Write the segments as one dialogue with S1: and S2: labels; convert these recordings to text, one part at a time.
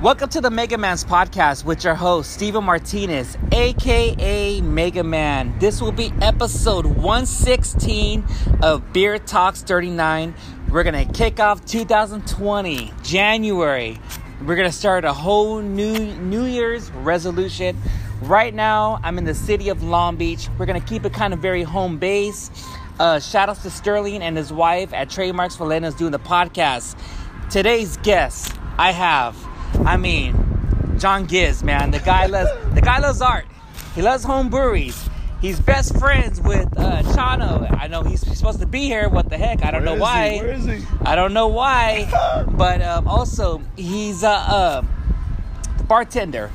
S1: Welcome to the Mega Man's podcast with your host, Steven Martinez, aka Mega Man. This will be episode 116 of Beer Talks 39. We're going to kick off 2020, January. We're going to start a whole new New Year's resolution. Right now, I'm in the city of Long Beach. We're going to keep it kind of very home base. Uh, shout outs to Sterling and his wife at Trademarks for letting us do the podcast. Today's guest, I have I mean, John Giz, man. The guy loves the guy loves art. He loves home breweries. He's best friends with uh, Chano. I know he's supposed to be here. What the heck? I don't know
S2: Where is
S1: why.
S2: He? Where is he?
S1: I don't know why, but um, also he's a uh, uh, bartender,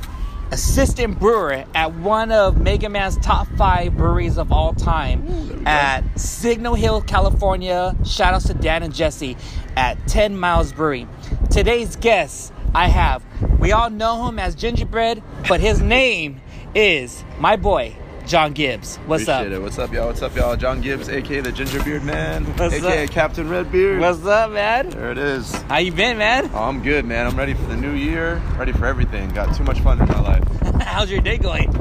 S1: assistant brewer at one of Mega Man's top five breweries of all time at Signal Hill, California. Shout outs to Dan and Jesse at 10 Miles Brewery. Today's guest I have, we all know him as Gingerbread, but his name is my boy, John Gibbs. What's up?
S2: Appreciate it. What's up, y'all? What's up, y'all? John Gibbs, aka the Ginger Beard Man,
S1: What's
S2: aka
S1: up?
S2: Captain Red Beard.
S1: What's up, man?
S2: there it is.
S1: How you been, man?
S2: Oh, I'm good, man. I'm ready for the new year. Ready for everything. Got too much fun in my life.
S1: How's your day going?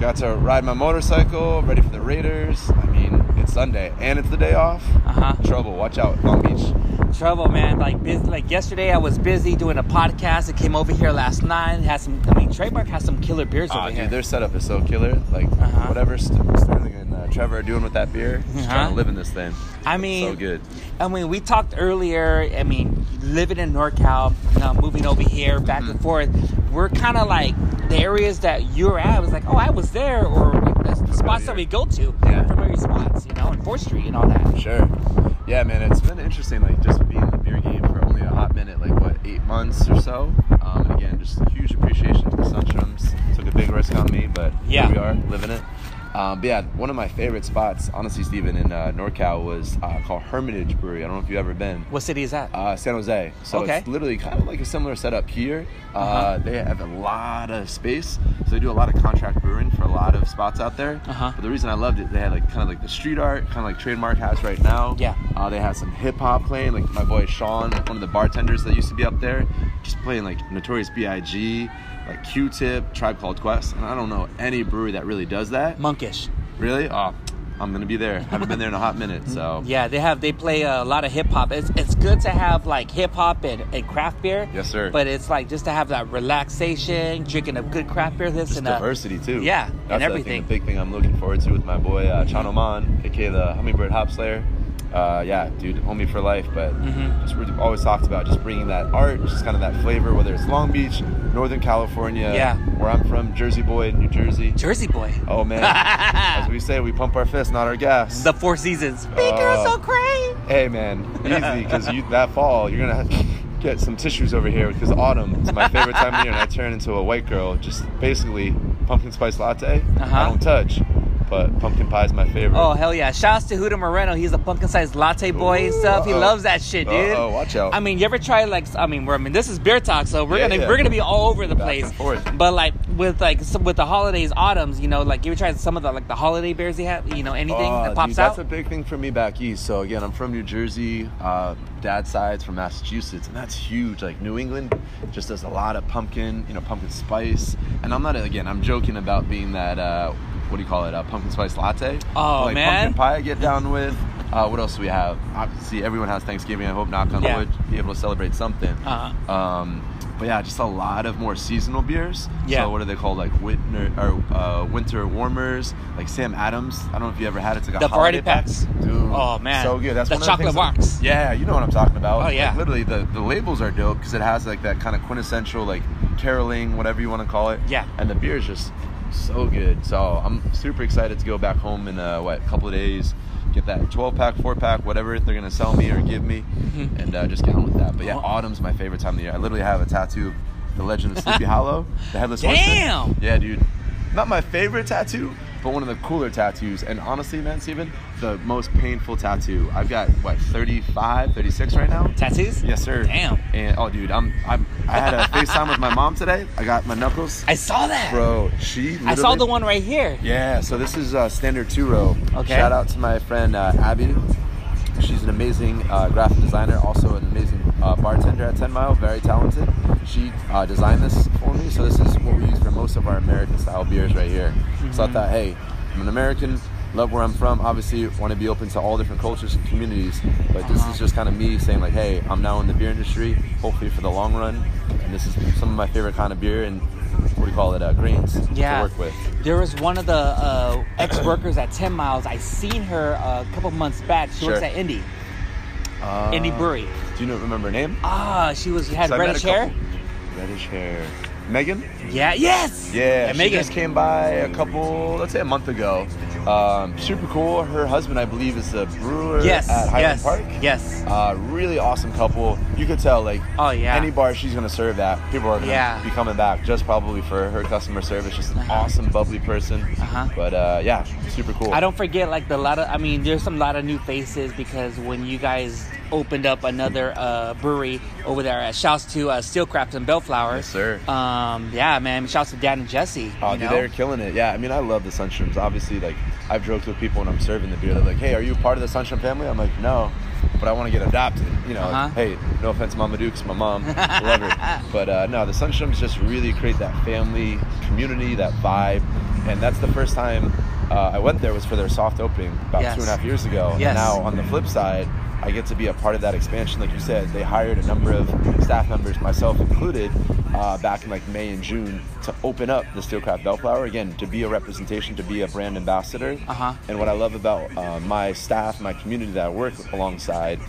S2: Got to ride my motorcycle. Ready for the Raiders. I mean, it's Sunday and it's the day off.
S1: Uh-huh.
S2: Trouble. Watch out, Long Beach.
S1: trouble, man. Like busy, like yesterday, I was busy doing a podcast. It came over here last night. Had some. I mean, Trademark has some killer beers
S2: Ah,
S1: over
S2: dude,
S1: here.
S2: their setup is so killer. Like
S1: Oh, Uh-huh.
S2: whatever St- Sterling and uh, Trevor are doing with that beer, just trying
S1: Uh-huh.
S2: to live in this thing.
S1: I
S2: It's
S1: mean,
S2: so good.
S1: I mean, we talked earlier. I mean, living in NorCal, you know, moving over here, back
S2: Mm-hmm.
S1: and forth. We're kind of like the areas that you're at. was like, oh, I was there, or the spots that we go to,
S2: Yeah.
S1: familiar spots, you know, and Fourth Street and all that.
S2: Sure. Yeah, man, it's been interesting, like, just being in the beer game for only a hot minute, like, what, eight months or so? Um, and again, just a huge appreciation to the Sunshrooms. Took a big risk on me, but
S1: Yeah.
S2: here we are, living it. Um, but yeah, one of my favorite spots, honestly, Steven, in uh, NorCal was uh, called Hermitage Brewery. I don't know if you've ever been.
S1: What city is that?
S2: Uh, San Jose. So
S1: Okay.
S2: it's literally kind of like a similar setup here. Uh,
S1: Uh-huh.
S2: They have a lot of space, so they do a lot of contract brewing for a lot of spots out there.
S1: Uh-huh.
S2: But the reason I loved it, they had like kind of like the street art, kind of like Trademark has right now.
S1: Yeah.
S2: Uh, they had some hip hop playing, like my boy Sean, one of the bartenders that used to be up there, just playing like Notorious B.I.G., like Q-Tip, Tribe Called Quest, and I don't know any brewery that really does that.
S1: Monkish.
S2: really? Oh, I'm gonna be there. Haven't been there in a hot minute, so.
S1: Yeah, they have. They play a lot of hip hop. It's, it's good to have like hip hop and, and craft beer.
S2: Yes, sir.
S1: But it's like just to have that relaxation, drinking a good craft beer. This
S2: Just
S1: and a,
S2: diversity too.
S1: yeah,
S2: that's
S1: and
S2: I think,
S1: everything.
S2: the big thing I'm looking forward to with my boy uh, Chano Man, aka the Hummingbird Hop Slayer. Uh, yeah, dude, homie for life. But
S1: Mhm.
S2: just we've always talked about just bringing that art, just kind of that flavor, whether it's Long Beach, Northern California,
S1: Yeah.
S2: where I'm from, Jersey boy, New Jersey.
S1: Jersey boy.
S2: Oh man, as we say, we pump our fist, not our gas.
S1: The Four Seasons.
S2: Big girl so
S1: crazy.
S2: hey man, easy, because you that fall you're gonna. Get some tissues over here because autumn is my favorite time of year, and I turn into a white girl. Just basically pumpkin spice latte.
S1: Uh-huh.
S2: I don't touch, but pumpkin pie is my favorite.
S1: Oh hell yeah! Shouts to Huda Moreno. He's a pumpkin-sized latte boy and
S2: Ooh,
S1: stuff. He
S2: uh-oh.
S1: loves that shit, dude.
S2: Uh-oh, watch out.
S1: I mean, you ever try like? I mean, we're, I mean, this is beer talk, so we're
S2: Yeah,
S1: gonna
S2: yeah.
S1: we're gonna be all over the
S2: Back
S1: place.
S2: and forth.
S1: But like with like some, with the holidays, autumns, you know, like you ever tried some of the like the holiday beers they have? You know, anything
S2: Oh,
S1: that pops
S2: dude,
S1: out?
S2: That's a big thing for me back east. So again, I'm from New Jersey. Uh, dad's side's from Massachusetts, and that's huge. Like New England just does a lot of pumpkin, you know, pumpkin spice. And I'm not again. I'm joking about being that. Uh, what do you call it? A pumpkin spice latte.
S1: Oh,
S2: like,
S1: man.
S2: Pumpkin pie. I get down with. Uh, what else do we have? Obviously, everyone has Thanksgiving. I hope, knock on
S1: Yeah.
S2: wood, be able to celebrate something.
S1: Uh-huh.
S2: Um, but yeah, just a lot of more seasonal beers.
S1: Yeah.
S2: So what are they called? Like winter or uh, winter warmers, like Sam Adams. I don't know if you ever had it. It's like a
S1: The
S2: holiday
S1: variety
S2: pack.
S1: packs.
S2: Dude,
S1: Oh, man.
S2: so good. That's
S1: The
S2: one of
S1: chocolate
S2: the things that-
S1: box.
S2: yeah, you know what I'm talking about.
S1: Oh,
S2: Like,
S1: yeah.
S2: literally, the the labels are dope because it has like that kind of quintessential like caroling, whatever you want to call it.
S1: Yeah.
S2: And the beer is just so good. So I'm super excited to go back home in uh, what a couple of days. Get that 12 pack, 4 pack, whatever they're gonna sell me or give me,
S1: Mhm.
S2: and uh, just get on with that. But yeah,
S1: Oh.
S2: autumn's my favorite time of the year. I literally have a tattoo of the Legend of Sleepy Hollow, the headless
S1: Damn!
S2: horseman. Yeah, dude. Not my favorite tattoo, but one of the cooler tattoos. And honestly, man, Steven, the most painful tattoo. I've got what 35, 36 right now.
S1: Tattoos?
S2: Yes, sir.
S1: Damn.
S2: And oh, dude, I'm I'm I had a FaceTime with my mom today. I got my knuckles.
S1: I saw that.
S2: Bro, she.
S1: I saw
S2: literally-
S1: the one right here.
S2: yeah, so this is uh, standard two row.
S1: Okay.
S2: Shout out to my friend uh, Abby. She's an amazing uh, graphic designer, also an amazing uh, bartender at Ten Mile, very talented. She uh, designed this for me, so this is what we use for most of our American style beers right here. So
S1: Mm-hmm.
S2: I thought, hey, I'm an American, love where I'm from. Obviously, want to be open to all different cultures and communities, but
S1: Uh-huh.
S2: this is just kind of me saying like, hey, I'm now in the beer industry, hopefully for the long run, and this is some of my favorite kind of beer and what do you call it, uh, grains
S1: Yeah.
S2: to work with.
S1: There was one of the uh, ex-workers at Ten Miles. I seen her a couple months back. She works
S2: Sure.
S1: at Indy,
S2: Uh,
S1: Indy Brewery.
S2: Do you know, remember her name?
S1: Ah, she was had
S2: So I met a
S1: reddish hair.
S2: couple- Reddish hair. Megan?
S1: Yeah. Yes.
S2: Yeah,
S1: And
S2: she
S1: Megan.
S2: just came by a couple, let's say a month ago. Um, super cool. Her husband, I believe, is the brewer
S1: Yes.
S2: at Highland
S1: yes.
S2: Park.
S1: Yes.
S2: Uh, really awesome couple. You could tell, like,
S1: Oh, yeah.
S2: any bar she's gonna serve at, people are gonna
S1: Yeah.
S2: be coming back just probably for her customer service. She's an
S1: Uh-huh.
S2: awesome, bubbly person.
S1: Uh-huh.
S2: But uh, yeah, super cool.
S1: I don't forget like the lot of. I mean, there's some lot of new faces because when you guys opened up another uh, brewery over there, uh, shouts to uh, Steelcraft and Bellflower.
S2: Yes, sir.
S1: Um, yeah, man. Shouts to Dan and Jesse.
S2: Oh,
S1: you
S2: dude,
S1: know?
S2: they're killing it. Yeah, I mean, I love the Sunshrooms. Obviously, like, I've joked with people when I'm serving the beer. They're like, hey, are you part of the Sunshroom family? I'm like, no, but I want to get adopted. You know,
S1: Uh-huh.
S2: hey, no offense, Mama Duke's my mom. love her. But uh, no, the Sunshrooms just really create that family community, that vibe. And that's the first time uh, I went there was for their soft opening about
S1: Yes.
S2: two and a half years ago. And
S1: Yes.
S2: now, on the flip side, I get to be a part of that expansion. Like you said, they hired a number of staff members, myself included, uh, back in like May and June to open up the Steelcraft Bellflower again to be a representation, to be a brand ambassador.
S1: Uh-huh.
S2: And what I love about uh, my staff, my community that I work alongside,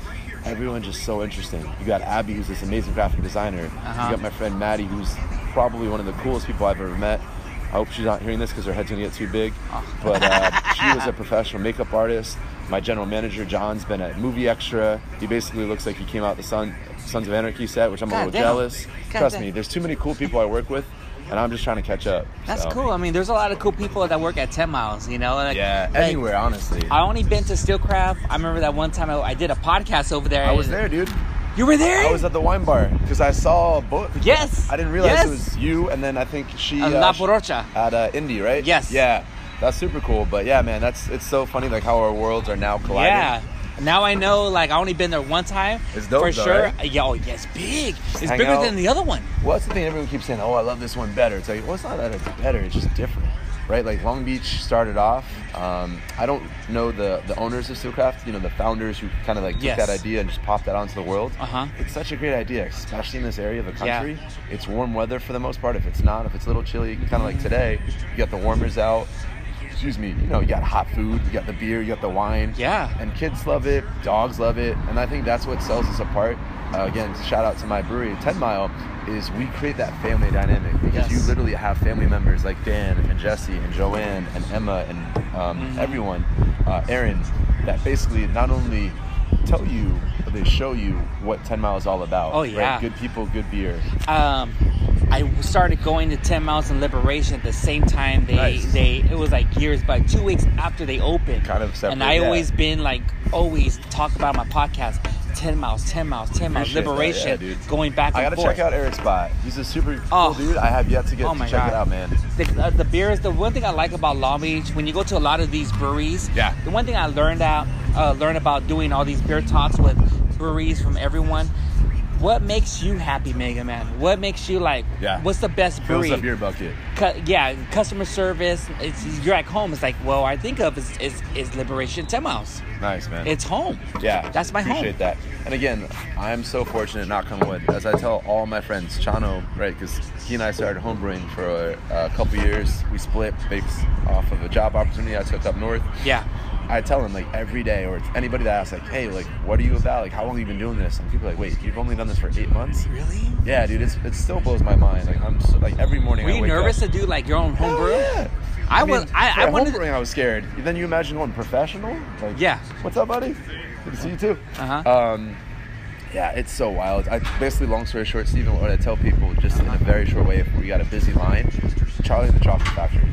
S2: everyone's just so interesting. You got Abby, who's this amazing graphic designer.
S1: Uh-huh.
S2: You got my friend Maddie, who's probably one of the coolest people I've ever met. I hope she's not hearing this because her head's gonna get too big.
S1: Oh.
S2: But uh, she was a professional makeup artist. My general manager John's been at Movie Extra. He basically looks like he came out the Son, Sons of Anarchy set, which I'm a
S1: God
S2: little
S1: damn.
S2: jealous.
S1: God
S2: Trust
S1: damn.
S2: me, there's too many cool people I work with, and I'm just trying to catch up.
S1: That's
S2: so.
S1: cool. I mean, there's a lot of cool people that work at Ten Miles. You know. Like,
S2: Yeah,
S1: like,
S2: anywhere honestly.
S1: I only been to Steelcraft. I remember that one time I, I did a podcast over there.
S2: I was
S1: and-
S2: there, dude.
S1: You were there.
S2: I was at the wine bar because I saw a book.
S1: yes.
S2: I didn't realize
S1: yes.
S2: it was you, and then I think she
S1: Uh, La
S2: she-
S1: Porocha.
S2: at uh, Indy, right?
S1: Yes.
S2: Yeah, that's super cool. But yeah, man, that's it's so funny like how our worlds are now colliding.
S1: Yeah. Now I know. Like I only been there one time.
S2: It's dope
S1: for
S2: though,
S1: sure.
S2: right?
S1: Yo, yeah, it's big. It's
S2: Hang
S1: bigger
S2: out.
S1: than the other one.
S2: Well, that's the thing everyone keeps saying. Oh, I love this one better. It's like, well, it's not that it's better. It's just different, right? Like Long Beach started off. Um, I don't know the the owners of Steelcraft. You know, the founders who kind of like took
S1: Yes.
S2: that idea and just popped that onto the world.
S1: Uh-huh.
S2: It's such a great idea, especially in this area of the
S1: Yeah.
S2: country. It's warm weather for the most part. If it's not, if it's a little chilly, kind of like today, you got the warmers out. Excuse me. You know, you got hot food, you got the beer, you got the wine.
S1: Yeah.
S2: And kids love it, dogs love it, and I think that's what sells us apart. Uh, again, shout out to my brewery, Ten Mile, is we create that family dynamic because you
S1: Yes.
S2: literally have family members like Dan and Jesse and Joanne and Emma and um,
S1: Mm-hmm.
S2: everyone, uh, Aaron, that basically not only tell you, but they show you what Ten Mile is all about.
S1: Oh, yeah.
S2: right? good people, good beer.
S1: um, I started going to Ten Miles and Liberation at the same time. They
S2: Nice.
S1: they it was like years, but two weeks after they opened.
S2: Kind of separate,
S1: And I
S2: yeah.
S1: always been like always talk about my podcast. Ten Miles, Ten Miles, Ten Miles,
S2: Appreciate that,
S1: Liberation,
S2: yeah, dude.
S1: going back and
S2: I gotta
S1: forth.
S2: check out Eric's spot. He's a super
S1: Oh.
S2: cool dude. I have yet to get
S1: Oh
S2: to
S1: my
S2: check
S1: God.
S2: it out, man.
S1: The, uh, the beer is the one thing I like about Long Beach. When you go to a lot of these breweries,
S2: Yeah.
S1: The one thing I learned out uh, learned about doing all these beer talks with breweries from everyone. What makes you happy, Mega Man? What makes you like?
S2: Yeah.
S1: What's the best
S2: Fills
S1: brewery?
S2: up your bucket.
S1: Cu- yeah, customer service. It's you're at home. It's like, well, I think of is is, is Liberation Ten Miles.
S2: Nice man.
S1: It's home.
S2: Yeah,
S1: that's my
S2: appreciate
S1: home.
S2: that. And again, I'm so fortunate, knock on wood, as I tell all my friends, Chano, right? Because he and I started homebrewing for a, a couple years. We split based off of a job opportunity I took up north.
S1: Yeah,
S2: I tell him like every day, or it's anybody that asks, like, "Hey, like, what are you about? Like, how long have you been doing this?" And people are like, "Wait, you've only done this for eight months?"
S1: really.
S2: Yeah, dude, it's, it still blows my mind. Like, I'm so, like every morning.
S1: Were
S2: I
S1: you
S2: wake
S1: nervous
S2: Up,
S1: to do like your own home
S2: Hell
S1: brew?
S2: yeah.
S1: I,
S2: mean,
S1: was. I,
S2: for
S1: I wanted.
S2: homebrewing, I was scared. Then you imagine going professional. Like,
S1: Yeah.
S2: What's up, buddy? Good to see you too.
S1: Uh-huh.
S2: Um, yeah, it's so wild. I basically, long story short, Steven, what I tell people, just in a very short way, if we got a busy line, Charlie and the Chocolate Factory.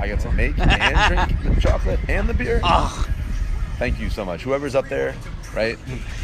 S2: I get to make and drink the chocolate and the beer.
S1: Ugh.
S2: Thank you so much. Whoever's up there, right?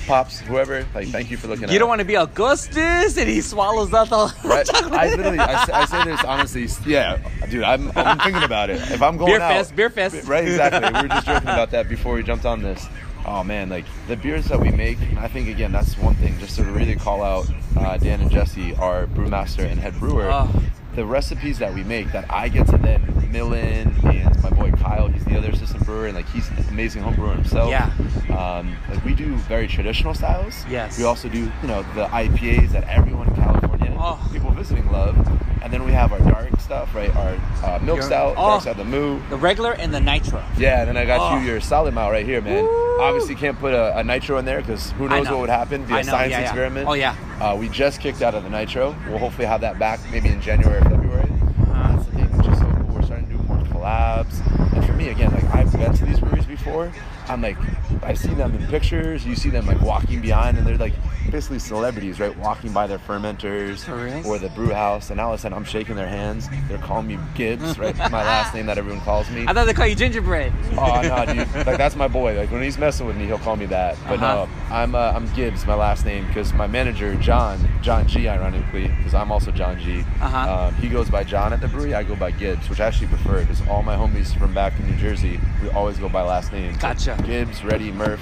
S2: Pops, whoever, like, thank you for looking.
S1: You
S2: out.
S1: don't want to be Augustus, and he swallows up the
S2: Right?
S1: chocolate.
S2: I literally, I say, I say this honestly. Yeah, dude, I'm, I'm thinking about it. If I'm going
S1: Beer
S2: out,
S1: fest, beer fest.
S2: Right, exactly. We were just joking about that before we jumped on this. oh man, like the beers that we make, I think again that's one thing just to really call out uh, Dan and Jesse, our brewmaster and head brewer.
S1: Oh.
S2: The recipes that we make that I get to then mill in, and my boy Kyle, he's the other assistant brewer, and like he's an amazing home brewer himself.
S1: Yeah.
S2: Um, like we do very traditional styles.
S1: Yes.
S2: We also do you know the IPAs that everyone in California,
S1: Oh.
S2: people visiting love, and then we have our dark stuff, right? Our uh, milk
S1: Your-
S2: stout,
S1: oh.
S2: dark stout, the moo.
S1: The regular and the nitro.
S2: Yeah, and then I got
S1: Oh.
S2: you your solid mile right here, man.
S1: Woo!
S2: Obviously, can't put a, a nitro in there because who
S1: I
S2: knows
S1: know.
S2: what would happen
S1: I
S2: via
S1: know,
S2: science
S1: yeah, yeah.
S2: experiment.
S1: Oh, yeah.
S2: Uh, we just kicked out of the nitro. We'll hopefully have that back maybe in January or February. That's the thing, which is so cool. We're starting to do more collabs. And for me, again, like I've been to these breweries before. I'm like, I see them in pictures. You see them like walking behind, and they're like basically celebrities, right? Walking by their fermenters
S1: For reals?
S2: or the brew house. And all of a sudden, I'm shaking their hands. They're calling me Gibbs, right? My last name that everyone calls me.
S1: I thought they call you gingerbread.
S2: Oh no, dude! Like that's my boy. Like when he's messing with me, he'll call me that. But
S1: Uh-huh.
S2: no, I'm uh, I'm Gibbs, my last name, because my manager John John G, ironically, because I'm also John G.
S1: Uh-huh.
S2: Um, he goes by John at the brewery. I go by Gibbs, which I actually prefer because all my homies from back in New Jersey, we always go by last names.
S1: Gotcha.
S2: Gibbs, Reddy, Murph,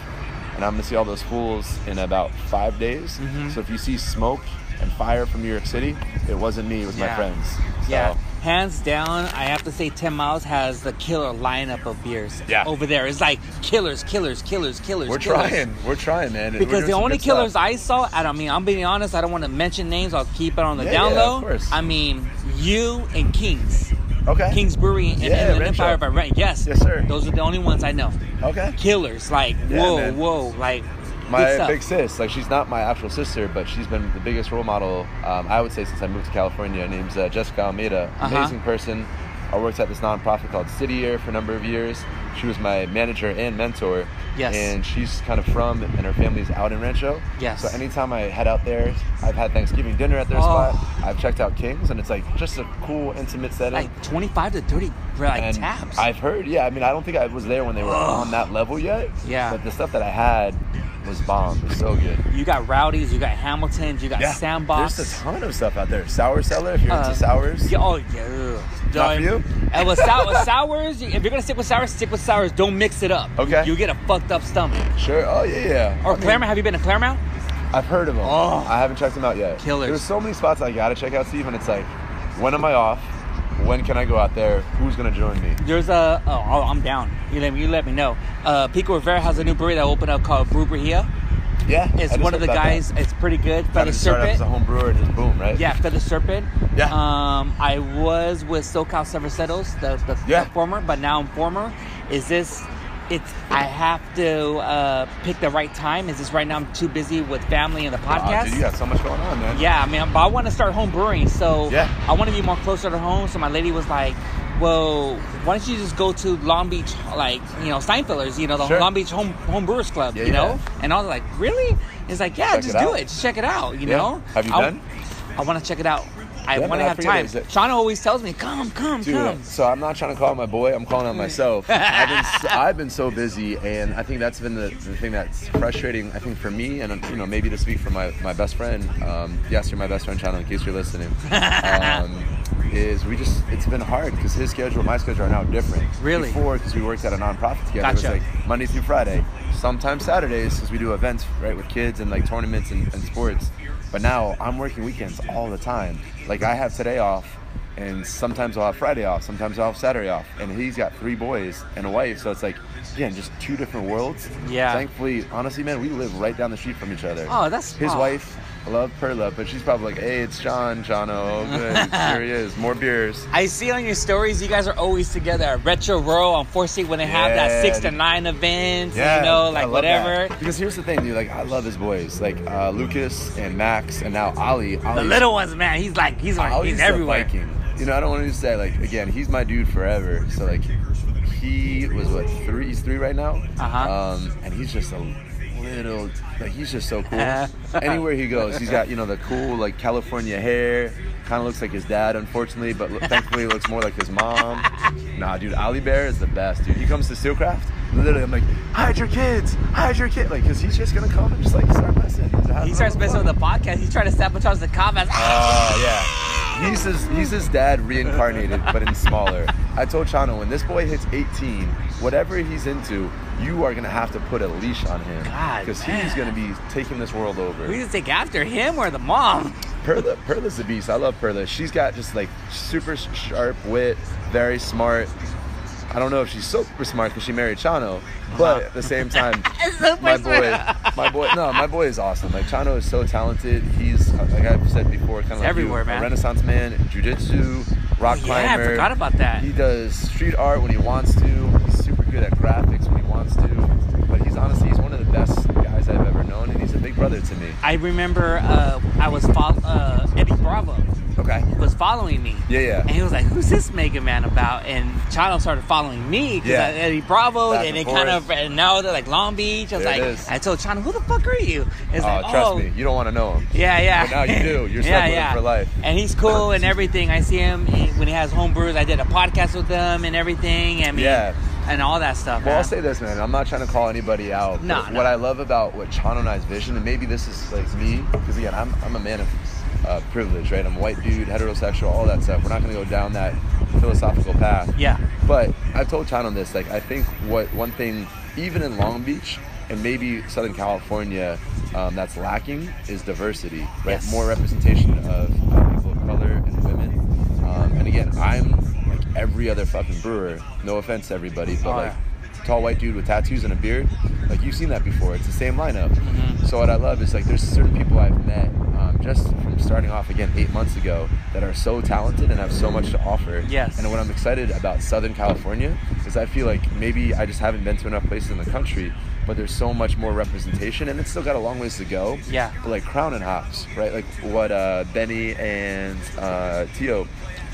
S2: and I'm gonna see all those fools in about five days.
S1: Mm-hmm.
S2: So if you see smoke and fire from New York City, it wasn't me. It was
S1: Yeah.
S2: my friends. So,
S1: Yeah. Hands down, I have to say 10 Miles has the killer lineup of beers
S2: Yeah.
S1: over there. It's like killers, killers, killers, killers.
S2: We're
S1: killers.
S2: trying. We're trying, man. We're doing
S1: Because the
S2: some
S1: only
S2: good stuff.
S1: killers I saw, I don't mean, I'm being honest, I don't want to mention names. I'll keep it on the
S2: Yeah,
S1: down
S2: yeah,
S1: low.
S2: of course.
S1: I mean, you and Kings.
S2: Okay.
S1: Kings Brewery and
S2: Yeah,
S1: Inland
S2: Renshaw.
S1: Empire by Rent. Yes.
S2: Yes, sir.
S1: Those are the only ones I know.
S2: Okay.
S1: Killers. Like,
S2: Yeah,
S1: whoa,
S2: man.
S1: whoa. Like, good
S2: my
S1: stuff.
S2: big sis like she's not my actual sister but she's been the biggest role model um, i would say since i moved to california her name's uh, jessica almeida
S1: Uh-huh.
S2: amazing person i worked at this nonprofit called city air for a number of years she was my manager and mentor
S1: Yes.
S2: and she's kind of from and her family's out in rancho
S1: Yes.
S2: so anytime i head out there i've had thanksgiving dinner at their
S1: Oh.
S2: spot i've checked out kings and it's like just a cool intimate setting
S1: like 25 to 30 like
S2: and
S1: taps.
S2: I've heard, yeah. I mean, I don't think I was there when they were
S1: Ugh.
S2: on that level yet.
S1: Yeah.
S2: But the stuff that I had was bomb. It was so good.
S1: you got Rowdies, you got Hamiltons, you got Sandbox.
S2: There's a ton of stuff out there. Sour Cellar, if you're
S1: Uh,
S2: into sours.
S1: Yeah, oh yeah.
S2: Not for you?
S1: And with, sou- with sours, if you're gonna stick with sours, stick with sours. Don't mix it up.
S2: Okay.
S1: You, will get a fucked up stomach.
S2: Sure. Oh, yeah, yeah.
S1: Or
S2: I mean,
S1: Claremont. Have you been to Claremont?
S2: I've heard of them.
S1: Oh.
S2: I haven't checked them out yet.
S1: Killers.
S2: There's so many spots I gotta check out, Steve, and it's like, when am I off? When can I go out there? Who's gonna join me?
S1: There's a. Oh, oh, I'm down. You let me. You let me know. Uh, Pico Rivera has a new brewery that opened up called Brew Brujilla.
S2: Yeah. I
S1: It's
S2: just
S1: one of
S2: heard
S1: the
S2: about that.
S1: guys. It's pretty good.
S2: Kinda
S1: Feather
S2: just started off as a
S1: Serpent.
S2: home brewer and just boom, right?
S1: Yeah, Feather Serpent.
S2: Yeah.
S1: Um, I was with SoCal Severcetos, the, the,
S2: Yeah.
S1: the former, but now I'm former. Is this? It's. I have to uh, pick the right time. Is this right now? I'm too busy with family and the
S2: Wow,
S1: podcast.
S2: dude, you got so much going on, man.
S1: Yeah, I mean, but I want to start home brewing, so
S2: Yeah.
S1: I want to be more closer to home. So my lady was like, "Well, why don't you just go to Long Beach, like you know Steinfeller's, you know the
S2: Sure.
S1: Long Beach Home Home Brewers Club,
S2: Yeah,
S1: you know?"
S2: yeah.
S1: And I was like, "Really?" It's like, "Yeah,
S2: Check
S1: just
S2: it
S1: do
S2: out.
S1: it, just check it out, you
S2: Yeah.
S1: know."
S2: Have you
S1: I-
S2: been?
S1: I want to check it out. I
S2: Yeah,
S1: want
S2: man,
S1: to
S2: I
S1: have
S2: forget
S1: time.
S2: is it-
S1: Shauna always tells me, "Come, come,
S2: Dude, uh,
S1: come."
S2: so I'm not trying to call my boy. I'm calling out myself. I've been so, I've been so busy, and I think that's been the, the thing that's frustrating. I think for me, and you know, maybe to speak for my my best friend. Um, yes, you're my best friend, Channel. In case you're listening, um, is we just it's been hard because his schedule, and my schedule are now different.
S1: Really?
S2: Before, because we worked at a nonprofit together,
S1: Gotcha.
S2: it was like Monday through Friday, sometimes Saturdays, because we do events right with kids and like tournaments and, and sports. But now I'm working weekends all the time. Like I have today off and sometimes I'll have Friday off, sometimes I'll have Saturday off. And he's got three boys and a wife, so it's like, again, just two different worlds.
S1: Yeah.
S2: Thankfully, honestly, man, we live right down the street from each other.
S1: Oh, that's-
S2: his
S1: aw.
S2: wife. I love Perla, but she's probably like, hey, it's John, John. Oh, good. Here he is. More beers.
S1: I see on your stories you guys are always together at Retro World on 4C when they have that
S2: Yeah,
S1: six to
S2: dude.
S1: nine events,
S2: Yeah,
S1: you know,
S2: I
S1: like
S2: love
S1: whatever.
S2: that. Because here's the thing, dude. Like, I love his boys, like uh, Lucas and Max, and now Ali.
S1: The little ones, man, he's like he's like he's everywhere.
S2: Oh, Viking. You know, I don't want to just say like again. He's my dude forever. So like, he was what three? He's three right now.
S1: Uh-huh.
S2: Um, and he's just a little like he's just so cool.
S1: Uh.
S2: Anywhere he goes, he's got you know the cool like California hair. Kind of looks like his dad, unfortunately, but lo- thankfully it looks more like his mom. Nah, dude, Ali Bear is the best, dude. He comes to Steelcraft, literally, I'm like, hide your kids, hide your kid, like, cause he's just gonna come and just like start messing.
S1: He starts messing with the podcast. He's trying to sabotage the comments. Ah!
S2: Oh yeah. he's his, he's his dad reincarnated, but in smaller. I told Chano when this boy hits 18, whatever he's into, you are gonna have to put a leash on him
S1: God,
S2: because
S1: man.
S2: he's gonna be taking this world over.
S1: We need to take after him or the mom.
S2: Perla, Perla's a beast. I love Perla. She's got just like super sharp wit, very smart. I don't know if she's super smart because she married Chano,
S1: Uh-huh.
S2: but at the same time,
S1: Super
S2: my boy,
S1: smart.
S2: my boy, no, my boy is awesome. Like Chano is so talented. He's uh, like I've said before, kind of like
S1: everywhere,
S2: you,
S1: man.
S2: A Renaissance man, jujitsu, rock
S1: Oh, yeah, I
S2: climber.
S1: forgot about that.
S2: He does street art when he wants to. He's super good at graphics when he wants to. But he's honestly, he's one of the best guys I've ever known, and he's a big brother to me.
S1: I remember uh, I was fol- uh, Eddie Bravo
S2: Okay.
S1: was following me.
S2: Yeah, yeah.
S1: And he was like, "Who's this Mega Man about?" And Chano started following me because
S2: Yeah.
S1: Eddie Bravo,
S2: Back
S1: and
S2: and
S1: it kind of
S2: forth.
S1: and now they're like Long Beach. I was
S2: There it is.
S1: like, I told Chano, "Who the fuck are you?" And it's
S2: Oh,
S1: like,
S2: trust
S1: "Oh,
S2: me, you don't want to know him.
S1: Yeah, yeah.
S2: But now you do. You're stuck with him for life.
S1: And he's cool and everything. I see him eh, when he has homebrews. I did a podcast with him and everything. I mean,
S2: Yeah.
S1: and all that stuff.
S2: Well, I'll
S1: man.
S2: say this, man. I'm not trying to call anybody out.
S1: No,
S2: but
S1: no.
S2: What I love about what Chano and I's vision, and maybe this is like me, because again, I'm, I'm a man of uh, privilege, right? I'm a white dude, heterosexual, all that stuff. We're not going to go down that philosophical path.
S1: yeah,
S2: But I've told Chano this. Like, I think what one thing, even in Long Beach and maybe Southern California, um, that's lacking is diversity, right?
S1: Yes.
S2: More representation of uh, people of color and women. Um, and again, I'm like every other fucking brewer. No offense to everybody, but
S1: Oh,
S2: like. Tall white dude with tattoos and a beard, like you've seen that before. It's the same lineup.
S1: Mm-hmm.
S2: So what I love is like there's certain people I've met um, just from starting off again eight months ago that are so talented and have so much to offer.
S1: Yes.
S2: And what I'm excited about Southern California is I feel like maybe I just haven't been to enough places in the country, but there's so much more representation, and it's still got a long ways to go.
S1: Yeah.
S2: But like Crown and Hops, right? Like what uh, Benny and uh, Tio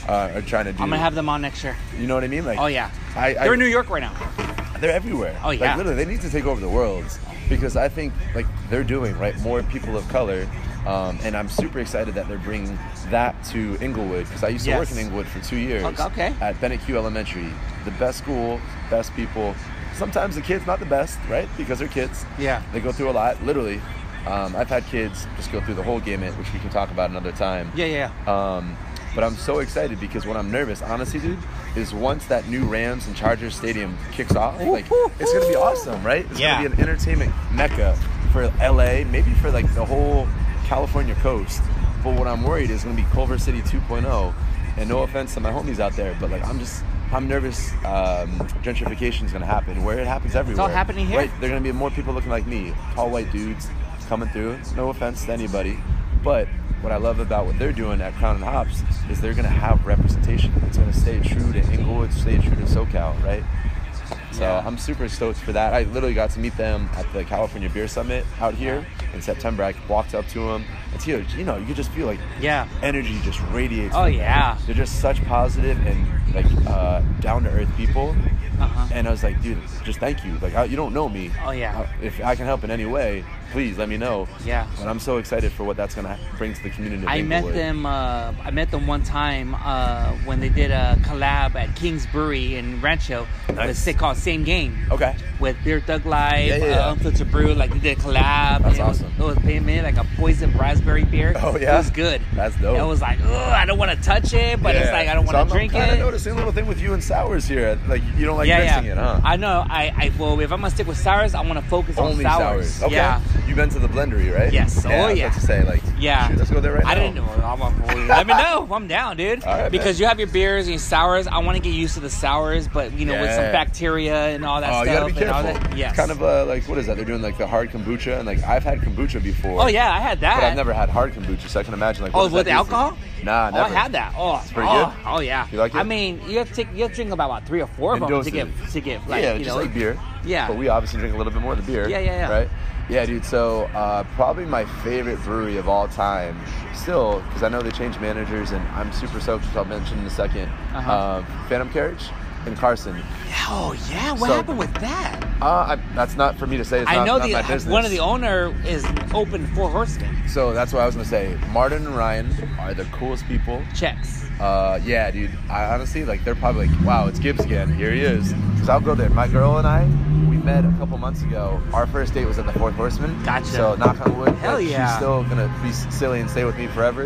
S2: uh, are trying to do.
S1: I'm gonna have them on next year.
S2: You know what I mean? Like.
S1: Oh yeah,
S2: I, I,
S1: they're in New York right now.
S2: they're everywhere.
S1: Oh, yeah.
S2: Like literally, they need to take over the world because I think like they're doing right more people of color, um, and I'm super excited that they're bringing that to Inglewood because I used to work
S1: Yes.
S2: in Inglewood for two years.
S1: Ok- okay.
S2: At Bennett Q Elementary, the best school, best people. Sometimes the kids not the best, right? Because they're kids.
S1: Yeah.
S2: They go through a lot, literally. Um, I've had kids just go through the whole gamut, which we can talk about another time.
S1: Yeah, yeah, yeah.
S2: Um, but I'm so excited because when I'm nervous, honestly, dude, is once that new Rams and Chargers stadium kicks off, like it's gonna be awesome, right? It's
S1: Yeah.
S2: gonna be an entertainment mecca for LA, maybe for like the whole California coast. But what I'm worried is gonna be Culver City 2.0. And no offense to my homies out there, but like I'm just. I'm nervous. Um, gentrification is going to happen where it happens everywhere.
S1: happening here.
S2: Right? There are going to be more people looking like me, tall white dudes coming through. No offense to anybody, but what I love about what they're doing at Crown and Hops is they're going to have representation. It's going to stay true to Inglewood, stay true to SoCal, right? So
S1: Yeah.
S2: I'm super stoked for that. I literally got to meet them at the California Beer Summit out here in September. I walked up to them. It's huge. You know, you could just feel like
S1: Yeah.
S2: energy just radiates.
S1: Oh
S2: from them.
S1: yeah.
S2: They're just such positive and like uh, down to earth people.
S1: Uh-huh.
S2: And I was like, dude, just thank you. Like, I, you don't know me.
S1: Oh, yeah.
S2: Uh, If I can help in any way, please let me know.
S1: Yeah.
S2: And I'm so excited for what that's gonna bring to the community. of
S1: I met
S2: Inglewood.
S1: them. Uh, I met them one time uh, when they did a collab at King's Brewery in Rancho.
S2: Nice.
S1: It's called Same Game.
S2: Okay.
S1: with Beer Thug Life,
S2: Yeah, yeah, yeah.
S1: uh, Unfiltered Brew, like they did a collab.
S2: That's
S1: It was-
S2: awesome.
S1: It was, they made like a poison raspberry beer.
S2: Oh, yeah?
S1: it was good.
S2: That's dope.
S1: It was like, ugh, I don't want to touch it, but it's
S2: Yeah.
S1: like I don't
S2: So
S1: want
S2: I'm-
S1: to drink
S2: I'm kinda
S1: it.
S2: noticing a little thing with you and sours here. Like, you don't like
S1: yeah,
S2: mixing
S1: yeah.
S2: it, huh?
S1: I know. I, I well, if I'm gonna stick with sours, I want to focus
S2: Only
S1: on sours.
S2: sours. Okay.
S1: Yeah.
S2: You've been to the blendery, right?
S1: Yes.
S2: Yeah,
S1: Oh,
S2: I was
S1: yeah.
S2: about to say like.
S1: Yeah.
S2: shoot, let's go there right
S1: I
S2: now.
S1: didn't know. I'm, I'm, let me know. I'm down, dude.
S2: All right, man.
S1: because you have your beers and your sours. I want to get used to the sours, but you know, with some
S2: Yeah.
S1: bacteria and all that
S2: Oh,
S1: stuff.
S2: you gotta be
S1: and all
S2: careful.
S1: that. Yes.
S2: It's kind of uh, like what is that? They're doing like the hard kombucha, and like I've had kombucha before.
S1: Oh yeah, I had that.
S2: But I've never had hard kombucha, so I can imagine like.
S1: Oh,
S2: what does
S1: with
S2: that taste
S1: alcohol?
S2: like? Nah,
S1: Oh, I
S2: Uh, never.
S1: had that. Oh, it's
S2: pretty
S1: oh,
S2: good?
S1: Oh yeah.
S2: You like
S1: I
S2: it?
S1: mean, you have to take, you have to drink about like three or four of
S2: In
S1: them to get
S2: doses.
S1: to get like
S2: yeah,
S1: you
S2: just
S1: know
S2: like beer.
S1: Yeah.
S2: But we obviously drink a little bit more of the beer.
S1: Yeah, yeah, yeah.
S2: Right? Yeah, dude. So uh, probably my favorite brewery of all time, still, because I know they changed managers, and I'm super stoked, which I'll mention in a 2nd
S1: Uh-huh.
S2: Uh, Phantom Carriage in Carson.
S1: Oh yeah. What
S2: So-
S1: happened with that?
S2: Uh, I, that's not for me to say. It's
S1: I
S2: not,
S1: know
S2: not
S1: the uh,
S2: my business.
S1: one of the owner is open for horsemen
S2: So that's what I was gonna say. Martin and Ryan are the coolest people.
S1: checks.
S2: Uh, yeah, dude. I honestly like. They're probably like, wow, it's Gibbs again. Here he is. Cause I'll go there. My girl and I, we met a couple months ago. Our first date was at the Fourth Horseman.
S1: Gotcha.
S2: So knock on wood.
S1: Hell
S2: like,
S1: yeah.
S2: She's still gonna be silly and stay with me forever.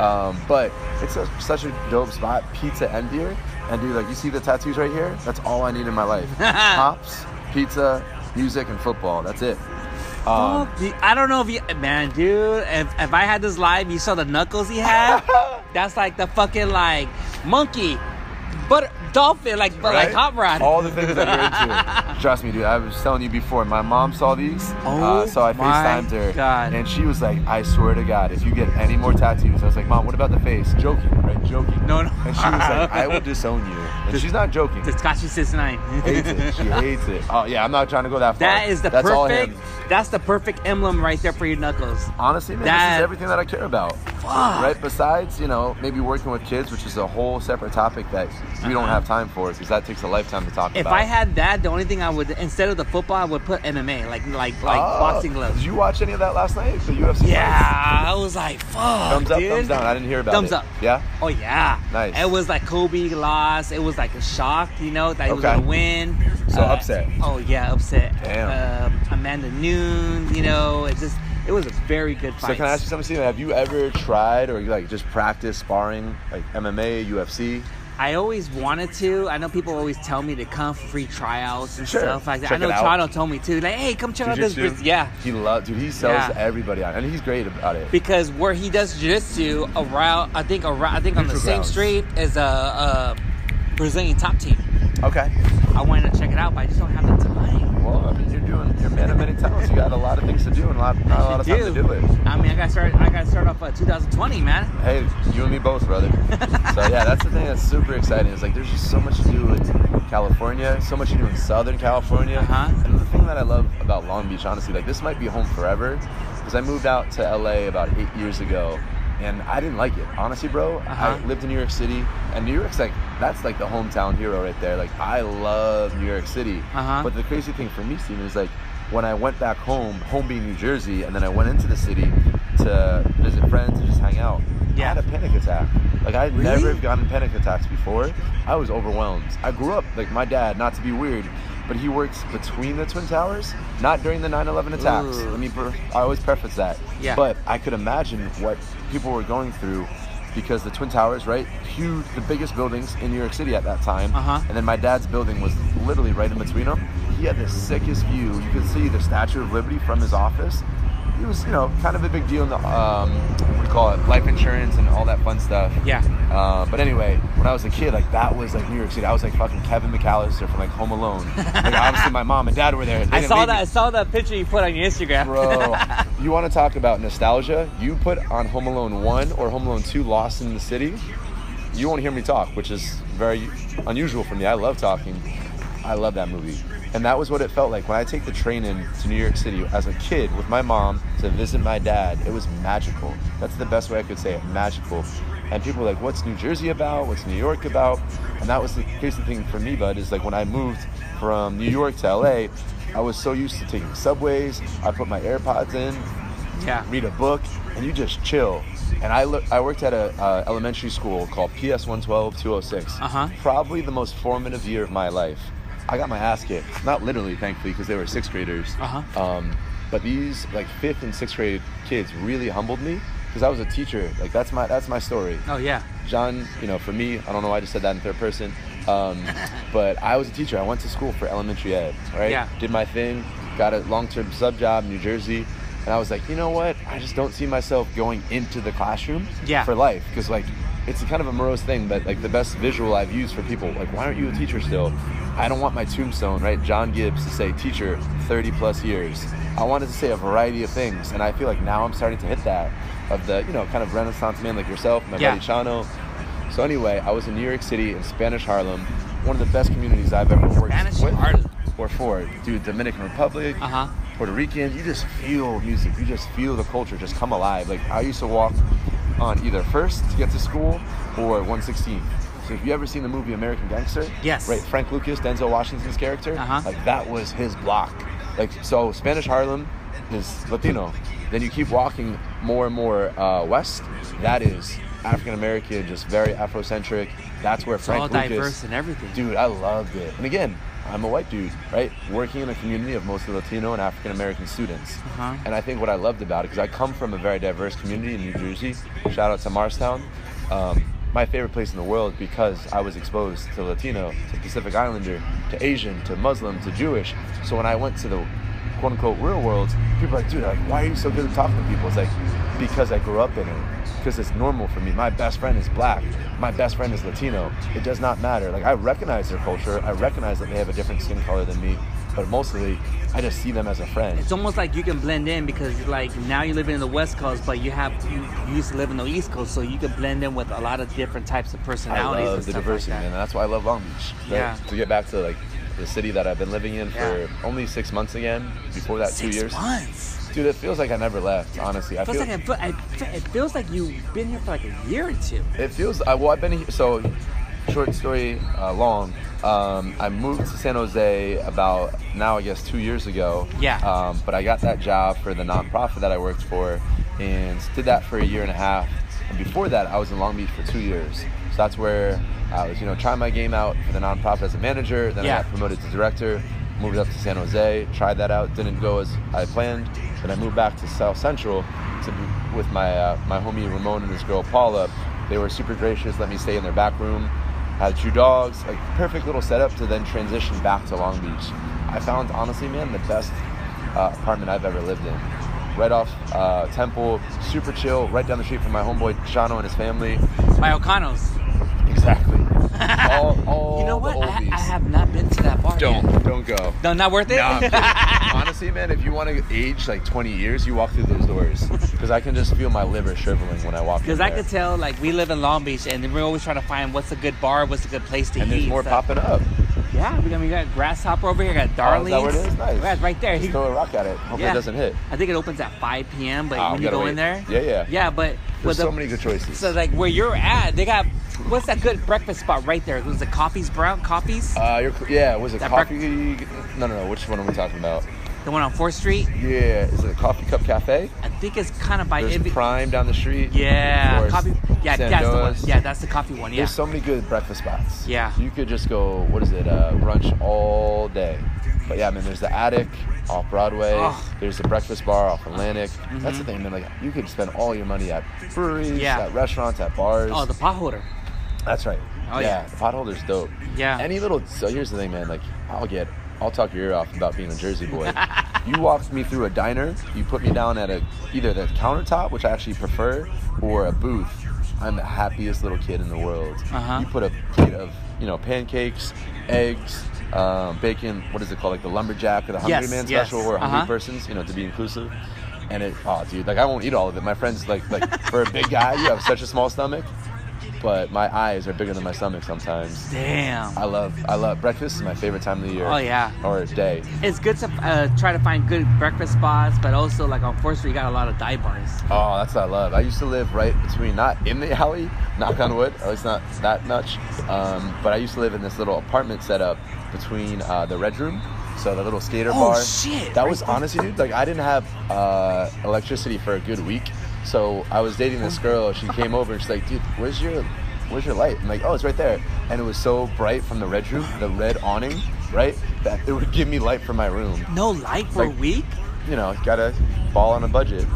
S2: Um, but it's a, such a dope spot, pizza and beer. And dude, like you see the tattoos right here? That's all I need in my life. Hops, pizza, music, and football. That's it. Um,
S1: Fuck, dude, I don't know if you, man, dude. If, if I had this live, you saw the knuckles he had. that's like the fucking like monkey, but dolphin, like but like
S2: right?
S1: hot rod.
S2: All the things that you're into. Trust me, dude. I was telling you before. My mom saw these,
S1: Oh
S2: uh, so I
S1: my
S2: FaceTimed her,
S1: God.
S2: and she was like, "I swear to God, if you get any more tattoos," I was like, "Mom, what about the face?" Joking, right? Joking.
S1: No, no.
S2: And she was like, "I will disown you," and she's not joking.
S1: the Scotchy six nine.
S2: hates it. She hates it. Oh yeah, I'm not trying to go that far.
S1: That is the
S2: That's all
S1: perfect.
S2: him.
S1: That's the perfect emblem right there for your knuckles.
S2: Honestly, man, this
S1: That-
S2: is everything that I care about. Right? Besides, you know, maybe working with kids, which is a whole separate topic that we don't have time for because that takes a lifetime to talk
S1: If
S2: about.
S1: I had that, the only thing I would instead of the football, I would put MMA, like like like
S2: Oh,
S1: boxing gloves.
S2: Did you watch any of that last night? The UFC. fights?
S1: Yeah, I was like, fuck.
S2: Thumbs up,
S1: dude.
S2: thumbs down. I didn't hear about
S1: Thumbs
S2: it.
S1: up.
S2: Yeah.
S1: Oh yeah.
S2: Nice.
S1: It was like Kobe lost. It was like a shock, you know, that he was
S2: Okay.
S1: gonna win.
S2: So upset.
S1: Oh yeah, upset.
S2: Damn.
S1: Um, Amanda Noon, you know, it just it was a very good
S2: So
S1: fight.
S2: can I ask you something, Steven? Have you ever tried or like just practiced sparring, like MMA, UFC?
S1: I always wanted to. I know people always tell me to come for free tryouts and
S2: Sure.
S1: stuff like that.
S2: Check
S1: I know
S2: it out.
S1: Toronto told me too. Like, hey, come check out this.
S2: Jiu-jitsu?
S1: Brazil- Yeah.
S2: He loves, dude. He sells
S1: Yeah.
S2: everybody on, and he's great about it.
S1: because where he does jiu-jitsu around i think around i think on the same
S2: Neutral grounds.
S1: street is a, a brazilian top team
S2: Okay.
S1: i wanted to check it out but i just don't have the time
S2: Well, I mean, you're doing, you're a man of many talents. You got a lot of things to do and a lot, not a lot of time to do it.
S1: i mean i gotta start i gotta start off uh, 2020 man
S2: Hey, you and me both, brother. so yeah, that's the thing that's super exciting. It's like there's just so much to do in California, so much to do in Southern California.
S1: Uh-huh.
S2: And the thing that I love about Long Beach, honestly, like this might be home forever, because I moved out to LA about eight years ago, and I didn't like it, honestly, bro.
S1: Uh-huh.
S2: I lived in New York City, and New York's like that's like the hometown hero right there. Like I love New York City,
S1: Uh-huh.
S2: but the crazy thing for me, Steven, is like when I went back home, home being New Jersey, and then I went into the city to visit friends and just hang out.
S1: Yeah.
S2: I had a panic attack. Like I had
S1: Really?
S2: never gotten panic attacks before. I was overwhelmed. I grew up like my dad, not to be weird, but he works between the twin towers, not during the 9/11 attacks.
S1: Ooh.
S2: Let me. pre- I always preface that.
S1: Yeah.
S2: But I could imagine what people were going through. Because the Twin Towers, right? Huge, the biggest buildings in New York City at that time.
S1: Uh-huh.
S2: And then my dad's building was literally right in between them. He had the sickest view. You could see the Statue of Liberty from his office. It was, you know, kind of a big deal in the, um, what do you call it, life insurance and all that fun stuff.
S1: Yeah.
S2: Uh, but anyway, when I was a kid, like that was like New York City. I was like fucking Kevin McAllister from like Home Alone. Like obviously my mom and dad were there. They
S1: i
S2: didn't
S1: saw
S2: leave
S1: that
S2: me-
S1: i saw that picture you put on your instagram
S2: Bro, you want to talk about nostalgia? You put on Home Alone 1 or Home Alone 2 Lost in the City, you won't hear me talk, which is very unusual for me. I love talking. I love that movie. And that was what it felt like when I take the train in to New York City as a kid with my mom to visit my dad. It was magical. That's the best way I could say it, magical. And people were like, "What's New Jersey about? What's New York about?" And that was the crazy thing for me, bud, is like when I moved from New York to LA, I was so used to taking subways. I put my AirPods in,
S1: yeah
S2: read a book, and you just chill. And I look, I worked at a uh, elementary school called PS 112 206.
S1: Uh-huh.
S2: Probably the most formative year of my life. I got my ass kicked. Not literally, thankfully, because they were sixth graders.
S1: Uh-huh.
S2: Um, but these like fifth and sixth grade kids really humbled me because I was a teacher. Like that's my that's my story.
S1: oh yeah
S2: John, you know, for me, I don't know why I just said that in third person, um, but I was a teacher. I went to school for elementary ed, right?
S1: Yeah.
S2: Did my thing, got a long term sub job in New Jersey. And I was like, you know what? I just don't see myself going into the classroom
S1: Yeah.
S2: for life. Because, like, it's kind of a morose thing, but, like, the best visual I've used for people, like, why aren't you a teacher still? I don't want my tombstone, right? John Gibbs to say teacher 30 plus years. I wanted to say a variety of things. And I feel like now I'm starting to hit that of the, you know, kind of renaissance man like yourself, my
S1: Yeah.
S2: buddy Chano. So anyway, I was in New York City in Spanish Harlem, one of the best communities I've ever worked
S1: Spanish
S2: with
S1: Harlem.
S2: or for. Dude, Dominican Republic,
S1: Uh-huh.
S2: Puerto Rican, you just feel music, you just feel the culture just come alive. Like I used to walk on either first to get to school or 116. So if you ever seen the movie American Gangster,
S1: Yes.
S2: right, Frank Lucas, Denzel Washington's character,
S1: Uh-huh.
S2: like that was his block. Like so, Spanish Harlem is Latino. Then you keep walking more and more uh, west. That is African American, just very Afrocentric. That's where
S1: it's
S2: Frank
S1: all
S2: Lucas.
S1: diverse and everything
S2: Dude, I loved it. And again, I'm a white dude, right? Working in a community of mostly Latino and African American students.
S1: Uh-huh.
S2: And I think what I loved about it, because I come from a very diverse community in New Jersey, shout out to Marstown, um, my favorite place in the world because I was exposed to Latino, to Pacific Islander, to Asian, to Muslim, to Jewish. So when I went to the quote unquote real world, people are like, dude, like, why are you so good at talking to people? It's like, because I grew up in it because it's normal for me. My best friend is black. My best friend is Latino. It does not matter. Like I recognize their culture. I recognize that they have a different skin color than me. But mostly, I just see them as a friend.
S1: It's almost like you can blend in because like now you're living in the West Coast, but you have you, you used to live in the East Coast, so you can blend in with a lot of different types of
S2: I
S1: personalities and
S2: love the
S1: stuff
S2: diversity,
S1: like
S2: man. and
S1: that.
S2: that's why I love Long Beach. right?
S1: Yeah.
S2: To get back to like the city that I've been living in for
S1: Yeah.
S2: only six months again. Before that, two
S1: Six
S2: years.
S1: months.
S2: Dude, it feels like I never left. Honestly, I
S1: Feels
S2: feel.
S1: like I, fe- I, fe- it feels like you've been here for like a year or two.
S2: It feels. I, well, I've been here. So, short story uh, long. Um, I moved to San Jose about now, I guess, two years ago.
S1: Yeah.
S2: Um, but I got that job for the nonprofit that I worked for, and did that for a year and a half. And before that, I was in Long Beach for two years. So that's where I was, you know, trying my game out for the nonprofit as a manager. Then
S1: Yeah.
S2: I got promoted to director. Moved up to San Jose. Tried that out. Didn't go as I planned. Then I moved back to South Central to be with my uh, my homie Ramon and his girl Paula. They were super gracious. Let me stay in their back room. Had two dogs. Like perfect little setup to then transition back to Long Beach. I found honestly, man, the best uh, apartment I've ever lived in right off uh, Temple, super chill, right down the street from my homeboy Shano and his family.
S1: By O'Connell's.
S2: Exactly. all, all
S1: You know
S2: the
S1: what? I,
S2: oldies.
S1: I have not been to that bar. yet.
S2: don't don't go.
S1: No, not worth it.
S2: Nah, I'm kidding. honestly, man, if you want to age like 20 years, you walk through those doors because I can just feel my liver shriveling when I walk.
S1: Because
S2: in
S1: I
S2: there.
S1: could tell, like, we live in Long Beach, and we're always trying to find what's a good bar, what's a good place to
S2: And
S1: eat.
S2: there's more
S1: so-
S2: popping up.
S1: Yeah, we got, we got Grasshopper over here, got
S2: Oh,
S1: Darlene's.
S2: is that where it is? Nice.
S1: Yeah, it's right there.
S2: Just
S1: He-
S2: throw a rock at it. Hopefully
S1: Yeah.
S2: it doesn't hit.
S1: I think it opens at 5 p.m. But
S2: Ah,
S1: when
S2: we
S1: you
S2: gotta
S1: go
S2: wait.
S1: in there,
S2: Yeah, yeah.
S1: yeah, but
S2: There's
S1: with
S2: so
S1: the-
S2: many good choices.
S1: So like where you're at, they got what's that good breakfast spot right there? Was it Coffee's Brown Coffee's?
S2: uh, your, yeah, was it
S1: That
S2: coffee? no, no, no. Which one are we talking about?
S1: the one on Fourth Street?
S2: Yeah, is it Coffee Cup Cafe?
S1: I think it's kind of by
S2: There's
S1: Ibby-
S2: Prime down the street.
S1: Yeah,
S2: There's
S1: coffee. Yeah,
S2: San
S1: that's the one.
S2: Dois.
S1: Yeah, that's the coffee one. Yeah.
S2: There's so many good breakfast spots.
S1: Yeah.
S2: You could just go, what is it, uh, brunch all day. But yeah, I mean, there's the attic off Broadway.
S1: Ugh. Mm-hmm.
S2: There's the breakfast bar off Atlantic. That's the thing, man. Like, you could spend all your money at breweries,
S1: Yeah.
S2: at restaurants, at bars.
S1: oh, the potholder.
S2: That's right.
S1: Oh,
S2: yeah,
S1: yeah.
S2: the potholder's dope.
S1: Yeah.
S2: Any little. So here's the thing, man. Like, I'll get. I'll talk your ear off about being a Jersey boy. you walked me through a diner. You put me down at a either the countertop, which I actually prefer, or a booth. I'm the happiest little kid in the world.
S1: Uh-huh.
S2: You put a plate of you know pancakes, eggs, um, bacon. What is it called? Like the lumberjack or the hungry
S1: Yes,
S2: man
S1: yes.
S2: special, or a hungry
S1: Uh-huh.
S2: persons. You know, to be inclusive. And it, oh, dude, like I won't eat all of it. My friends, like, like for a big guy, you have such a small stomach but my eyes are bigger than my stomach sometimes.
S1: Damn.
S2: I love I love breakfast is my favorite time of the year.
S1: Oh, yeah.
S2: Or day.
S1: It's good to uh, try to find good breakfast spots, but also like on Fourth Street, you got a lot of dive bars.
S2: Oh, that's what I love. I used to live right between not in the alley, knock on wood, at least not that much. Um, but I used to live in this little apartment setup between uh, the red room, so the little skater
S1: Oh,
S2: bar.
S1: shit.
S2: That was honestly, dude. Like I didn't have uh, electricity for a good week, so I was dating this girl. She came over and she's like, "Dude, where's your, where's your light?" I'm like, "Oh, it's right there." And it was so bright from the red room, the red awning, right, that it would give me light for my room.
S1: No light for
S2: Like-
S1: a week.
S2: You know, gotta ball on a budget.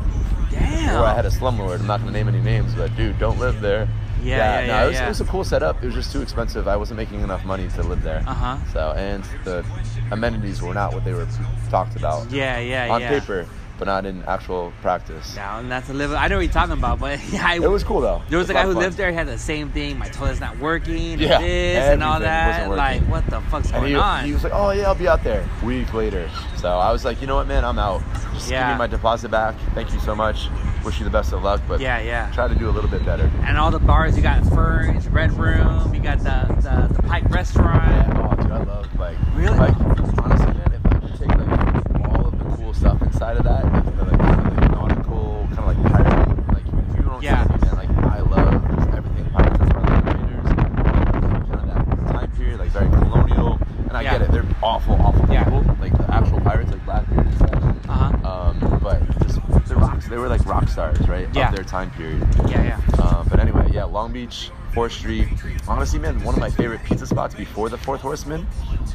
S1: Damn.
S2: Or I had a slumlord. I'm not gonna name any names, but dude, don't live there.
S1: Yeah, yeah,
S2: no,
S1: yeah,
S2: it, was,
S1: yeah.
S2: it was a cool setup. It was just too expensive. I wasn't making enough money to live there.
S1: Uh-huh.
S2: So, and the amenities were not what they were talked about
S1: yeah, yeah,
S2: on
S1: yeah.
S2: paper, but not in actual practice.
S1: No, and that's a little. I know what you're talking about, but yeah, I,
S2: It was cool though.
S1: There was
S2: It
S1: a guy
S2: lot
S1: who
S2: of fun.
S1: lived there. He had the same thing. My toilet's not working. and
S2: Yeah,
S1: this and all
S2: everything
S1: that.
S2: wasn't
S1: Like,
S2: working.
S1: what the fuck's
S2: And
S1: going
S2: he,
S1: on?
S2: he was like, "Oh yeah, I'll be out there." Week later, so I was like, "You know what, man? I'm out. Just give
S1: Yeah.
S2: me my deposit back. Thank you so much. Wish you the best of luck, but
S1: yeah, yeah.
S2: try to do a little bit better."
S1: And all the bars you got Ferns, Red Room, you got the the, the Pike Restaurant.
S2: Yeah, oh, dude, I love bike.
S1: Really?
S2: Bike, honestly, man, if I could take like all of the cool stuff inside of that, like the like, kind of, like nautical, kind of like pirate, like if you don't
S1: Yeah.
S2: see me, man, like I love just everything pirates. That's why I love the Raiders. Kind of that time period, like very colonial. And I
S1: Yeah.
S2: get it; they're awful, awful
S1: Yeah.
S2: people. Like the actual pirates, like Blackbeard and stuff.
S1: Uh-huh.
S2: Um, but just the rocks, they were like rock stars, right?
S1: Yeah.
S2: Of their time period.
S1: Yeah, yeah.
S2: Uh, but anyway, yeah, yeah, Long Beach, 4th Street. Honestly, man, one of my favorite pizza spots before the Fourth Horseman.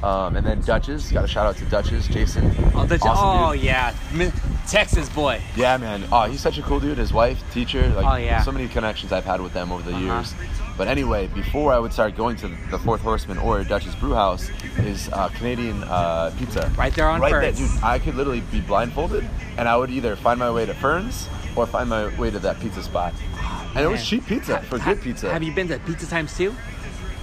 S2: Um, and then Dutch's. Got a shout out to Dutch's, Jason.
S1: Oh, the,
S2: Awesome
S1: oh
S2: dude.
S1: yeah, Mi- Texas boy.
S2: Yeah, man. Oh, he's such a cool dude. His wife, teacher. Like,
S1: Oh, yeah. Uh-huh.
S2: So many connections I've had with them over the years. But anyway, before I would start going to the Fourth Horseman or Dutch's Brewhouse, is uh, Canadian uh, pizza.
S1: Right there on
S2: right
S1: Ferns.
S2: There, dude, I could literally be blindfolded, and I would either find my way to Ferns or find my way to that pizza spot. And it was
S1: Ah, man.
S2: cheap pizza for good pizza.
S1: Have you been to Pizza Times too?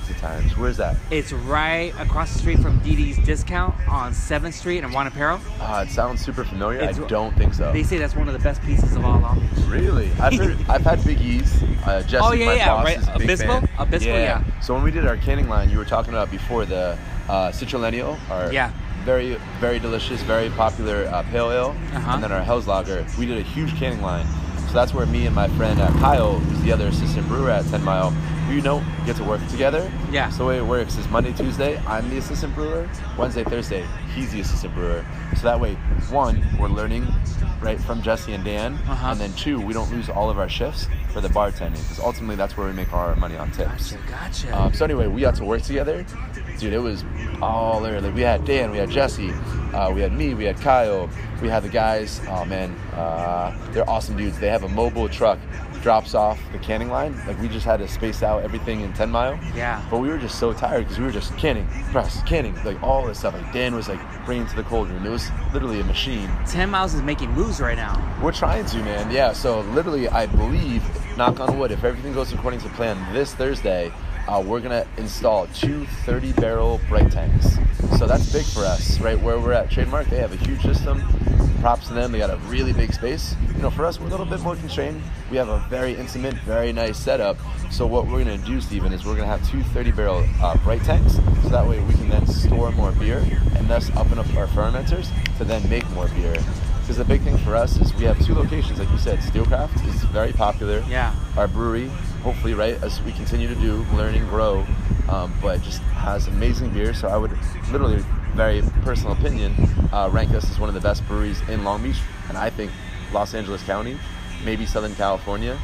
S2: Pizza times. Where's that?
S1: It's right across the street from DD's Discount on 7th Street in Juan Aparo.
S2: Uh, it sounds super familiar.
S1: It's-
S2: I don't think so.
S1: They say that's one of the best pizzas of all Long Beach.
S2: Really? I've, heard, I've had Big E's. Uh, Jesse,
S1: Oh, yeah,
S2: my
S1: yeah,
S2: boss,
S1: right.
S2: is a big
S1: Abismo?
S2: fan.
S1: Abismo, yeah.
S2: So when we did our canning line, you were talking about before the uh, Citrullennial, our
S1: Yeah.
S2: very, very delicious, very popular uh, pale ale,
S1: Uh-huh.
S2: and then our Hellslager. We did a huge canning line. So that's where me and my friend uh, Kyle, who's the other assistant brewer at 10 Mile, we, you know, get to work together.
S1: Yeah.
S2: So the way it works is Monday, Tuesday, I'm the assistant brewer. Wednesday, Thursday, he's the assistant brewer. So that way, one, we're learning right from Jesse and Dan,
S1: Uh-huh.
S2: and then two, we don't lose all of our shifts for the bartending because ultimately that's where we make our money on tips.
S1: Gotcha, gotcha.
S2: Um, so anyway, we got to work together. Dude, it was all early. We had Dan, we had Jesse, uh, we had me, we had Kyle, we had the guys. Oh man, uh, they're awesome dudes. They have a mobile truck, drops off the canning line. Like we just had to space out everything in 10 mile.
S1: Yeah.
S2: But we were just so tired because we were just canning, press, canning, like all this stuff. Like Dan was like bringing to the cold room. It was literally a machine.
S1: 10 Miles is making moves right now.
S2: We're trying to, man. Yeah. So literally, I believe, knock on wood, if everything goes according to plan this Thursday, uh, we're gonna install two 30 barrel bright tanks. So that's big for us, right? Where we're at Trademark, they have a huge system. Props to them. They got a really big space. You know, for us, we're a little bit more constrained. We have a very intimate, very nice setup. So what we're gonna do, Steven, is we're gonna have two 30 barrel uh, bright tanks. So that way we can then store more beer and thus upping up our fermenters to then make more beer. Because the big thing for us is we have two locations, like you said, Steelcraft is very popular.
S1: Yeah.
S2: Our brewery, hopefully, right, as we continue to do, learn and grow, um, but just has amazing beer. So I would literally, very personal opinion, uh, rank us as one of the best breweries in Long Beach, and I think Los Angeles County, maybe Southern California.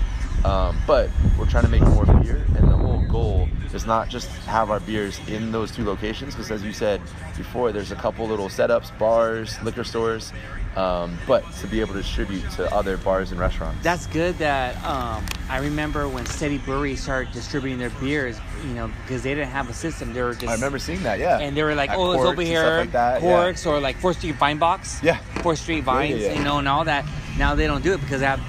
S2: Um, but we're trying to make more beer, and the whole goal is not just have our beers in those two locations, because as you said before, there's a couple little setups, bars, liquor stores, um, but to be able to distribute to other bars and restaurants.
S1: That's good that um, I remember when Steady Brewery started distributing their beers, you know, because they didn't have a system. They were just.
S2: I remember seeing that, yeah.
S1: And they were like,
S2: At
S1: oh, it's
S2: Corks
S1: over
S2: and
S1: here,
S2: stuff like that, yeah.
S1: Corks or like 4th Street Vine Box.
S2: Yeah.
S1: 4th Street
S2: Yeah, yeah,
S1: Vines,
S2: yeah.
S1: you know, and all that. Now they don't do it because they have,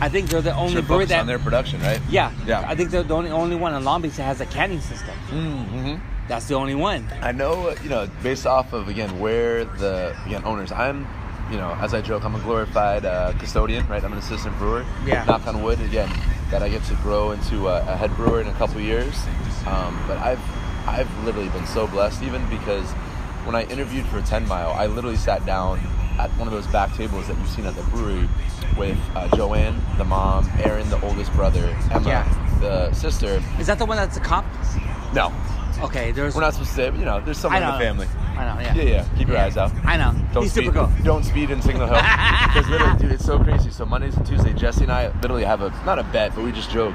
S1: I think they're the only
S2: Should
S1: brewery
S2: focus
S1: that.
S2: on their production, right?
S1: yeah,
S2: Yeah.
S1: I think they're the only, only one in Long Beach that has a canning system.
S2: Mm-hmm.
S1: That's the only one.
S2: I know, you know, based off of again where the again owners. I'm, you know, as I joke, I'm a glorified uh, custodian, right? I'm an assistant brewer.
S1: Yeah.
S2: Knock on wood again that I get to grow into a, a head brewer in a couple years. Um, but I've I've literally been so blessed, even because when I interviewed for Ten Mile, I literally sat down at one of those back tables that you've seen at the brewery with uh, Joanne, the mom, Aaron, the oldest brother, Emma,
S1: Yeah.
S2: the sister.
S1: Is that the one that's a cop?
S2: No,
S1: Okay, there's.
S2: we're not supposed to say, but you know, there's
S1: I
S2: someone in
S1: know.
S2: the family.
S1: I know, yeah.
S2: Yeah, yeah. Keep your
S1: Yeah.
S2: eyes out.
S1: I know.
S2: Don't
S1: He's
S2: speed.
S1: super cool.
S2: Don't speed in Signal Hill. because literally, dude, it's so crazy. So Mondays and Tuesdays, Jesse and I literally have a not a bet, but we just joke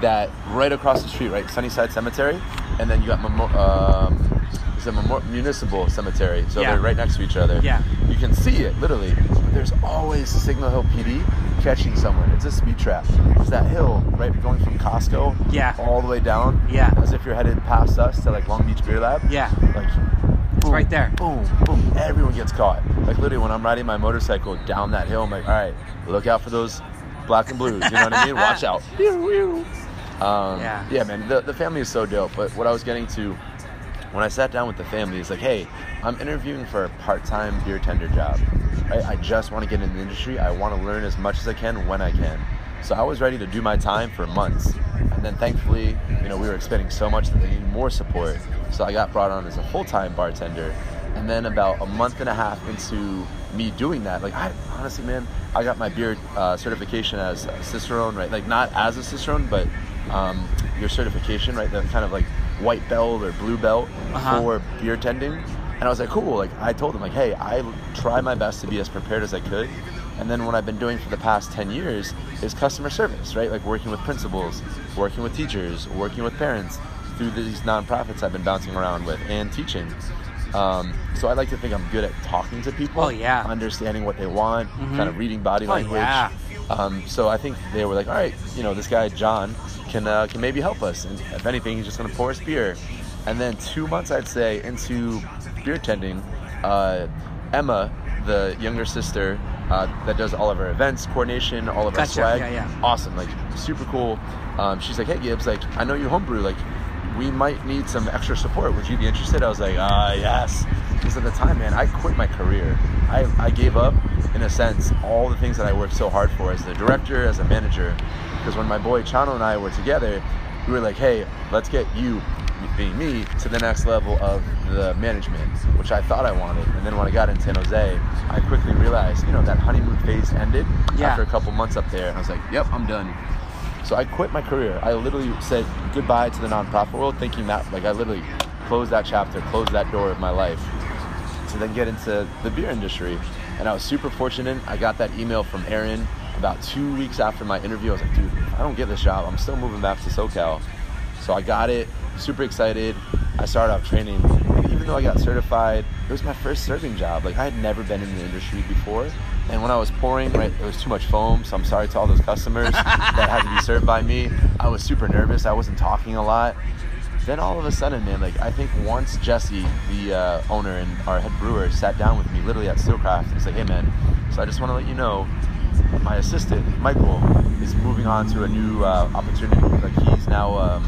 S2: that right across the street, right, Sunnyside Cemetery, and then you got Memo- um, it's a Memo- municipal cemetery, so
S1: Yeah.
S2: they're right next to each other.
S1: Yeah.
S2: You can see it literally. But there's always Signal Hill PD catching someone. It's a speed trap. It's that hill, right, going from Costco
S1: Yeah.
S2: all the way down.
S1: Yeah.
S2: As if you're headed past us to like Long Beach Beer Lab.
S1: Yeah.
S2: Like
S1: It's right there.
S2: Boom, boom. Everyone gets caught. Like literally, when I'm riding my motorcycle down that hill, I'm like, all right, look out for those black and blues. You know what I mean? Watch out. Um,
S1: Yeah.
S2: yeah. man. The, the family is so dope. But what I was getting to when I sat down with the family is like, hey, I'm interviewing for a part-time beer tender job. Right? I just want to get in the industry. I want to learn as much as I can when I can. So I was ready to do my time for months. And then thankfully, you know, we were expanding so much that they needed more support. So I got brought on as a full-time bartender. And then about a month and a half into me doing that, like I honestly, man, I got my beer uh, certification as a cicerone, right? Like not as a cicerone, but um, your certification, right? The kind of like white belt or blue belt
S1: Uh-huh.
S2: for beer tending. And I was like, cool. Like I told them, like, hey, I l- try my best to be as prepared as I could. And then what I've been doing for the past 10 years is customer service, right? Like working with principals, working with teachers, working with parents through these nonprofits I've been bouncing around with and teaching. Um, so I like to think I'm good at talking to people.
S1: Oh, yeah.
S2: Understanding what they want, kind of reading body
S1: Oh,
S2: language.
S1: yeah.
S2: Um, so I think they were like, all right, you know, this guy John can uh, can maybe help us, and if anything, he's just gonna pour us beer. And then two months, I'd say, into beer tending, uh, Emma, the younger sister uh, that does all of our events, coordination, all of
S1: Gotcha,
S2: our swag,
S1: yeah, yeah.
S2: awesome, like super cool. Um, she's like, hey Gibbs, like I know you homebrew, like we might need some extra support. Would you be interested? I was like, ah yes. Because at the time, man, I quit my career. I, I gave up, in a sense, all the things that I worked so hard for as the director, as a manager. Because when my boy Chano and I were together, we were like, hey, let's get you, being me, to the next level of the management, which I thought I wanted. And then when I got in San Jose, I quickly realized, you know, that honeymoon phase ended
S1: Yeah.
S2: after a couple months up there. And I was like, yep, I'm done. So I quit my career. I literally said goodbye to the nonprofit world, thinking that, like, I literally closed that chapter, closed that door of my life to then get into the beer industry. And I was super fortunate. I got that email from Aaron about two weeks after my interview. I was like, dude, if I don't get this job, I'm still moving back to SoCal. So I got it, super excited. I started off training. And even though I got certified, it was my first serving job. Like I had never been in the industry before. And when I was pouring, right, it was too much foam. So I'm sorry to all those customers that had to be served by me. I was super nervous. I wasn't talking a lot then all of a sudden, man, like I think once Jesse, the uh, owner and our head brewer, sat down with me literally at Steelcraft and said, "Hey, man, so I just want to let you know, my assistant Michael is moving on to a new uh, opportunity. Like he's now um,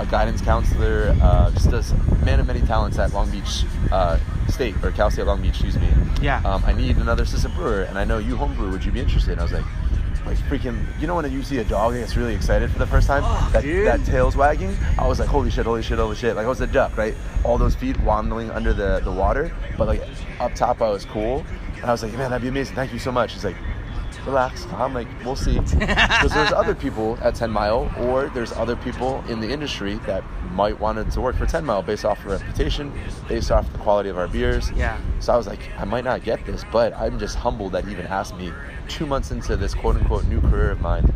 S2: a guidance counselor, uh, just does man of many talents at Long Beach uh, State or Cal State Long Beach, excuse me.
S1: Yeah.
S2: Um, I need another assistant brewer, and I know you homebrew. Would you be interested?" And I was like. Like freaking, you know when you see a dog that gets really excited for the first time,
S1: Oh,
S2: that,
S1: dude.
S2: that tails wagging. I was like, holy shit, holy shit, holy shit. Like I was a duck, right? All those feet wandling under the, the water. But like up top, I was cool. And I was like, man, that'd be amazing. Thank you so much. She's like, relax. I'm like, we'll see. Because there's other people at 10 Mile, or there's other people in the industry that might want to work for 10 Mile based off of reputation, based off the quality of our beers.
S1: Yeah.
S2: So I was like, I might not get this, but I'm just humbled that he even asked me two months into this quote unquote new career of mine.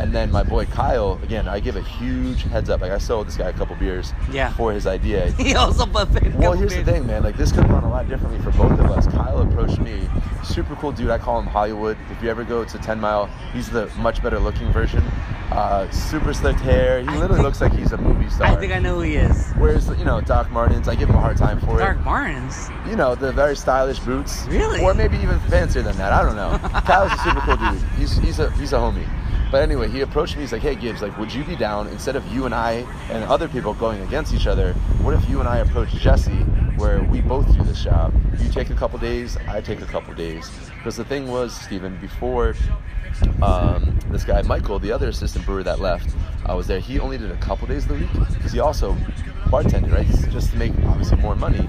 S2: And then my boy Kyle, again, I give a huge heads up. Like I sold this guy a couple beers
S1: Yeah.
S2: for his idea.
S1: He also buffeted.
S2: Well, here's the thing, man. Like this could have gone a lot differently for both of us. Kyle approached me, super cool dude. I call him Hollywood. If you ever go to Ten Mile, he's the much better looking version. Uh, super slicked hair. He
S1: I
S2: literally
S1: think-
S2: looks like he's a movie star.
S1: I think I know who he is.
S2: Whereas you know Doc Martens, I give him a hard time for
S1: Dark
S2: it.
S1: Martins.
S2: You know the very stylish boots.
S1: Really?
S2: Or maybe even fancier than that. I don't know. Kyle's a super cool dude. He's he's a he's a homie. But anyway, he approached me. He's like, "Hey Gibbs, like, would you be down instead of you and I and other people going against each other? What if you and I approach Jesse, where we both do this job? You take a couple days, I take a couple days. Because the thing was, Stephen, before um, this guy Michael, the other assistant brewer that left, I was there. He only did a couple days of the week because he also bartended, right? Just to make obviously more money.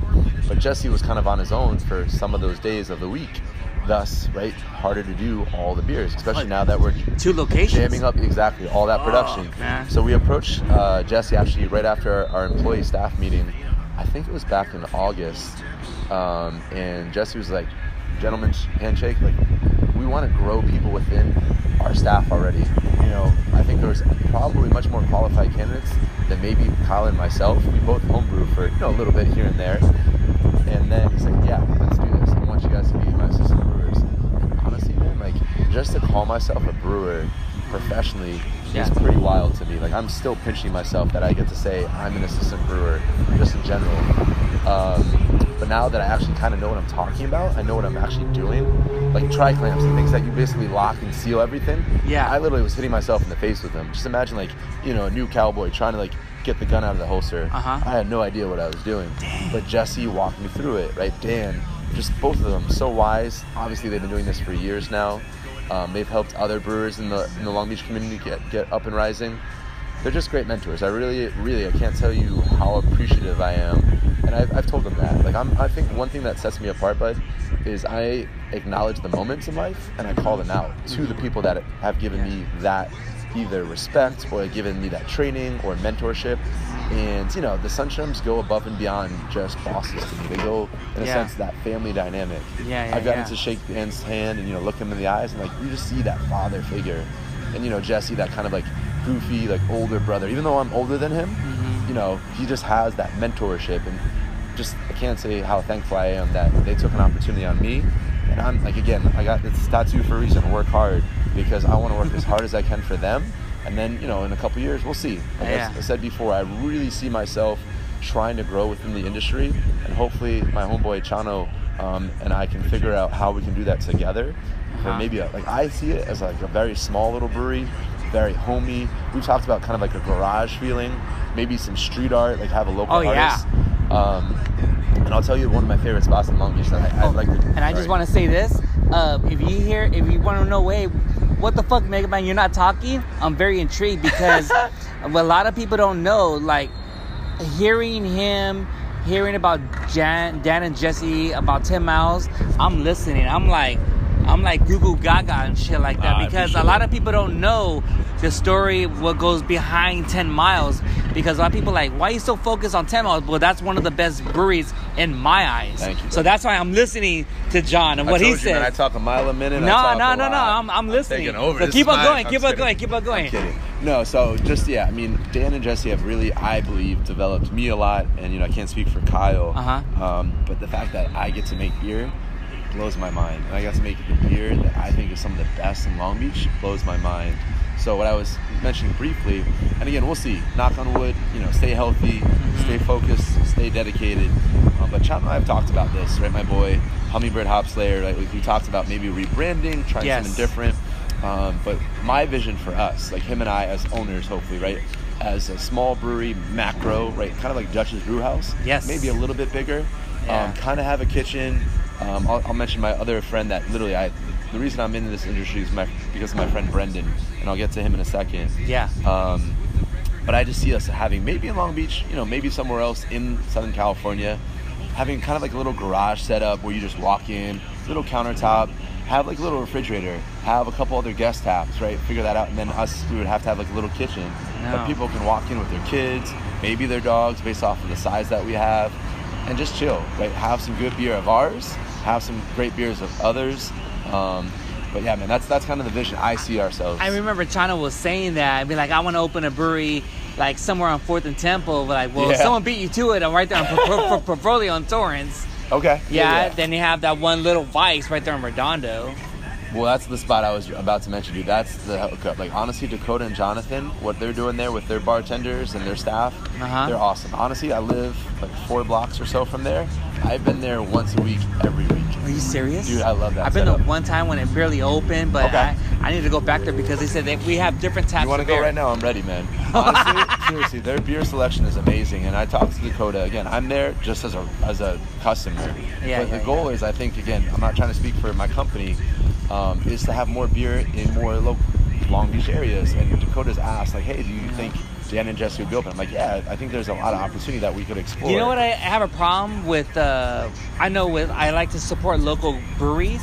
S2: But Jesse was kind of on his own for some of those days of the week. Thus, right, harder to do all the beers, especially now that we're
S1: Two locations.
S2: jamming up exactly all that
S1: Oh,
S2: production.
S1: man.
S2: so we approached uh, Jesse actually right after our, our employee staff meeting. I think it was back in August, um, and Jesse was like, "Gentlemen, sh- handshake. Like, we want to grow people within our staff already. You know, I think there's probably much more qualified candidates than maybe Kyle and myself. We both homebrew for you know a little bit here and there, and then he's like, "Yeah, let's do this. I want you guys to be my assistant brewers." honestly, man, like just to call myself a brewer professionally
S1: Yeah.
S2: is pretty wild to me. Like I'm still pinching myself that I get to say I'm an assistant brewer, just in general. Um, but now that I actually kind of know what I'm talking about, I know what I'm actually doing. Like triclamps and things that you basically lock and seal everything.
S1: Yeah.
S2: I literally was hitting myself in the face with them. Just imagine like you know a new cowboy trying to like get the gun out of the holster.
S1: Uh-huh.
S2: I had no idea what I was doing. But Jesse walked me through it, right? Dan, just both of them, so wise. Obviously, they've been doing this for years now. Um, they've helped other brewers in the in the Long Beach community get get up and rising. They're just great mentors. I really, really, I can't tell you how appreciative I am, and I've, I've told them that. Like, I'm, I think one thing that sets me apart, bud, is I acknowledge the moments in life and I call them out to the people that have given me that either respect or given me that training or mentorship. And you know, the Sunshims go above and beyond just bosses to me. They go in a
S1: Yeah.
S2: sense that family dynamic.
S1: Yeah, yeah,
S2: I've gotten
S1: yeah.
S2: to shake Dan's hand and you know look him in the eyes and like you just see that father figure, and you know Jesse that kind of like goofy like older brother. Even though I'm older than him, you know he just has that mentorship and just I can't say how thankful I am that they took an opportunity on me. And I'm like again, I got this tattoo for a reason. Work hard because I want to work as hard as I can for them. And then you know in a couple years we'll see. Like I s-
S1: Yeah.
S2: I said before, I really see myself trying to grow within the industry, and hopefully my homeboy Chano um, and I can figure out how we can do that together. For
S1: Uh-huh.
S2: maybe a, like I see it as like a very small little brewery, very homey. We talked about kind of like a garage feeling, maybe some street art, like have a local
S1: Oh, yeah.
S2: artist. Um, and I'll tell you one of my favorite spots in Long Beach that I, I like. To,
S1: Oh, And I just want to say this: uh, if you hear, if you want to know, hey, what the fuck, Mega Man, you're not talking. I'm very intrigued because a lot of people don't know. Like hearing him, hearing about Jan, Dan and Jesse, about Tim Miles. I'm listening. I'm like. I'm like Google Gaga and shit like that
S2: Ah, I
S1: because a
S2: appreciate
S1: lot
S2: it.
S1: of people don't know the story what goes behind 10 miles because a lot of people are like why you so focused on 10 miles well that's one of the best breweries in my eyes
S2: Thank you.
S1: so that's why I'm listening to John and
S2: I
S1: what he
S2: told you, man, I
S1: says.
S2: talk a mile a minute. I
S1: No,
S2: talk a
S1: no, no,
S2: lot.
S1: no. I'm, I'm listening.
S2: taking over.
S1: So
S2: This
S1: keep
S2: is
S1: on
S2: mine.
S1: going.
S2: I'm
S1: Keep
S2: just
S1: on
S2: kidding.
S1: going. Keep on going.
S2: I'm kidding. No, so just yeah, I mean, Dan and Jesse have really, I believe, developed me a lot, and you know, I can't speak for Kyle.
S1: Uh-huh.
S2: Um, but the fact that I get to make beer blows my mind, and I got to make the beer that I think is some of the best in Long Beach blows my mind. So what I was mentioning briefly, and again, we'll see. Knock on wood. You know, stay healthy, stay focused, stay dedicated. Um, but Chad and I have talked about this, right, my boy? Hummingbird Hop Slayer. Like we- we talked about maybe rebranding, trying
S1: Yes.
S2: something different different. Um, but my vision for us, like him and I as owners, hopefully, right, as a small brewery macro, right, kind of like Dutch's Brew House.
S1: Yes.
S2: Maybe a little bit bigger.
S1: Yeah.
S2: Um, kind of have a kitchen. Um, I'll, I'll mention my other friend that literally I. The reason I'm in this industry is my, because of my friend Brendan, and I'll get to him in a second.
S1: Yeah.
S2: Um, but I just see us having maybe in Long Beach, you know, maybe somewhere else in Southern California, having kind of like a little garage setup where you just walk in, little countertop, have like a little refrigerator, have a couple other guest taps, right? Figure that out, and then us we would have to have like a little kitchen,
S1: No.
S2: but people can walk in with their kids, maybe their dogs, based off of the size that we have, and just chill, right? Have some good beer of ours, have some great beers of others. Um, but yeah, man, that's that's kind of the vision I see ourselves.
S1: I remember China was saying that. I'd be like, I want to open a brewery like somewhere on Fourth and Temple. But like, well,
S2: Yeah.
S1: someone beat you to it. I'm right there on Pro- Pro- Provolio and Torrance.
S2: okay.
S1: Yeah, Then you have that one little vice right there in Redondo.
S2: Well, that's the spot I was about to mention, dude. That's the hookup. Like, honestly, Dakota and Jonathan, what they're doing there with their bartenders and their staff,
S1: Uh-huh.
S2: they're awesome. Honestly, I live like four blocks or so from there. I've been there once a week, every
S1: Are
S2: week.
S1: you serious?
S2: Dude, I love that
S1: I've been there
S2: setup.
S1: one time when it barely opened, but
S2: Okay.
S1: I, I need to go back there because they said that we have different types
S2: You want to
S1: of
S2: go
S1: beer.
S2: right now? I'm ready, man. Honestly, seriously, their beer selection is amazing. And I talked to Dakota again. I'm there just as a as a customer.
S1: Yeah,
S2: but
S1: yeah,
S2: the goal is, I think, again, I'm not trying to speak for my company, um, is to have more beer in more local Long Beach areas. And Dakota's asked, like, hey, do you think Dan and Jesse would be open? I'm like, yeah, I think there's a lot of opportunity that we could explore.
S1: You know what? I have a problem with. Uh, I know with. I like to support local breweries.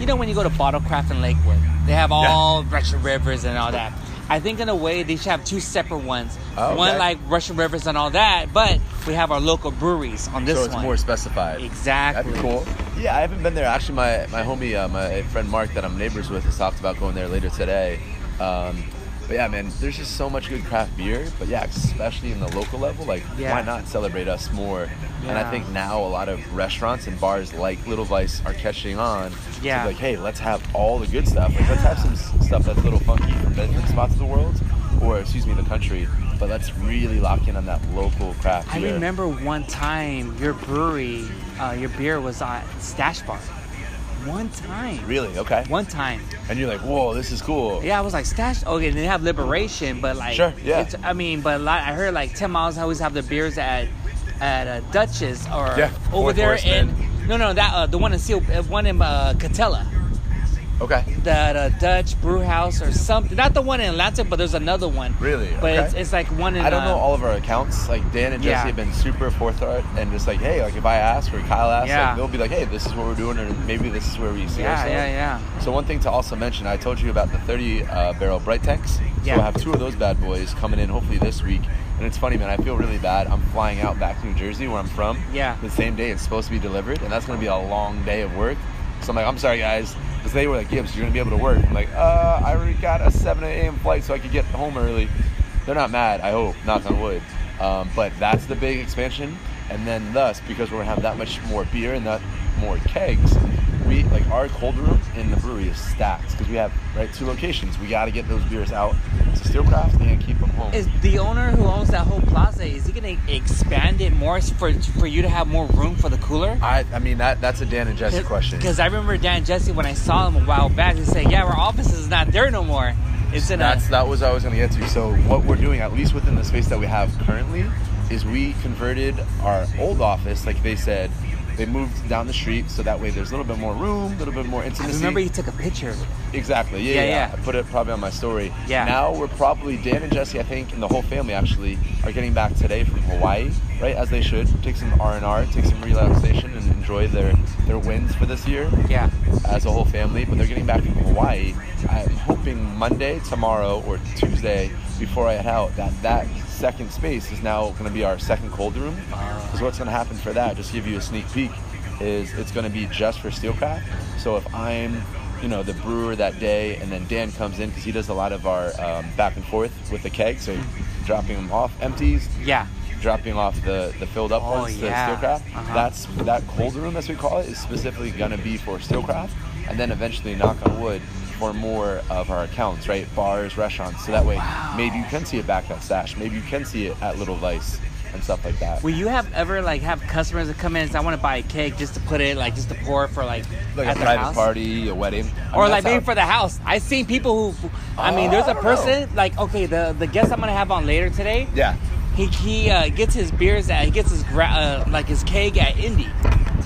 S1: You know when you go to Bottlecraft and Lakewood, they have all Russian Rivers and all that. I think in a way they should have two separate ones.
S2: Oh,
S1: One
S2: okay.
S1: like Russian Rivers and all that, but we have our local breweries on this
S2: so it's
S1: one.
S2: more specified.
S1: exactly.
S2: That'd be cool. Yeah, I haven't been there. Actually, my my homie, uh, my friend Mark that I'm neighbors with, has talked about going there later today. Um, but yeah, man, there's just so much good craft beer. But yeah, especially in the local level, like
S1: Yeah.
S2: why not celebrate us more? And
S1: Yeah.
S2: I think now a lot of restaurants and bars like Little Vice are catching on. to be
S1: Yeah.
S2: like hey, let's have all the good stuff. Like let's have some s- stuff that's a little funky from different spots of the world, or excuse me, the country. But let's really lock in on that local craft
S1: I
S2: beer.
S1: remember one time your brewery, uh, your beer was on Stash Bar. One time.
S2: Really? Okay.
S1: One time.
S2: And you're like, whoa, this is cool.
S1: Yeah, I was like stash. Okay, and they have Liberation, but like,
S2: Sure, yeah.
S1: It's, I mean, but a lot. I heard like Ten Miles always have the beers at at uh, Dutch's or
S2: Yeah,
S1: over
S2: Fourth
S1: there in
S2: Horseman.
S1: no, no, that uh, the one in Seal, uh, one in uh, Catella.
S2: Okay.
S1: that uh, Dutch brew house or something. Not the one in Atlanta, but there's another one.
S2: Really?
S1: But
S2: Okay.
S1: it's, it's like one in.
S2: I don't know
S1: uh,
S2: all of our accounts. Like Dan and Jesse
S1: Yeah.
S2: have been super forthright and just like, hey, like if I ask or Kyle asks,
S1: Yeah.
S2: like, they'll be like, hey, this is what we're doing, or maybe this is where we see
S1: Yeah,
S2: ourselves.
S1: yeah, yeah.
S2: So one thing to also mention, I told you about the 30 uh, barrel bright tanks. So
S1: Yeah.
S2: we'll have two of those bad boys coming in hopefully this week. And it's funny, man. I feel really bad. I'm flying out back to New Jersey, where I'm from.
S1: Yeah.
S2: The same day it's supposed to be delivered, and that's going to be a long day of work. So I'm like, I'm sorry, guys. Because they were like, Gibbs, you're going to be able to work. I'm like, uh, I already got a 7 a.m. flight, so I could get home early. They're not mad. I hope. Knock on wood. Um, but that's the big expansion. And then thus, because we're going to have that much more beer and that more kegs, we like our cold room in the brewery is stacked because we have right two locations. We got to get those beers out to Steelcraft and keep them home.
S1: Is the owner who owns that whole plaza? Is he gonna expand it more for for you to have more room for the cooler?
S2: I, I mean that that's a Dan and Jesse question.
S1: Because I remember Dan Jesse when I saw him a while back, he said, "Yeah, our office is not there no more. It's in
S2: That's
S1: a
S2: that was I was gonna get to. So what we're doing, at least within the space that we have currently, is we converted our old office, like they said, they moved down the street, so that way there's a little bit more room, a little bit more
S1: I
S2: intimacy.
S1: remember you took a picture.
S2: Exactly. Yeah,
S1: Yeah,
S2: yeah,
S1: yeah.
S2: I put it probably on my story.
S1: Yeah.
S2: Now we're probably Dan and Jesse, I think, and the whole family actually are getting back today from Hawaii, right? As they should. Take some R and R, take some relaxation, and enjoy their their wins for this year
S1: Yeah.
S2: as a whole family. But they're getting back from Hawaii. I'm hoping Monday, tomorrow, or Tuesday before I head out that that second space is now going to be our second cold room. Because what's going to happen for that? Just to give you a sneak peek. Is it's going to be just for Steelcraft. So if I'm you know, the brewer that day, and then Dan comes in because he does a lot of our um, back and forth with the keg, so dropping them off empties,
S1: Yeah.
S2: dropping off the, the filled up
S1: Oh,
S2: ones to
S1: yeah.
S2: Steelcraft.
S1: Uh-huh.
S2: That's that cold room, as we call it, is specifically gonna be for Steelcraft, and then eventually, knock on wood, for more of our accounts, right? Bars, restaurants, so that way maybe you can see it back at Stash, maybe you can see it at Little Vice and stuff like that.
S1: Will you have ever like have customers that come in and say, "I want to buy a cake just to put it like just to pour it for like,
S2: like
S1: at
S2: a
S1: their
S2: private
S1: house?"
S2: party, a wedding, I mean,
S1: or
S2: that's
S1: like maybe
S2: how-
S1: for the house. I've seen people who, I mean,
S2: Oh,
S1: there's
S2: I
S1: a
S2: don't
S1: person like okay, the the guest I'm gonna have on later today.
S2: yeah.
S1: He he uh, gets his beers at he gets his gra- uh, like his keg at Indy,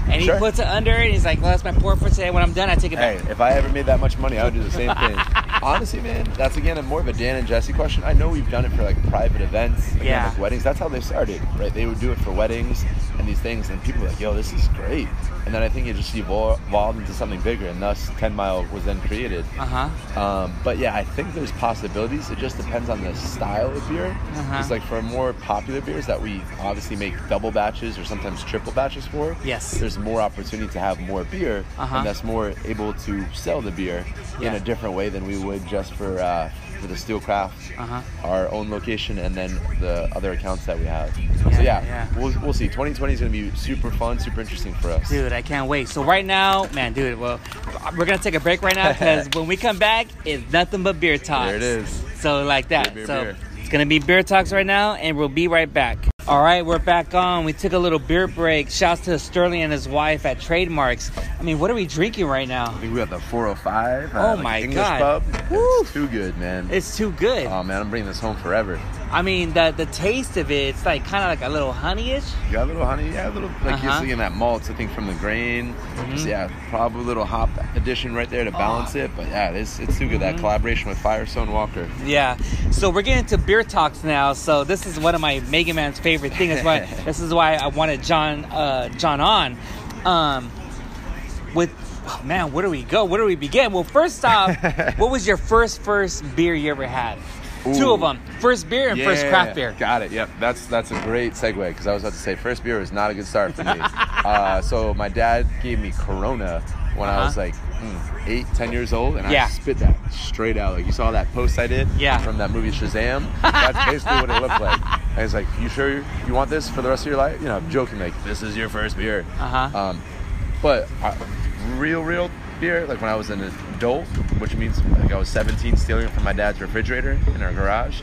S1: and he
S2: Sure.
S1: puts it under it. And he's like, well, that's my pour for today. When I'm done, I take it
S2: Hey,
S1: back.
S2: if I ever made that much money, I would do the same thing. Honestly, man, that's again a more of a Dan and Jesse question. I know we've done it for like private events, again,
S1: Yeah.
S2: like weddings. That's how they started, right? They would do it for weddings and these things, and people were like, "Yo, this is great." And then I think it just evol- evolved into something bigger, and thus Ten Mile was then created.
S1: Uh huh.
S2: Um, but yeah, I think there's possibilities. It just depends on the style of beer.
S1: Uh-huh.
S2: It's like for more popular beers that we obviously make double batches or sometimes triple batches for.
S1: Yes.
S2: There's more opportunity to have more beer,
S1: Uh-huh.
S2: and that's more able to sell the beer in
S1: Yeah.
S2: a different way than we would just for uh, for the Steelcraft,
S1: Uh-huh.
S2: our own location, and then the other accounts that we have.
S1: Yeah,
S2: so yeah,
S1: yeah.
S2: We'll, we'll see. 2020 is gonna be super fun, super interesting for us.
S1: Dude, I can't wait. So right now, man, dude, well, we're gonna take a break right now because when we come back, it's nothing but beer talks.
S2: There it is.
S1: So like that.
S2: Beer, beer,
S1: so
S2: beer.
S1: it's gonna be beer talks right now, and we'll be right back. All right, we're back on. We took a little beer break. Shouts to Sterling and his wife at Trademarks. I mean, what are we drinking right now?
S2: I think we have the 405. uh,
S1: Oh
S2: like
S1: my
S2: English
S1: God.
S2: Pub.
S1: Woo.
S2: It's too good, man.
S1: It's too good.
S2: Oh man, I'm bringing this home forever.
S1: I mean, the the taste of it, it's like kind of like a little honeyish.
S2: You got a little honey, yeah, a little like
S1: Uh-huh.
S2: you're seeing that malts, I think from the grain. Just, yeah, probably a little hop addition right there to balance it. But yeah, it's it's too good. That collaboration with Firestone Walker.
S1: Yeah. So we're getting to beer talks now. So this is one of my Mega Man's favorite things. That's why this is why I wanted John uh, John on. Um, with oh, man, where do we go? Where do we begin? Well, first off, what was your first first beer you ever had? Two
S2: Ooh.
S1: of them. First beer and first craft beer.
S2: Got it. Yep. That's that's a great segue because I was about to say first beer was not a good start for me. uh, so my dad gave me Corona when I was
S1: Uh-huh.
S2: like mm, eight, ten years old, and
S1: Yeah.
S2: I spit that straight out. Like you saw that post I did
S1: Yeah.
S2: from that movie Shazam. That's basically what it looked like. I was like, "You sure you want this for the rest of your life?" You know, I'm joking like, "This is your first beer."
S1: Uh-huh.
S2: Um, but uh, real, real beer, like when I was an adult, which means like I was 17, stealing it from my dad's refrigerator in our garage,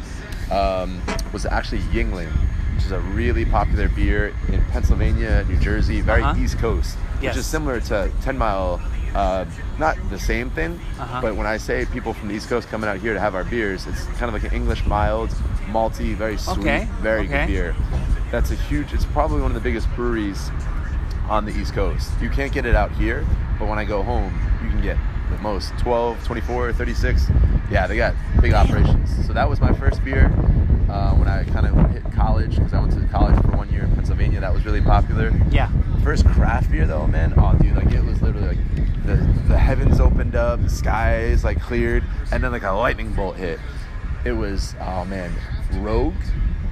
S2: um, was actually Yingling, which is a really popular beer in Pennsylvania, New Jersey, very
S1: Uh-huh.
S2: East Coast,
S1: Yes.
S2: which is similar to 10 Mile. Uh, not the same thing,
S1: Uh-huh.
S2: but when I say people from the East Coast coming out here to have our beers, it's kind of like an English mild, malty, very sweet,
S1: Okay,
S2: very
S1: okay.
S2: good beer. That's a huge. It's probably one of the biggest breweries on the East Coast. You can't get it out here, but when I go home, you can get the most 12, 24, 36. Yeah, they got big operations. So that was my first beer uh, when I kind of hit college because I went to college for one year in Pennsylvania. That was really popular.
S1: Yeah.
S2: First craft beer though, man. Oh, dude, like it was literally like the, the heavens opened up, the skies like cleared, and then like a lightning bolt hit. It was oh man, Rogue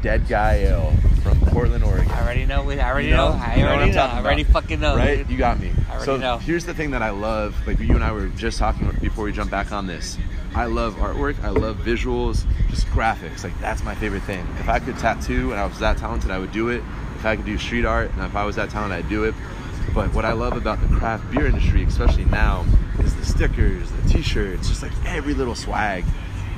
S2: Dead Guy Ale from Portland, Oregon.
S1: I already know. We, I already
S2: You
S1: know.
S2: know-
S1: I
S2: you know what
S1: already
S2: I'm
S1: know.
S2: talking
S1: I already
S2: about,
S1: fucking know.
S2: right?
S1: dude.
S2: You got me.
S1: already
S2: So
S1: know.
S2: here's the thing that I love. Like you and I were just talking before we jump back on this. I love artwork. I love visuals. Just graphics. Like that's my favorite thing. If I could tattoo and I was that talented, I would do it. If I could do street art and if I was that talented, I'd do it. But what I love about the craft beer industry, especially now, is the stickers, the T-shirts, just like every little swag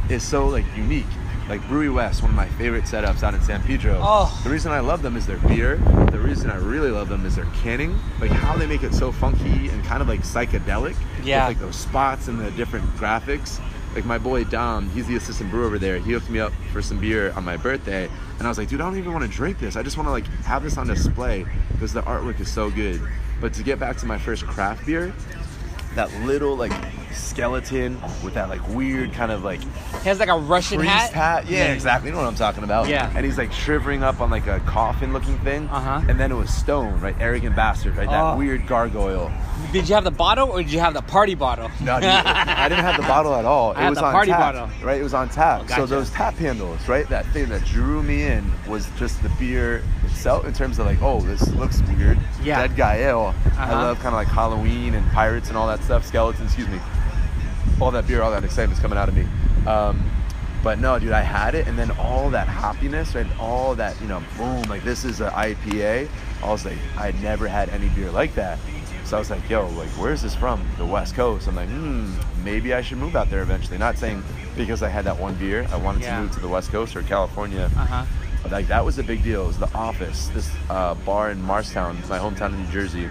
S2: is so like unique. Like Brewery West, one of my favorite setups out in San Pedro.
S1: Oh.
S2: The reason I love them is their beer. The reason I really love them is their canning. Like how they make it so funky and kind of like psychedelic.
S1: Yeah.
S2: With like those spots and the different graphics. Like my boy Dom, he's the assistant brewer over there. He hooked me up for some beer on my birthday, and I was like, dude, I don't even want to drink this. I just want to like have this on display because the artwork is so good. But to get back to my first craft beer, that little like skeleton with that like weird kind of like
S1: He has like a Russian
S2: priest
S1: hat.
S2: hat. Yeah, exactly. You know what I'm talking about.
S1: Yeah.
S2: And he's like shivering up on like a coffin looking thing.
S1: Uh-huh.
S2: And then it was Stone, right? Arrogant bastard, right?
S1: Oh.
S2: That weird gargoyle.
S1: Did you have the bottle or did you have the party bottle?
S2: No, dude, I didn't have the bottle at all.
S1: I
S2: it
S1: had
S2: was
S1: the
S2: on
S1: party
S2: tap,
S1: bottle. Oh,
S2: right? It was on tap.
S1: gotcha.
S2: So those tap handles, right? That thing that drew me in was just the beer itself. In terms of like, oh, this looks weird.
S1: Yeah.
S2: Dead guy ale. I
S1: Uh-huh.
S2: love kind of like Halloween and pirates and all that stuff. Skeletons, excuse me. All that beer, all that excitement's coming out of me. Um, but no, dude, I had it, and then all that hoppiness, right? All that, you know, boom, like this is an IPA. I was like, I had never had any beer like that. So I was like, yo, like, where's this from? The West Coast. I'm like, hmm, maybe I should move out there eventually. Not saying because I had that one beer, I wanted
S1: Yeah.
S2: to move to the West Coast or California.
S1: Uh huh.
S2: But, like that was a big deal. It was the office, this uh, bar in Marstown, my hometown in New Jersey,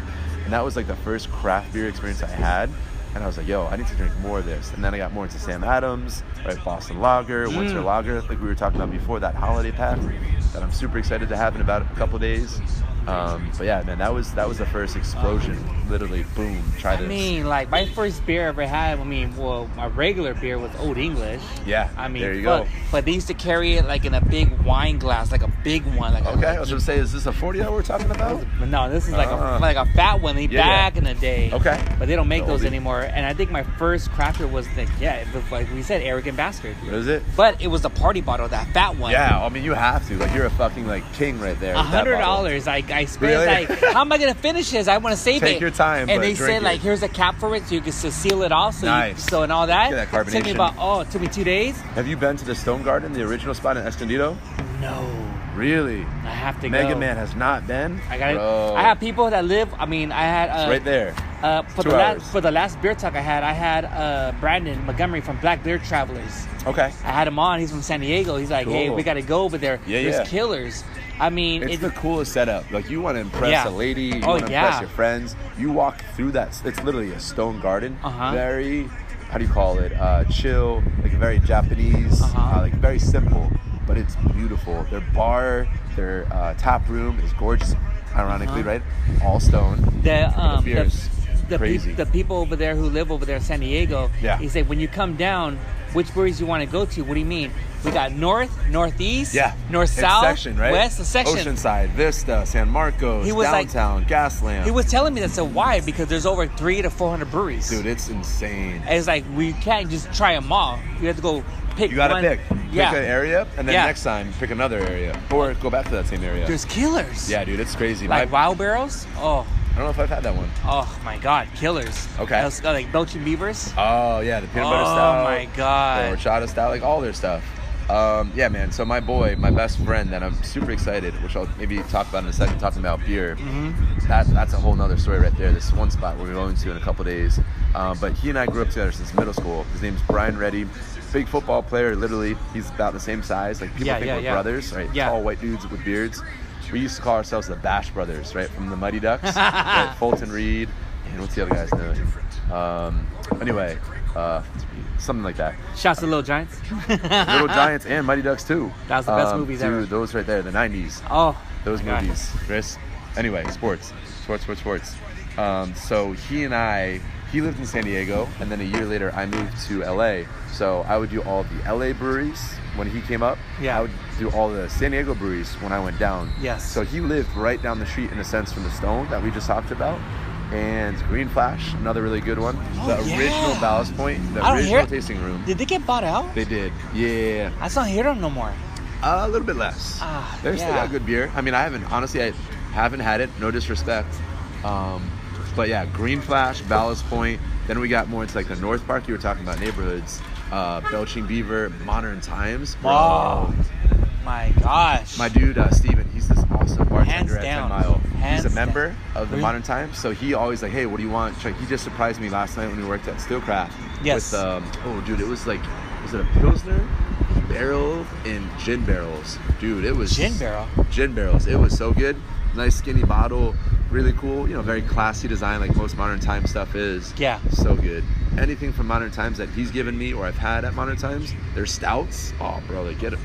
S2: and that was like the first craft beer experience I had. And I was like, yo, I need to drink more of this. And then I got more into Sam Adams, right? Boston Lager, Winter
S1: Mm.
S2: Lager, like we were talking about before, that holiday pack that I'm super excited to have in about a couple days. Um, but yeah, man, that was that was the first explosion. Literally, boom, try
S1: I
S2: this.
S1: mean, like my first beer I ever had. I mean, well, my regular beer was Old English.
S2: yeah,
S1: I mean,
S2: there you
S1: but,
S2: go.
S1: but they used to carry it like in a big wine glass, like a big one, like
S2: Okay, I
S1: A,
S2: was gonna say, is this a 40 that we're talking about?
S1: But no, this is like a
S2: Ah.
S1: like a fat one. They
S2: Yeah, yeah.
S1: back in the day.
S2: Okay.
S1: But they don't make
S2: The
S1: those
S2: oldie.
S1: anymore. And I think my first crafter was the yeah, it was like we said, arrogant bastard.
S2: What is it?
S1: But it was the party bottle, that fat one.
S2: Yeah, I mean you have to. Like you're a fucking like king right there.
S1: A
S2: with that
S1: hundred
S2: bottle.
S1: dollars. I, I spent
S2: Really?
S1: like, how am I gonna finish this? I want to save
S2: Take
S1: it.
S2: your time,
S1: And
S2: but
S1: they
S2: drink
S1: said
S2: it.
S1: like, here's a cap for it, so you can s- seal it off. So you-
S2: Nice.
S1: so and all that.
S2: Get that
S1: It took me
S2: carbonation.
S1: about oh, it took me two days.
S2: Have you been to the Stone Garden, the original spot in Escondido?
S1: No,
S2: Really?
S1: I have to
S2: Mega
S1: go.
S2: Man has not been.
S1: I got.
S2: Bro.
S1: I have people that live. I mean, I had uh,
S2: It's right there.
S1: Uh, for
S2: Two
S1: the
S2: hours.
S1: last for the last beer talk I had, I had uh, Brandon Montgomery from Black Beer Travelers.
S2: Okay.
S1: I had him on. He's from San Diego. He's like, hey,
S2: Cool.
S1: we gotta go over there.
S2: Yeah,
S1: There's
S2: yeah.
S1: killers. I mean,
S2: It's
S1: it-
S2: the coolest setup. Like you want to impress
S1: Yeah.
S2: a lady, you
S1: Oh,
S2: want to
S1: yeah.
S2: impress your friends. You walk through that. It's literally a stone garden.
S1: Uh-huh.
S2: Very, how do you call it? Uh, chill, like very Japanese,
S1: Uh-huh.
S2: uh, like very simple, but it's beautiful. Their bar, their uh, tap room is gorgeous. Ironically,
S1: Uh-huh.
S2: right? All stone.
S1: the um,
S2: beer is
S1: the, peop-
S2: crazy.
S1: the people over there who live over there in San Diego.
S2: Yeah.
S1: He said, when you come down, which breweries you want to go to? What do you mean? We got north, northeast,
S2: Yeah.
S1: north,
S2: It's
S1: south,
S2: section, right?
S1: west, the section.
S2: Oceanside, Vista, San Marcos,
S1: He was like-
S2: downtown, Gaslamp.
S1: He was telling me that. So why? Because there's over three to four hundred breweries.
S2: Dude, it's insane.
S1: And it's like we can't just try them all. You have to go pick.
S2: You gotta
S1: one.
S2: pick.
S1: Yeah.
S2: Pick an area, and then
S1: Yeah.
S2: next time pick another area, or go back to that same area.
S1: There's killers.
S2: yeah, dude, it's crazy.
S1: Like
S2: My-
S1: wild barrels. Oh,
S2: I don't know if I've had that one.
S1: oh my God, killers.
S2: Okay.
S1: Those, uh, like Belgian beavers.
S2: Oh yeah, the peanut
S1: Oh,
S2: butter stout.
S1: my God.
S2: The horchata stout, like all their stuff. Um, yeah, man. So my boy, my best friend, that I'm super excited, which I'll maybe talk about in a second, talking about beer.
S1: Mm-hmm.
S2: That that's a whole nother story right there. This is one spot we're going to in a couple days. Um, but he and I grew up together since middle school. His name's Brian Reddy, big football player. Literally, he's about the same size. Like people
S1: Yeah,
S2: think
S1: yeah,
S2: we're
S1: yeah.
S2: brothers, right?
S1: Yeah.
S2: Tall white dudes with beards. We used to call ourselves the Bash Brothers, right? From the Muddy Ducks, right? Fulton Reed, and what's the other guy's name? Um, anyway, uh, something like that.
S1: Shouts to Little Giants.
S2: Little Giants and Mighty Ducks too. Um,
S1: That was the best movies
S2: dude,
S1: ever.
S2: Those right there, the '90s.
S1: Oh.
S2: Those
S1: my God.
S2: movies, Chris. Anyway, sports, sports, sports, sports. Um, so he and I, he lived in San Diego, and then a year later I moved to LA. So I would do all the LA breweries when he came up.
S1: Yeah.
S2: I would do all the San Diego breweries when I went down.
S1: Yes.
S2: So he lived right down the street in a sense from the Stone that we just talked about. And Green Flash, another really good one. the
S1: Oh, yeah.
S2: original Ballast Point, the
S1: I don't
S2: original
S1: hear-
S2: tasting room.
S1: Did they get bought out?
S2: They did. Yeah.
S1: I don't hear them no more.
S2: Uh, a little bit less.
S1: Ah,
S2: They're still
S1: yeah.
S2: got good beer. I mean, I haven't honestly, I haven't had it. No disrespect, um, but yeah, Green Flash, Ballast Point. Then we got more into like the North Park. You were talking about neighborhoods, uh, Belching Beaver, Modern Times. Bro.
S1: Oh, my gosh.
S2: My dude uh, Steven, he's this awesome bartender
S1: Hands
S2: at
S1: down.
S2: Ten Mile.
S1: Hands
S2: he's a member of the
S1: Really?
S2: Modern Times, so he always like, hey, what do you want? Like, he just surprised me last night when we worked at Steelcraft.
S1: Yes.
S2: With um, oh dude, it was like, was it a pilsner, barrel, and gin barrels? Dude, it was
S1: Gin barrel?
S2: Gin barrels. It was so good. Nice skinny bottle, really cool. You know, very classy design, like most Modern Times stuff is.
S1: Yeah.
S2: So good. Anything from Modern Times that he's given me or I've had at Modern Times, their stouts. Oh, bro, they get it.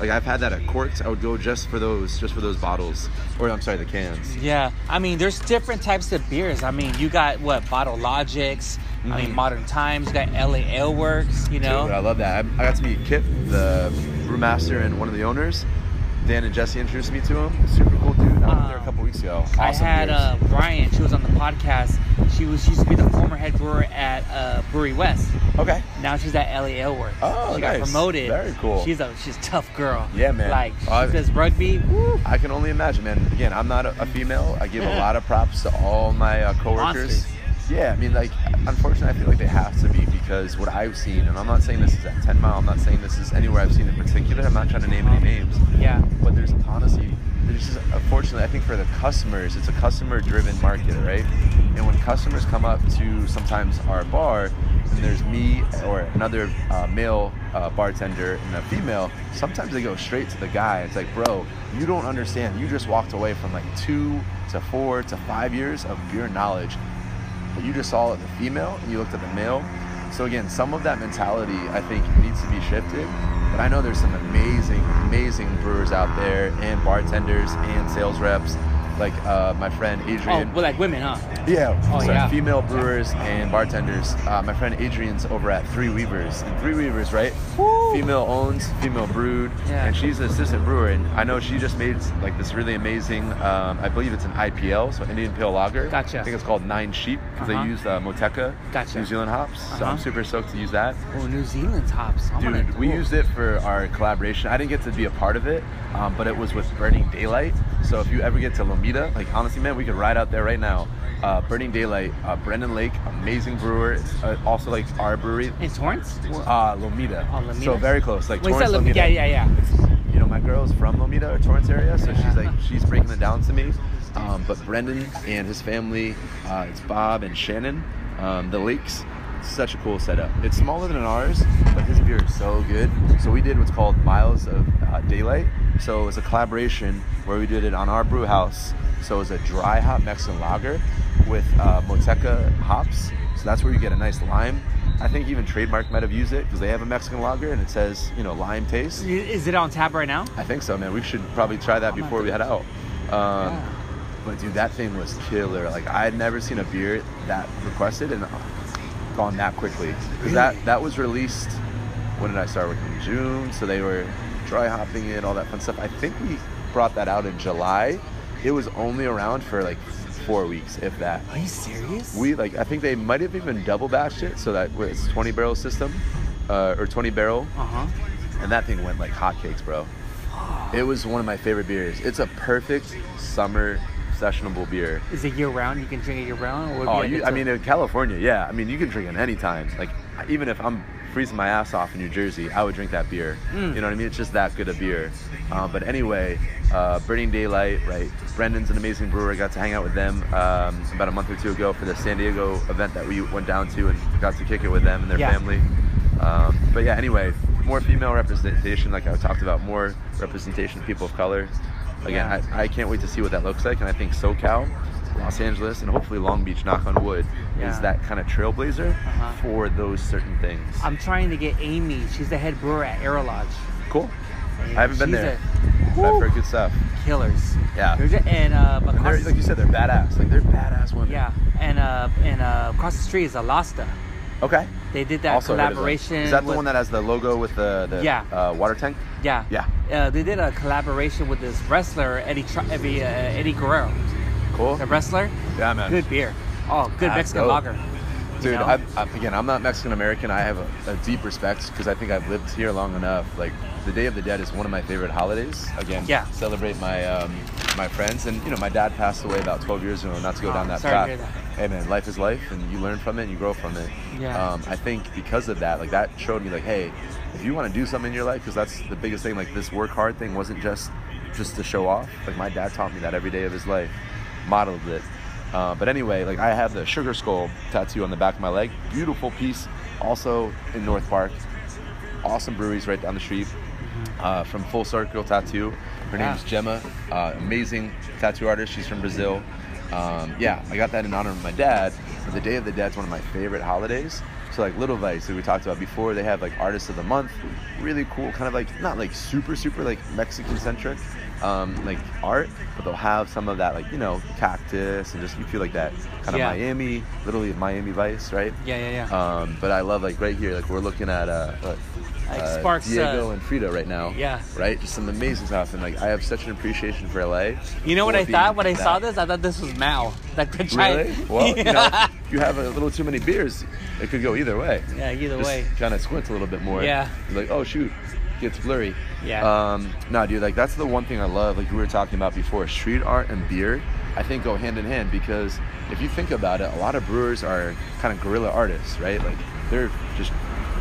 S2: Like I've had that at Quartz. I would go just for those, just for those bottles, or I'm sorry, the cans.
S1: Yeah, I mean, there's different types of beers. I mean, you got what Bottle Logics. I mean,
S2: Mhm.
S1: Modern Times. You got LA Ale Works. You know.
S2: Dude, I love that. I, I got to meet Kip, the brewmaster and one of the owners. Dan and Jesse introduced me to him. Super cool dude. I was there a
S1: Um,
S2: couple weeks ago.
S1: I
S2: Awesome
S1: had
S2: beers.
S1: uh, Brian. She was on the podcast. She was she used to be the former head brewer at uh, Brewery West.
S2: okay.
S1: Now she's at LA Ale Works.
S2: Oh,
S1: she got
S2: nice.
S1: promoted.
S2: Very cool.
S1: She's a she's a tough girl.
S2: Yeah, man.
S1: Like she
S2: I've-
S1: says rugby. Woo,
S2: I can only imagine, man. Again, I'm not a, a female. I give a lot of props to all my uh, coworkers.
S1: Monsters.
S2: Yeah, I mean, like, unfortunately, I feel like they have to be because what I've seen, and I'm not saying this is at 10 Mile, I'm not saying this is anywhere I've seen in particular. I'm not trying to name any names,
S1: yeah.
S2: but there's honestly, there's just, unfortunately, I think for the customers, it's a customer-driven market, right? And when customers come up to sometimes our bar, and there's me or another uh, male uh, bartender and a female, sometimes they go straight to the guy. It's like, bro, you don't understand. You just walked away from like two to four to five years of beer knowledge but you just saw the female and you looked at the male. So again, some of that mentality I think needs to be shifted. But I know there's some amazing, amazing brewers out there and bartenders and sales reps, like uh, my friend
S1: Oh,
S2: Adrian.
S1: well, like women, huh?
S2: Yeah,
S1: Oh,
S2: so
S1: yeah.
S2: female brewers and bartenders. Uh, my friend Adrian's over at Three Weavers. And Three Weavers, right?
S1: Woo.
S2: Female owns, female brewed,
S1: Yeah.
S2: and she's an assistant brewer. And I know she just made like this really amazing. Um, I believe it's an IPL, so Indian Pale Lager.
S1: Gotcha.
S2: I think it's called Nine Sheep because
S1: Uh-huh.
S2: they use uh, Moteca,
S1: Gotcha.
S2: New Zealand hops. So
S1: Uh-huh.
S2: I'm super stoked to use that.
S1: Oh, New Zealand's hops. I'm
S2: Dude,
S1: gonna,
S2: we
S1: Ooh.
S2: used it for our collaboration. I didn't get to be a part of it, um, but it was with Burning Daylight. So if you ever get to Lomita, like honestly, man, we could ride out there right now. Uh, Burning Daylight, uh, Brendan Lake, amazing brewer. It's, uh, also like our brewery,
S1: in Torrance.
S2: uh, Lomita.
S1: Oh, Lomita?
S2: So very close, like
S1: Wait, is that
S2: Torrance,
S1: Lem-
S2: Lomita.
S1: yeah, yeah, yeah.
S2: You know, my girl's from Lomita or Torrance area, so
S1: Yeah.
S2: she's like she's breaking it down to me. Um, but Brendan and his family, uh, it's Bob and Shannon, um, the Lakes. Such a cool setup. It's smaller than ours, but his beer is so good. So we did what's called Miles of uh, Daylight. So it was a collaboration where we did it on our brew house. So it was a dry hop Mexican lager with uh, Moteca hops. So that's where you get a nice lime. I think even Trademark might have used it because they have a Mexican lager and it says, you know, lime taste.
S1: Is it on tap right now?
S2: I think so, man. We should probably try that
S1: gonna
S2: before we head out. Um, But dude, that thing was killer. Like I had never seen a beer that requested and uh, gone that quickly. 'Cause
S1: Really?
S2: That that was released. When did I start working? In June. So they were dry hopping it, all that fun stuff. I think we brought that out in July. It was only around for like four weeks, if that.
S1: Are you serious?
S2: We like I think they might have even double batched it, so that it's 20 barrel system, uh, or 20 barrel
S1: Uh huh.
S2: and that thing went like hotcakes, bro. It was one of my favorite beers. It's a perfect summer sessionable beer.
S1: Is it year round? You can drink it year round. Or would it be
S2: Oh,
S1: like
S2: you,
S1: it's
S2: I
S1: a-
S2: mean, in California, yeah. I mean, you can drink it any time. Like, even if I'm freezing my ass off in New Jersey, I would drink that beer.
S1: Mm.
S2: You know what I mean? It's just that good a beer. Um, but anyway, uh, Burning Daylight, right? Brendan's an amazing brewer. I got to hang out with them um, about a month or two ago for the San Diego event that we went down to and got to kick it with them and their
S1: Yeah.
S2: family. Um, but yeah, anyway, more female representation, like I talked about, more representation of people of color. Again,
S1: Yeah.
S2: I, I can't wait to see what that looks like. And I think SoCal, Los Angeles, and hopefully Long Beach, knock on wood,
S1: Yeah.
S2: is that kind of trailblazer
S1: Uh-huh.
S2: for those certain things.
S1: I'm trying to get Amy. She's the head brewer at Aerolodge.
S2: cool.
S1: And
S2: I haven't been
S1: she's
S2: there.
S1: a-
S2: But I've
S1: Woo.
S2: heard good stuff.
S1: Killers.
S2: Yeah.
S1: They're ju- And uh,
S2: And they're,
S1: across,
S2: like you said, they're badass. Like they're badass women.
S1: yeah, and uh, and uh, across the street is Alasta.
S2: Okay.
S1: They did that
S2: heard of them.
S1: collaboration.
S2: Is that the
S1: with-
S2: one that has the logo with the, the
S1: Yeah.
S2: uh, water tank?
S1: Yeah.
S2: Yeah.
S1: Uh, they did a collaboration with this wrestler Eddie Tri- Eddie, uh, Eddie Guerrero,
S2: Cool.
S1: the wrestler.
S2: Yeah, man.
S1: Good beer. Oh, good
S2: That's
S1: Mexican
S2: dope.
S1: lager. you
S2: Dude,
S1: know?
S2: I, I, again, I'm not Mexican American. I have a, a deep respect because I think I've lived here long enough. Like the Day of the Dead is one of my favorite holidays. Again,
S1: Yeah.
S2: celebrate my um, my friends and you know my dad passed away about 12 years ago. Not to go
S1: Oh,
S2: down that
S1: sorry to
S2: path.
S1: hear that.
S2: Hey man, life is life, and you learn from it and you grow from it.
S1: Yeah.
S2: Um, I think because of that, like that showed me like, hey, if you want to do something in your life, because that's the biggest thing. Like this work hard thing wasn't just just to show off. Like my dad taught me that every day of his life, modeled it. Uh, but anyway, like I have the sugar skull tattoo on the back of my leg. Beautiful piece, also in North Park. Awesome breweries right down the street.
S1: Mm-hmm.
S2: Uh, from Full Circle Tattoo. Her
S1: Yeah.
S2: name's Gemma. Uh, amazing tattoo artist. She's from Brazil. Um, yeah, I got that in honor of my dad. But the Day of the Dead's one of my favorite holidays. So like Little Vice that we talked about before, they have like artists of the month. Really cool, kind of like not like super super like Mexican centric, um, like art, but they'll have some of that like you know cactus and just you feel like that kind of
S1: Yeah.
S2: Miami, literally Miami Vice, right?
S1: Yeah, yeah, yeah.
S2: Um, but I love like right here, like we're looking at uh, uh,
S1: Like
S2: uh,
S1: Sparks,
S2: Diego
S1: uh,
S2: and Frida right now.
S1: Yeah.
S2: Right, just some amazing stuff, and like I have such an appreciation for LA.
S1: you know what
S2: for
S1: I
S2: being
S1: thought when I
S2: that-
S1: saw this? I thought this was Mao, like the giant.
S2: Really? Well, you know,
S1: yeah.
S2: you have a little too many beers. It could go either way.
S1: Yeah, either
S2: just
S1: way.
S2: Kind of squints a little bit more.
S1: Yeah.
S2: You're like, oh shoot, gets blurry.
S1: Yeah.
S2: Um, no, dude, like that's the one thing I love. Like we were talking about before, street art and beer, I think go hand in hand because if you think about it, a lot of brewers are kind of guerrilla artists, right? Like they're just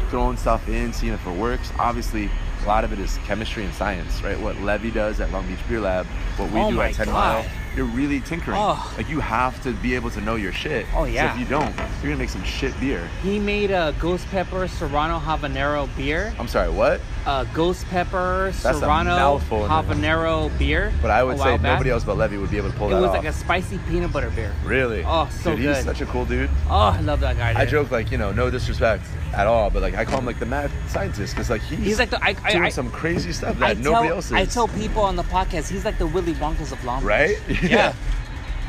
S2: throwing stuff in, seeing if it works. Obviously, a lot of it is chemistry and science, right? What Levy does at Long Beach Beer Lab, what we
S1: Oh
S2: do
S1: my
S2: at Ten
S1: God.
S2: Mile, you're really tinkering.
S1: Oh.
S2: Like you have to be able to know your shit.
S1: Oh,
S2: So
S1: yeah.
S2: if you don't, you're gonna make some shit beer.
S1: He made a ghost pepper Serrano habanero beer.
S2: I'm sorry, what?
S1: A ghost pepper
S2: a
S1: Serrano
S2: mouthful, isn't it?
S1: habanero beer.
S2: But I would
S1: a
S2: say
S1: while back.
S2: nobody else but Levy would be able to pull
S1: It
S2: that
S1: was
S2: off.
S1: like a spicy peanut butter beer.
S2: really?
S1: Oh, so
S2: dude, he's
S1: good.
S2: such a cool dude.
S1: Oh, I love that guy.
S2: I
S1: dude.
S2: joke like you know, no disrespect at all, but like I call him like the mad scientist because like he's,
S1: He's like the I, I,
S2: doing
S1: I,
S2: some crazy stuff that
S1: I
S2: nobody
S1: tell,
S2: else is.
S1: I tell people on the podcast he's like the Willy Wonka's of Long Beach.
S2: right?
S1: Yeah.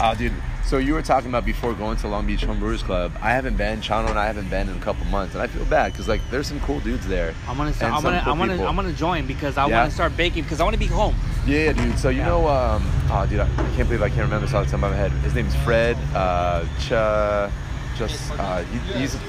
S2: Oh, dude. So you were talking about before going to Long Beach Home Brewers Club. I haven't been. Chano and I haven't been in a couple months, and I feel bad because like there's some cool dudes there.
S1: I'm gonna
S2: and
S1: start, I'm
S2: some
S1: gonna
S2: cool
S1: I'm gonna
S2: people.
S1: I'm gonna join because I
S2: Yeah.
S1: want to start baking because I want to be home.
S2: Yeah, dude. So you
S1: Yeah.
S2: know, um, oh, dude, I I can't believe I can't remember this off the top of my head. His name's Fred. Uh, Ch- just uh, he- he's a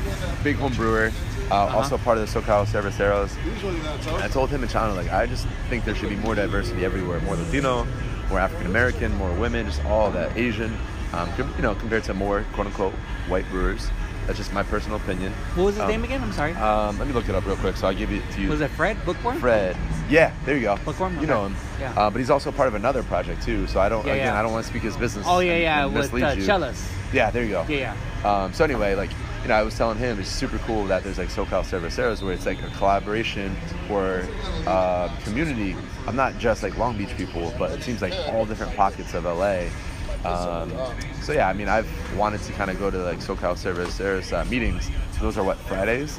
S2: big home brewer, uh, also part of the SoCal Cerveceros.
S3: Usually that's
S2: I
S3: us.
S2: told him and Chano, like, I just think there should be more diversity everywhere. More Latino, more African American, more women, just all that Asian. Um, com- you know, compared to more quote unquote white brewers. That's just my personal opinion.
S1: What was his
S2: Um,
S1: name again? I'm sorry.
S2: Um, let me look it up real quick, so I will give it to you.
S1: was it Fred Bookworm?
S2: Fred. Yeah, there you go.
S1: Bookworm?
S2: You know him.
S1: Yeah.
S2: Uh, but he's also part of another project too. So I don't.
S1: Yeah,
S2: again,
S1: yeah.
S2: I don't want to speak his business.
S1: Oh yeah,
S2: and-
S1: yeah,
S2: and
S1: with
S2: mislead
S1: uh,
S2: you.
S1: Chelas.
S2: Yeah, there you go.
S1: Yeah,
S2: Um, so anyway, like you know, I was telling him it's super cool that there's like SoCal Cerveceros where it's like a collaboration or uh, community of not just like Long Beach people, but it seems like all different pockets of LA. Um, so yeah, I mean, I've wanted to kind of go to like SoCal Cerveceros uh, meetings. So those are what Fridays.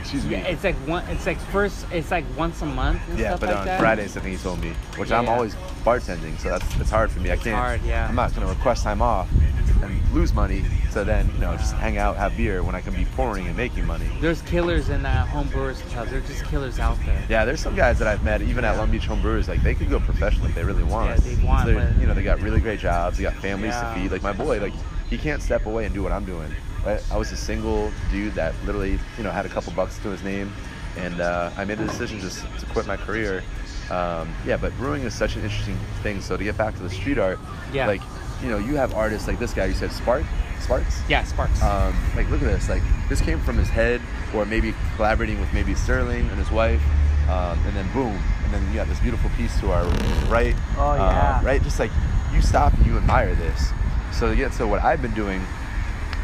S2: Excuse
S1: yeah.
S2: me.
S1: yeah it's like one. It's like first. It's like once a month. And
S2: Yeah,
S1: stuff
S2: but
S1: like
S2: on
S1: that.
S2: Fridays, I think he told me, which
S1: Yeah,
S2: I'm
S1: yeah.
S2: always bartending, so that's it's hard for me. I can't.
S1: hard, yeah.
S2: I'm not gonna request time off and lose money, so then you know just hang out, have beer when I can be pouring and making money.
S1: There's killers in that home brewers club. There's just killers out there.
S2: Yeah, there's some guys that I've met even at Long Beach Home Brewers, like they could go professional if they really want.
S1: Yeah, they want,
S2: they're-
S1: but-
S2: you know, they got really great jobs, they got families
S1: Yeah.
S2: to feed. Like my boy, like he can't step away and do what I'm doing. Right? I was a single dude that literally, you know, had a couple bucks to his name, and uh, I made the decision just to quit my career. Um, yeah, but brewing is such an interesting thing. So to get back to the street art,
S1: Yeah.
S2: like you know, you have artists like this guy. You said Spark, Sparks
S1: Yeah, Sparks.
S2: um, like look at this like this came from his head or maybe collaborating with maybe sterling and his wife um, and then boom and then you have this beautiful piece to our right
S1: Oh,
S2: uh,
S1: yeah.
S2: right just like you stop and you admire this so yeah so what i've been doing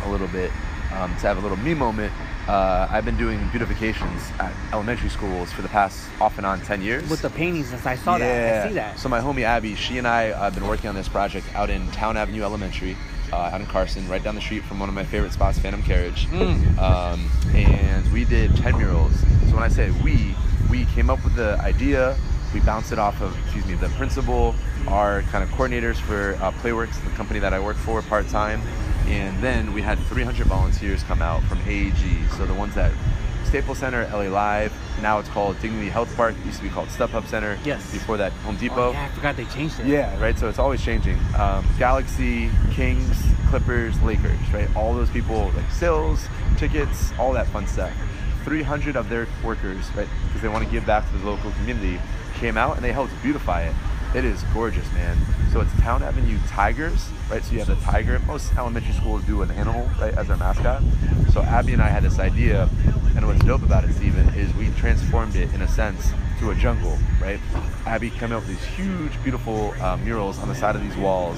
S2: a little bit um, to have a little me moment uh, i've been doing beautifications at elementary schools for the past off and on 10 years
S1: with the paintings, and I saw that. I see that.
S2: so my homie Abby, she and I have been working on this project out in Town Avenue Elementary, uh, out in Carson, right down the street from one of my favorite spots, Phantom Carriage.
S1: Mm.
S2: Um, and we did ten murals. So when I say we, we came up with the idea. We bounce it off of, excuse me, the principal, our kind of coordinators for uh, Playworks, the company that I work for part time, and then we had 300 volunteers come out from AAG. So the ones that Staples Center, LA Live, now it's called Dignity Health Park. It used to be called Step Up Center.
S1: Yes.
S2: Before that, Home Depot.
S1: Oh, yeah, I forgot they changed it.
S2: Yeah, right. So it's always changing. Um, Galaxy, Kings, Clippers, Lakers, right? All those people, like sales, tickets, all that fun stuff. 300 of their workers, right, because they want to give back to the local community, came out and they helped beautify it. It is gorgeous, man. So it's Town Avenue Tigers, right? So you have the tiger. Most elementary schools do an animal, right, as their mascot. So Abby and I had this idea, and what's dope about it, Steven, is we transformed it in a sense to a jungle, right? Abby came up with these huge, beautiful uh, murals on the side of these walls.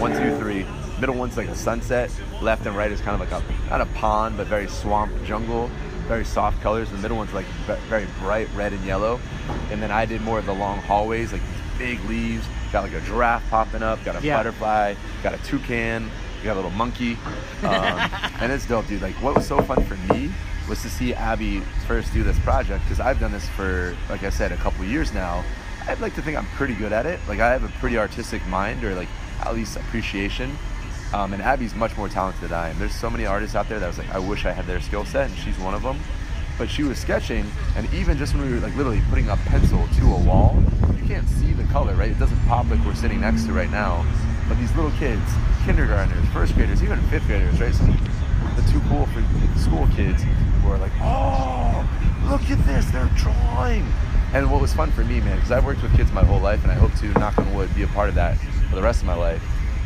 S2: One, two, three. Middle one's like a sunset. Left and right is kind of like a not a pond, but very swamp jungle. Very soft colors. The middle one's like ve- very bright red and yellow. And then I did more of the long hallways, like these big leaves. Got like a giraffe popping up. Got a
S1: Yeah.
S2: butterfly. Got a toucan. We got a little monkey. Um, and it's dope, dude. Like, what was so fun for me was to see Abby first do this project because I've done this for, like I said, a couple years now. I'd like to think I'm pretty good at it. Like, I have a pretty artistic mind or, like, at least appreciation. Um, and Abby's much more talented than I am. There's so many artists out there that I was like, I wish I had their skill set, and she's one of them. But she was sketching, and even just when we were like literally putting a pencil to a wall, you can't see the color, right? It doesn't pop like we're sitting next to right now. But these little kids, kindergartners, first graders, even fifth graders, right? Some the too cool for school kids were like, oh, look at this, they're drawing. And what was fun for me, man, because I've worked with kids my whole life, and I hope to, knock on wood, be a part of that for the rest of my life.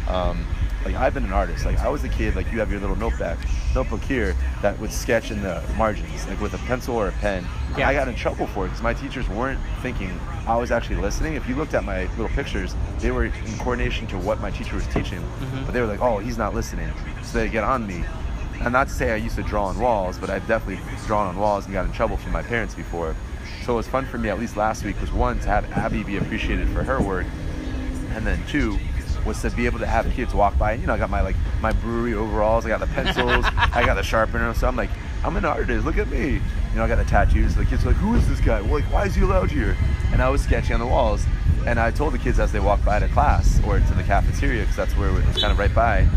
S2: Um, like I've been an artist. Like I was a kid. Like you have your little notebook, notebook here that would sketch in the margins, like with a pencil or a pen.
S1: Yeah.
S2: I got in trouble for it because my teachers weren't thinking. I was actually listening. If you looked at my little pictures, they were in coordination to what my teacher was teaching. But they were like, "Oh, he's not listening," so they get on me. And not to say I used to draw on walls, but I've definitely drawn on walls and got in trouble from my parents before. So it was fun for me, at least last week, was one to have Abby be appreciated for her work, and then two was to be able to have kids walk by. You know, I got my like my brewery overalls, I got the pencils, I got the sharpener. So I'm like, I'm an artist. Look at me. You know, I got the tattoos. The kids are like, who is this guy? Like, why is he allowed here? And I was sketching on the walls. And I told the kids as they walked by to class or to the cafeteria, because that's where it was kind of right by.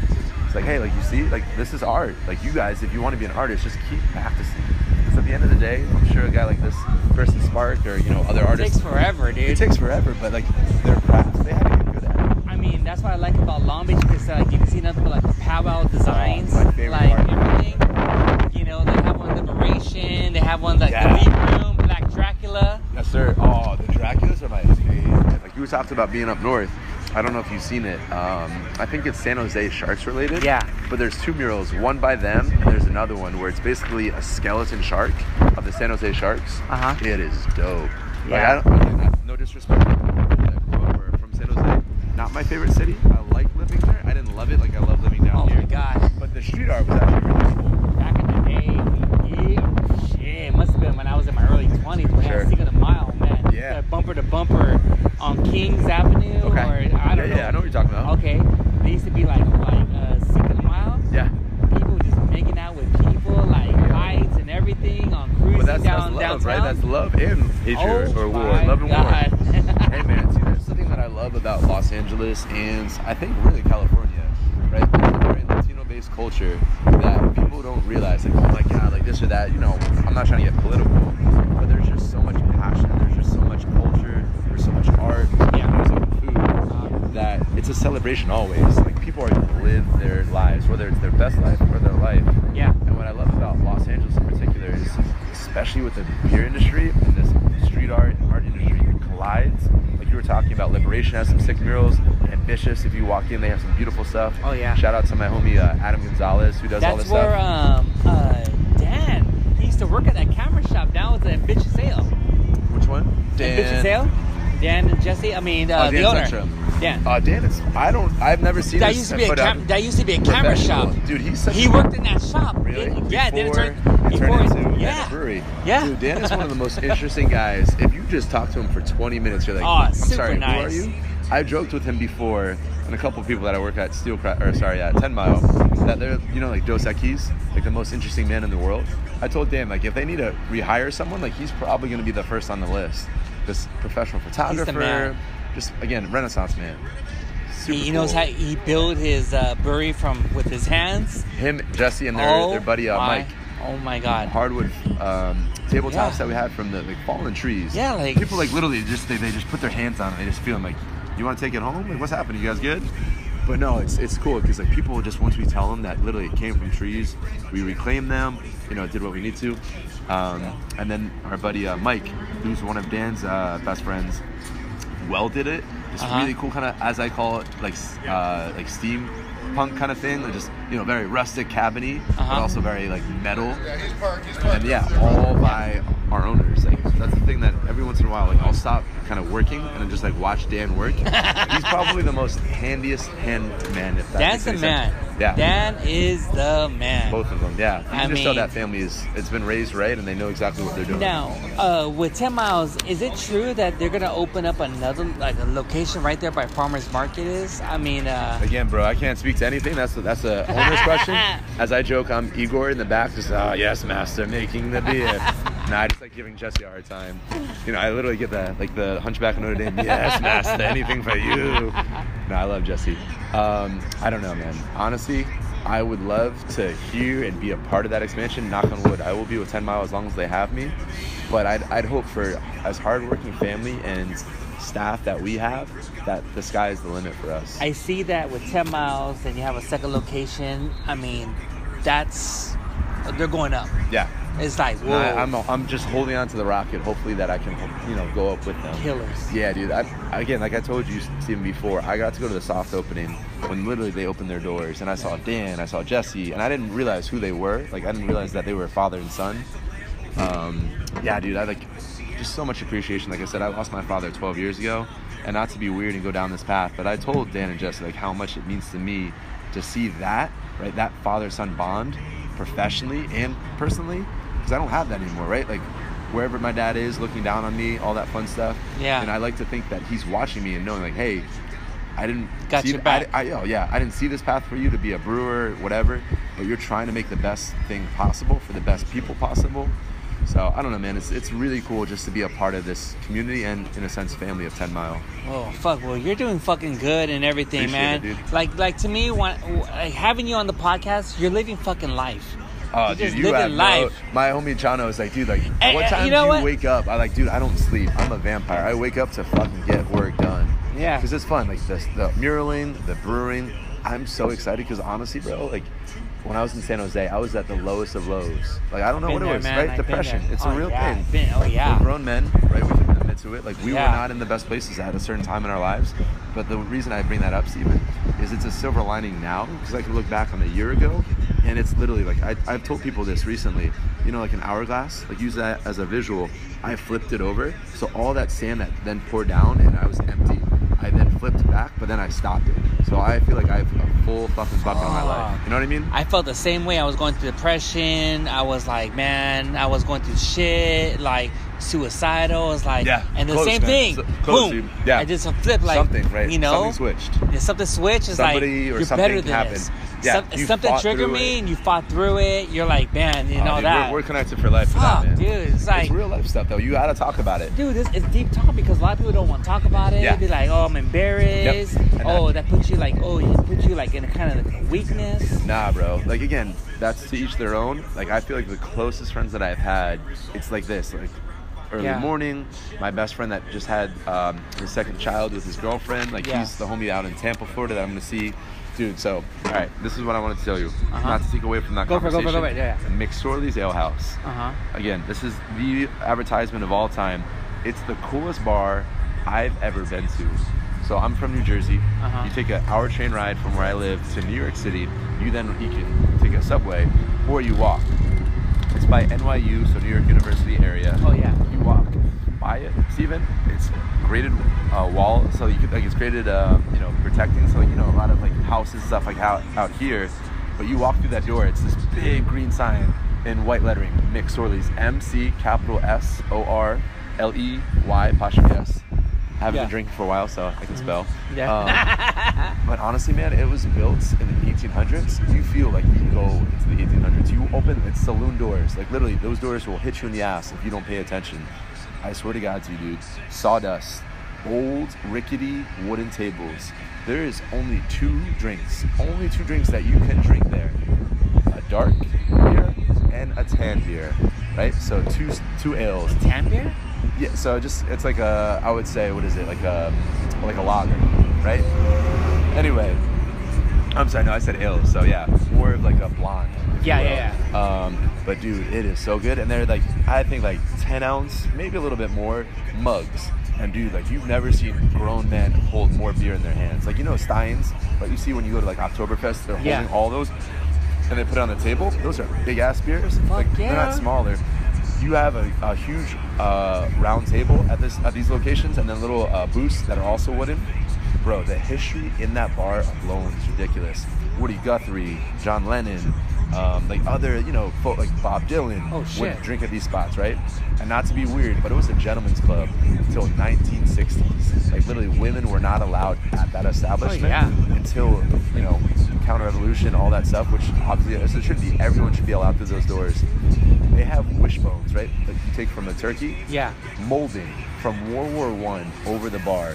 S2: It's like, hey, like you see, like this is art. Like you guys, if you want to be an artist, just keep practicing. Because at the end of the day, I'm sure a guy like this, person Spark, or you know, other
S1: It takes
S2: artists,
S1: forever, dude.
S2: it takes forever. But like their practice, they had to get good at it.
S1: I mean, that's what I like about Long Beach because uh, like you can see nothing but like powwow designs,
S2: Oh, my favorite
S1: like
S2: part.
S1: everything. You know, they have one Liberation, they have one like
S2: Yeah.
S1: the Leaf Room, Black Dracula.
S2: Yes, sir. Oh, the Draculas are my favorite. Like you talked about being up north. I don't know if you've seen it. Um, I think it's San Jose Sharks related.
S1: Yeah.
S2: But there's two murals, one by them, and there's another one where it's basically a skeleton shark of the San Jose Sharks.
S1: Uh-huh.
S2: It is dope.
S1: Yeah.
S2: Like, I don't, again, I- no disrespect. to people that grew up or are From San Jose, not my favorite city. I like living there. I didn't love it like I love living down
S1: Oh
S2: here.
S1: my gosh!
S2: But the street art was actually really cool.
S1: Back in the day, yeah, shit, it must have been when I was in my early twenties when I
S2: Sure.
S1: was singing a mile, man.
S2: Yeah.
S1: The bumper to bumper on Kings Avenue,
S2: Okay.
S1: or I don't
S2: yeah,
S1: know.
S2: yeah, I know what you're talking about.
S1: Okay, they used to be like like uh, singing a mile.
S2: Yeah.
S1: people just making out with people, like lights and everything on cruising
S2: But that's,
S1: down
S2: that's love,
S1: downtown.
S2: right? That's love and hatred
S1: oh,
S2: or war.
S1: my
S2: Love and war.
S1: God.
S2: hey man, see that's the thing that I love about Los Angeles and I think really California, right? Very Latino-based culture that people don't realize, like, oh my god, like this or that. You know, I'm not trying to get political, but there's just so much passion, there's just so much culture, there's so much art,
S1: Yeah.
S2: music, food, that it's a celebration always. Like people are gonna live their lives, whether it's their best life or their life.
S1: yeah,
S2: And what I love about Los Angeles in particular is, especially with the beer industry and this street art and art industry collides. Like you were talking about, Liberation has some sick murals. Ambitious, if you walk in, they have some beautiful stuff.
S1: Oh, yeah.
S2: Shout out to my homie uh, Adam Gonzalez who does all
S1: that's
S2: this
S1: where
S2: stuff.
S1: um uh Dan he used to work at that camera shop. Now it's a bitch sale. uh,
S2: Which one?
S1: Bitch sale. Dan and Jesse. I mean uh,
S2: Oh,
S1: the
S2: Dan
S1: owner.
S2: Sutro.
S1: Dan.
S2: Uh, Dan is. I don't. I've never seen.
S1: that
S2: this
S1: used to
S2: um, set
S1: be a
S2: foot out
S1: cam-
S2: of
S1: that used to be a camera shop.
S2: professional. Dude, he's such
S1: He
S2: a-
S1: worked in that shop.
S2: Really?
S1: It- yeah, then it
S2: Before
S1: turned,
S2: it
S1: before
S2: turned into
S1: yeah.
S2: a brewery.
S1: Yeah.
S2: Dude, Dan is one of the most interesting guys. If you just talk to him for 20 minutes, you're like,
S1: Aw,
S2: I'm
S1: super
S2: sorry, who are
S1: nice.
S2: you? I joked with him before, and a couple of people that I work at Steel Cra- or sorry, at Ten Mile, that they're you know like Dos Equis, like the most interesting man in the world. I told Dan like if they need to rehire someone, like he's probably going to be the first on the list. this professional photographer.
S1: man.
S2: Just again, Renaissance man. Super
S1: He, he knows
S2: cool.
S1: how he built his uh, brewery from with his hands.
S2: him, Jesse, and their,
S1: oh
S2: their buddy uh,
S1: my,
S2: Mike.
S1: Oh my God.
S2: hardwood um, tabletops
S1: Yeah.
S2: that we had from the like, fallen trees.
S1: Yeah, like-
S2: people like literally just they, they just put their hands on it. They just feel them, like, you want to take it home? Like, what's happening? You guys good? But no, it's it's cool because like people just once we tell them that literally it came from trees, we reclaim them. You know, did what we need to. Um, and then our buddy uh, Mike, who's one of Dan's uh, best friends, welded it. This
S1: Uh-huh.
S2: really cool kind of, as I call it, like s- uh, like steam punk kind of thing. Like just you know, very rustic cabiny,
S1: Uh-huh.
S2: but also very like metal.
S3: Yeah, he's parked. He's parked.
S2: And yeah, all by our owners. Like that's the thing that every once in a while, like I'll stop kind of working and then just like watch Dan work. He's probably the most handiest hand man. If that
S1: Dan's
S2: makes
S1: the
S2: any
S1: man.
S2: Sense. Yeah.
S1: Dan is the man.
S2: Both of them. Yeah. You can
S1: I
S2: just tell
S1: mean-
S2: that family is it's been raised right, and they know exactly what they're doing.
S1: Now, uh, with 10 miles, is it true that they're gonna open up another like a location right there by Farmers Market? Is I mean, uh,
S2: Again, bro, I can't speak to anything. That's that's a owner's question. As I joke, I'm Igor in the back, just ah yes, master, making the beer. nah, I just like giving Jesse a hard time. You know, I literally get that like the Hunchback of Notre Dame. Yes, master, anything for you. No, I love Jesse. Um, I don't know, man. Honestly, I would love to hear and be a part of that expansion. Knock on wood, I will be with 10 Mile as long as they have me. But I'd, I'd hope for as hardworking family and staff that we have, that the sky is the limit for us.
S1: I see that with 10 miles, and you have a second location. I mean, that's they're going up.
S2: yeah.
S1: It's like whoa,
S2: And I, I'm, I'm just holding on to the rocket. Hopefully that I can, you know, go up with them.
S1: killers.
S2: Yeah, dude. I, again, like I told you, Steven, before, I got to go to the soft opening when literally they opened their doors, and I saw Dan, I saw Jesse, and I didn't realize who they were. Like I didn't realize that they were father and son. Um, yeah, dude. I like just so much appreciation. Like I said, I lost my father 12 years ago, and not to be weird and go down this path, but I told Dan and Jesse like how much it means to me to see that right, that father-son bond, professionally and personally, because I don't have that anymore, right? Like wherever my dad is, looking down on me, all that fun stuff.
S1: Yeah.
S2: And I like to think that he's watching me and knowing, like, hey, I didn't
S1: Got
S2: see
S1: your back.
S2: I, I, oh, yeah, I didn't see this path for you to be a brewer, whatever. But you're trying to make the best thing possible for the best people possible. So I don't know, man. It's it's really cool just to be a part of this community and, in a sense, family of Ten Mile.
S1: Oh fuck! Well, you're doing fucking good and everything,
S2: Appreciate
S1: man.
S2: it, dude.
S1: Like, like to me, when, like, having you on the podcast, you're living fucking life.
S2: Oh,
S1: You're
S2: dude,
S1: just
S2: you
S1: living
S2: have no-
S1: life.
S2: my homie Chano is like, dude, like,
S1: Hey,
S2: what
S1: uh,
S2: time
S1: you know
S2: do you
S1: what?
S2: wake up? I like, dude, I don't sleep. I'm a vampire. I wake up to fucking get work done.
S1: Yeah.
S2: because it's fun. Like the, the muraling, the brewing. I'm so excited because honestly, bro, like when I was in San Jose, I was at the lowest of lows. Like I don't know
S1: Been
S2: what
S1: there,
S2: it was,
S1: man.
S2: right?
S1: I've been
S2: Depression.
S1: there.
S2: It's
S1: Oh,
S2: a real
S1: yeah,
S2: thing.
S1: I've been- oh yeah.
S2: We're grown men, right? We can admit to it. Like we
S1: Yeah.
S2: were not in the best places at a certain time in our lives. But the reason I bring that up, Steven, is it's a silver lining now because I can look back on a year ago, and it's literally like I, I've told people this recently. You know, like an hourglass. Like use that as a visual. I flipped it over, so all that sand that then poured down, and I was empty. I then flipped back, but then I stopped it. So I feel like I have a full fucking bucket in my
S1: Ah.
S2: life. You know what I mean?
S1: I felt the same way. I was going through depression. I was like, man, I was going through shit, like suicidal. I was like,
S2: Yeah,
S1: and the
S2: close,
S1: same
S2: man.
S1: thing.
S2: So- close,
S1: Boom.
S2: dude. Yeah.
S1: I did some flip, like
S2: something, right?
S1: You know,
S2: something switched.
S1: Yeah, something switch is
S2: Somebody
S1: like
S2: or
S1: you're
S2: something
S1: better than
S2: happened.
S1: this.
S2: Yeah,
S1: Some-
S2: you
S1: something
S2: fought
S1: triggered
S2: through
S1: me,
S2: it.
S1: and you fought through it. You're like, man, you
S2: Oh,
S1: know
S2: dude,
S1: that.
S2: We're, we're connected for life. for
S1: Fuck,
S2: that, man.
S1: dude, it's like-
S2: real life stuff though. You gotta talk about it.
S1: Dude, this is deep talk because a lot of people don't want to talk about it.
S2: Yeah.
S1: They're like, oh, I'm embarrassed.
S2: Yep. And
S1: Oh,
S2: I-
S1: that puts you like, oh, it puts you like in a kind of like weakness.
S2: Nah, bro. Like again, that's to each their own. Like I feel like the closest friends that I've had, it's like this, like early
S1: Yeah.
S2: morning. My best friend that just had um, his second child with his girlfriend. Like
S1: Yeah.
S2: he's the homie out in Tampa, Florida that I'm gonna see. Dude, so all right, this is what I want to tell you.
S1: Uh-huh.
S2: Not to take away from that
S1: Go for it, go for it,
S2: conversation.
S1: go for it. Yeah,
S2: McSorley's Ale House.
S1: Uh huh.
S2: Again, this is the advertisement of all time. It's the coolest bar I've ever been to. So I'm from New Jersey.
S1: Uh-huh.
S2: You take an hour train ride from where I live to New York City. You then you can take a subway or you walk. It's by NYU, so New York University area.
S1: Oh yeah.
S2: You walk by it, Steven. It's graded uh, wall, so you could like it's graded, uh, you know, protecting. So you know a lot of like houses and stuff like out out here. But you walk through that door, it's this big green sign in white lettering, McSorley's, M C capital S O R L E Y apostrophe S. I haven't
S1: Yeah. Mm-hmm.
S2: been drinking for a while, so I can spell.
S1: Yeah.
S2: Um, but honestly, man, it was built in the 1800s. You feel like you go into the 1800s. You open it's saloon doors, like literally, those doors will hit you in the ass if you don't pay attention. I swear to God to you, dude, sawdust, old, rickety wooden tables. There is only two drinks, only two drinks that you can drink there a dark beer and a tan beer, right? So two, two ales.
S1: Tan beer?
S2: Yeah, so just it's like a I would say what is it like a like a lager, right? Anyway, I'm sorry, no, I said ale, so yeah, more of like a blonde. if
S1: Yeah,
S2: you will.
S1: yeah,
S2: Um, but dude, it is so good, and they're like I think like 10 ounce, maybe a little bit more mugs. And dude, like you've never seen grown men hold more beer in their hands. Like you know Steins, but you see when you go to like Oktoberfest, they're holding
S1: Yeah.
S2: all those, and they put it on the table. Those are big ass beers. like they're
S1: yeah.
S2: not small smaller. You have a, a huge uh, round table at this at these locations, and then little uh, booths that are also wooden. Bro, the history in that bar alone is ridiculous. Woody Guthrie, John Lennon, um, like other you know folk, like Bob Dylan
S1: Oh, shit.
S2: would drink at these spots, right? And not to be weird, but it was a gentleman's club until 1960s. Like literally, women were not allowed at that establishment
S1: Oh, yeah.
S2: until you know counter revolution all that stuff which obviously it should be everyone should be allowed through those doors they have wishbones right that you take from a turkey
S1: Yeah.
S2: molding from world war one over the bar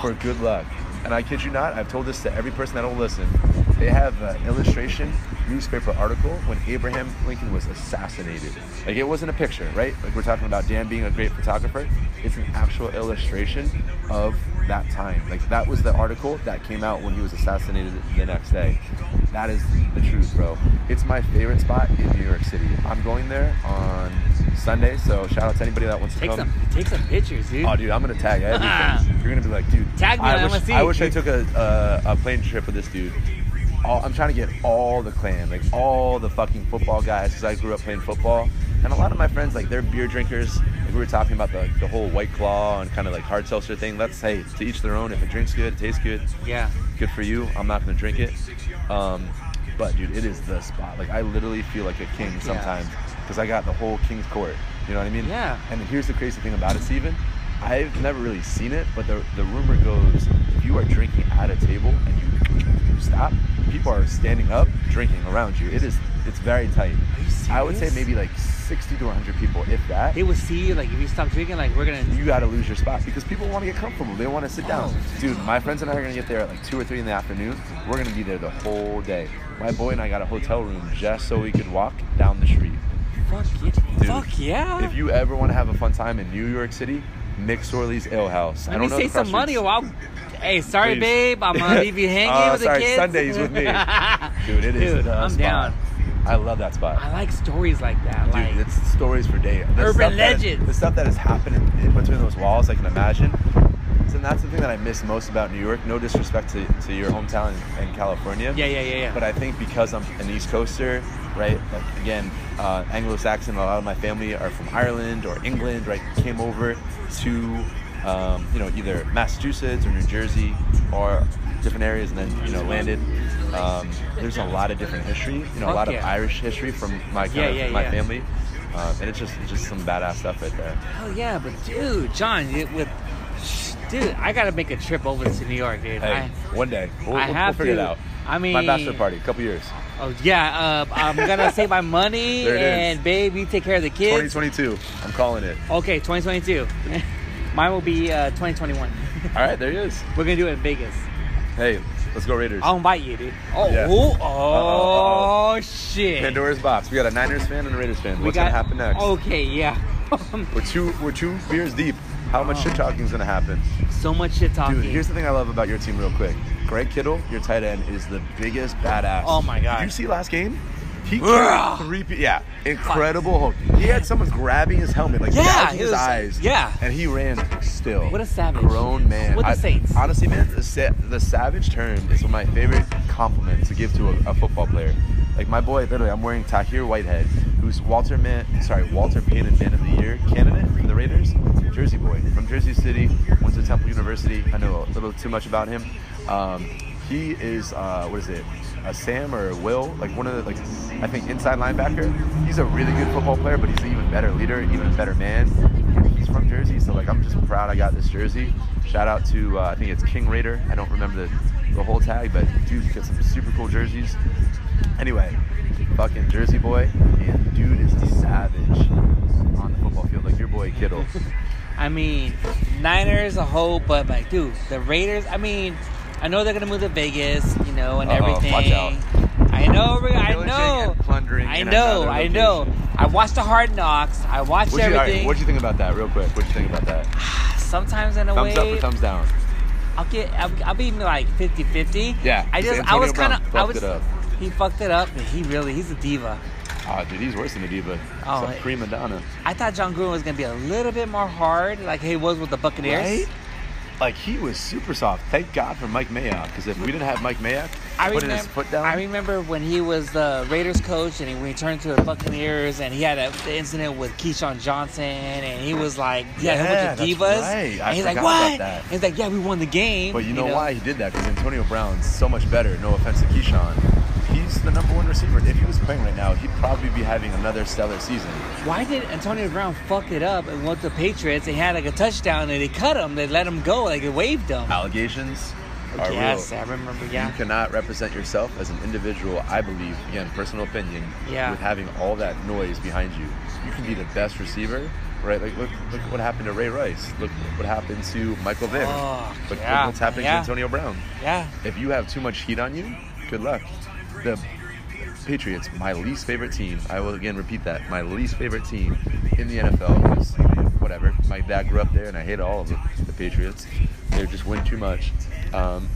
S2: for good luck and i kid you not i've told this to every person that'll listen they have an illustration newspaper article when abraham lincoln was assassinated like it wasn't a picture right like we're talking about dan being a great photographer it's an actual illustration of that time. Like that was the article that came out when he was assassinated the next day. That is the truth, bro. It's my favorite spot in New York City. I'm going there on Sunday, so shout out to anybody that wants to
S1: Take
S2: come.
S1: some take some pictures, dude.
S2: Oh, dude, I'm gonna tag everything. You're gonna be like, dude.
S1: Tag me, I
S2: I wish,
S1: wanna see.
S2: I wish I took a, uh, a plane trip with this dude. All, I'm trying to get all the clan, like all the fucking football guys, because I grew up playing football. And a lot of my friends, like, they're beer drinkers. Like, we were talking about the, the whole White Claw and kind of like hard seltzer thing. Let's say to each their own. If it drinks good, it tastes good.
S1: Yeah.
S2: Good for you. I'm not gonna drink it. Um, but dude, it is the spot. Like, I literally feel like a king sometimes because I got the whole king's court. You know what I mean?
S1: Yeah.
S2: And here's the crazy thing about it, Steven. I've never really seen it, but the, the rumor goes if you are drinking at a table and you, you stop, people are standing up drinking around you. It is it's very tight. I would say
S1: serious?
S2: maybe like 60 to 100 people, if that.
S1: They will see you like if you stop drinking, like we're gonna
S2: you gotta lose your spot because people want to get comfortable. They want to sit down.
S1: Oh.
S2: Dude, my friends and I are gonna get there at like two or three in the afternoon. We're gonna be there the whole day. My boy and I got a hotel room just so we could walk down the street.
S1: fuck yeah.
S2: Dude,
S1: fuck yeah.
S2: If you ever want to have a fun time in New York City, McSorley's Ale House.
S1: Let me save some money or I'll Hey, sorry
S2: Please.
S1: babe, I'm gonna leave you hanging
S2: Uh,
S1: with
S2: sorry,
S1: the kids.
S2: Sundays with me. Dude, it is
S1: Dude,
S2: the
S1: I'm
S2: spot.
S1: down.
S2: I love that spot.
S1: I like stories like that.
S2: Dude,
S1: like
S2: it's stories for days. The
S1: Urban
S2: stuff that-
S1: legends.
S2: the stuff that has happened in, in between those walls, I can imagine. So that's the thing that I miss most about New York. No disrespect to, to your hometown in, in California.
S1: Yeah, yeah, yeah, yeah.
S2: But I think because I'm an East Coaster, right? Like again, uh, Anglo-Saxon. A lot of my family are from Ireland or England, right? Came over to, um, you know, either Massachusetts or New Jersey or different areas, and then you know landed. Um, there's a lot of different history. You know,
S1: Fuck
S2: a lot of
S1: yeah.
S2: Irish history from my kind
S1: Yeah,
S2: of-
S1: yeah,
S2: my
S1: yeah.
S2: family, um, and it's just it's just some badass stuff right there.
S1: Hell yeah, but dude, John, it with dude, I gotta make a trip over to New York, dude.
S2: Hey,
S1: I,
S2: one day
S1: I
S2: we'll, we'll- we'll
S1: have
S2: figure
S1: to.
S2: it out.
S1: I
S2: my
S1: mean-
S2: bachelor party, couple years,
S1: oh yeah, uh, I'm gonna save my money
S2: There it is.
S1: and babe, you take care of the kids.
S2: 2022. I'm calling it.
S1: Okay, 2022. Mine will be uh, 2021.
S2: All right, there he is.
S1: We're gonna do it in Vegas.
S2: Hey, let's go Raiders.
S1: I'll invite you, dude. Oh,
S2: Yeah.
S1: oh,
S2: Uh-oh,
S1: oh, shit.
S2: Pandora's box. We got a Niners fan and a Raiders fan.
S1: We
S2: What's
S1: got- Oh.
S2: gonna happen next?
S1: Okay, yeah.
S2: We're two we're two beers deep. How
S1: Oh.
S2: much shit talking's gonna happen?
S1: so much shit talking.
S2: Dude, here's the thing I love about your team, real quick. Greg Kittle, your tight end, is the biggest badass.
S1: Oh my God.
S2: Did you see last game? He
S1: Ugh.
S2: carried three. Pe- yeah, incredible. Hulk. He had someone grabbing his helmet, like
S1: Yeah,
S2: gouging
S1: it
S2: his
S1: was-
S2: eyes.
S1: yeah.
S2: and he ran still.
S1: What a savage.
S2: grown man.
S1: What the
S2: I-
S1: Saints.
S2: Honestly, man, the, sa- the savage term is one of my favorite compliments to give to a, a football player. Like my boy, literally, I'm wearing Tahir Whitehead, who's Walter Man, sorry, Walter Payton Man of the Year candidate for the Raiders. Jersey boy from Jersey City, went to Temple University. I know a little too much about him. Um, he is uh, what is it? A Sam or a Will, like one of the like I think inside linebacker. He's a really good football player, but he's an even better leader, even better man he's from Jersey, so like I'm just proud I got this jersey. Shout out to uh, I think it's King Raider. I don't remember the, the whole tag, but dude got some super cool jerseys. Anyway, fucking Jersey boy, and dude is a savage on the football field. Like your boy Kittle,
S1: I mean, Niners a whole, but like, dude, the Raiders. I mean, I know they're gonna move to Vegas, you know, and
S2: Uh-oh,
S1: everything.
S2: watch out.
S1: I know, I
S2: Pillaging
S1: know,
S2: and plundering
S1: I
S2: in
S1: know,
S2: another
S1: I know.
S2: location.
S1: I watched the Hard Knocks. I watched
S2: What'd you, all right,
S1: everything.
S2: what'd you think about that, real quick? What'd you think about that?
S1: Sometimes in a
S2: Thumbs up
S1: way,
S2: or thumbs down?
S1: I'll get, I'll, I'll be like 50-50.
S2: Yeah,
S1: I just, I
S2: Antonio
S1: was
S2: Brown
S1: kind of, I
S2: fucked
S1: was,
S2: it up.
S1: he fucked it up. Man, he really, he's a diva.
S2: Ah, dude, he's worse than a diva.
S1: Oh,
S2: He's a
S1: it-
S2: prima donna.
S1: I thought John Gruden was gonna be a little bit more hard, like he was with the Buccaneers.
S2: Right? Like he was super soft. Thank God for Mike Mayock, because if we didn't have Mike Mayock
S1: I
S2: putting
S1: remember,
S2: his foot down,
S1: I remember when he was the Raiders coach and he returned to the Buccaneers and he had a, the incident with Keyshawn Johnson and he was like, yeah,
S2: Yeah,
S1: a bunch of divas.
S2: that's right. I
S1: And he's like,
S2: forgot about
S1: what?
S2: that.
S1: He's like, yeah, we won the game.
S2: but you know, why he did that? Because Antonio Brown's so much better. No offense to Keyshawn, he's the number one receiver. If he was playing right now, he'd probably be having another stellar season.
S1: Why did Antonio Brown fuck it up and went to Patriots and he had like a touchdown and they cut him, they let him go, like they waived him.
S2: Allegations are
S1: yes,
S2: real.
S1: I remember.
S2: You
S1: Yeah,
S2: cannot represent yourself as an individual, I believe, again, personal opinion,
S1: Yeah.
S2: with having all that noise behind you. You can be the best receiver, right? Like, look, look what happened to Ray Rice. Look what happened to Michael Vick.
S1: Oh,
S2: look,
S1: yeah,
S2: look what's happening
S1: yeah.
S2: to Antonio Brown.
S1: yeah.
S2: If you have too much heat on you, good luck. The Patriots, my least favorite team. I will again repeat that. My least favorite team in the NFL was whatever. My dad grew up there, and I hate all of it. The Patriots, they just win too much. Um,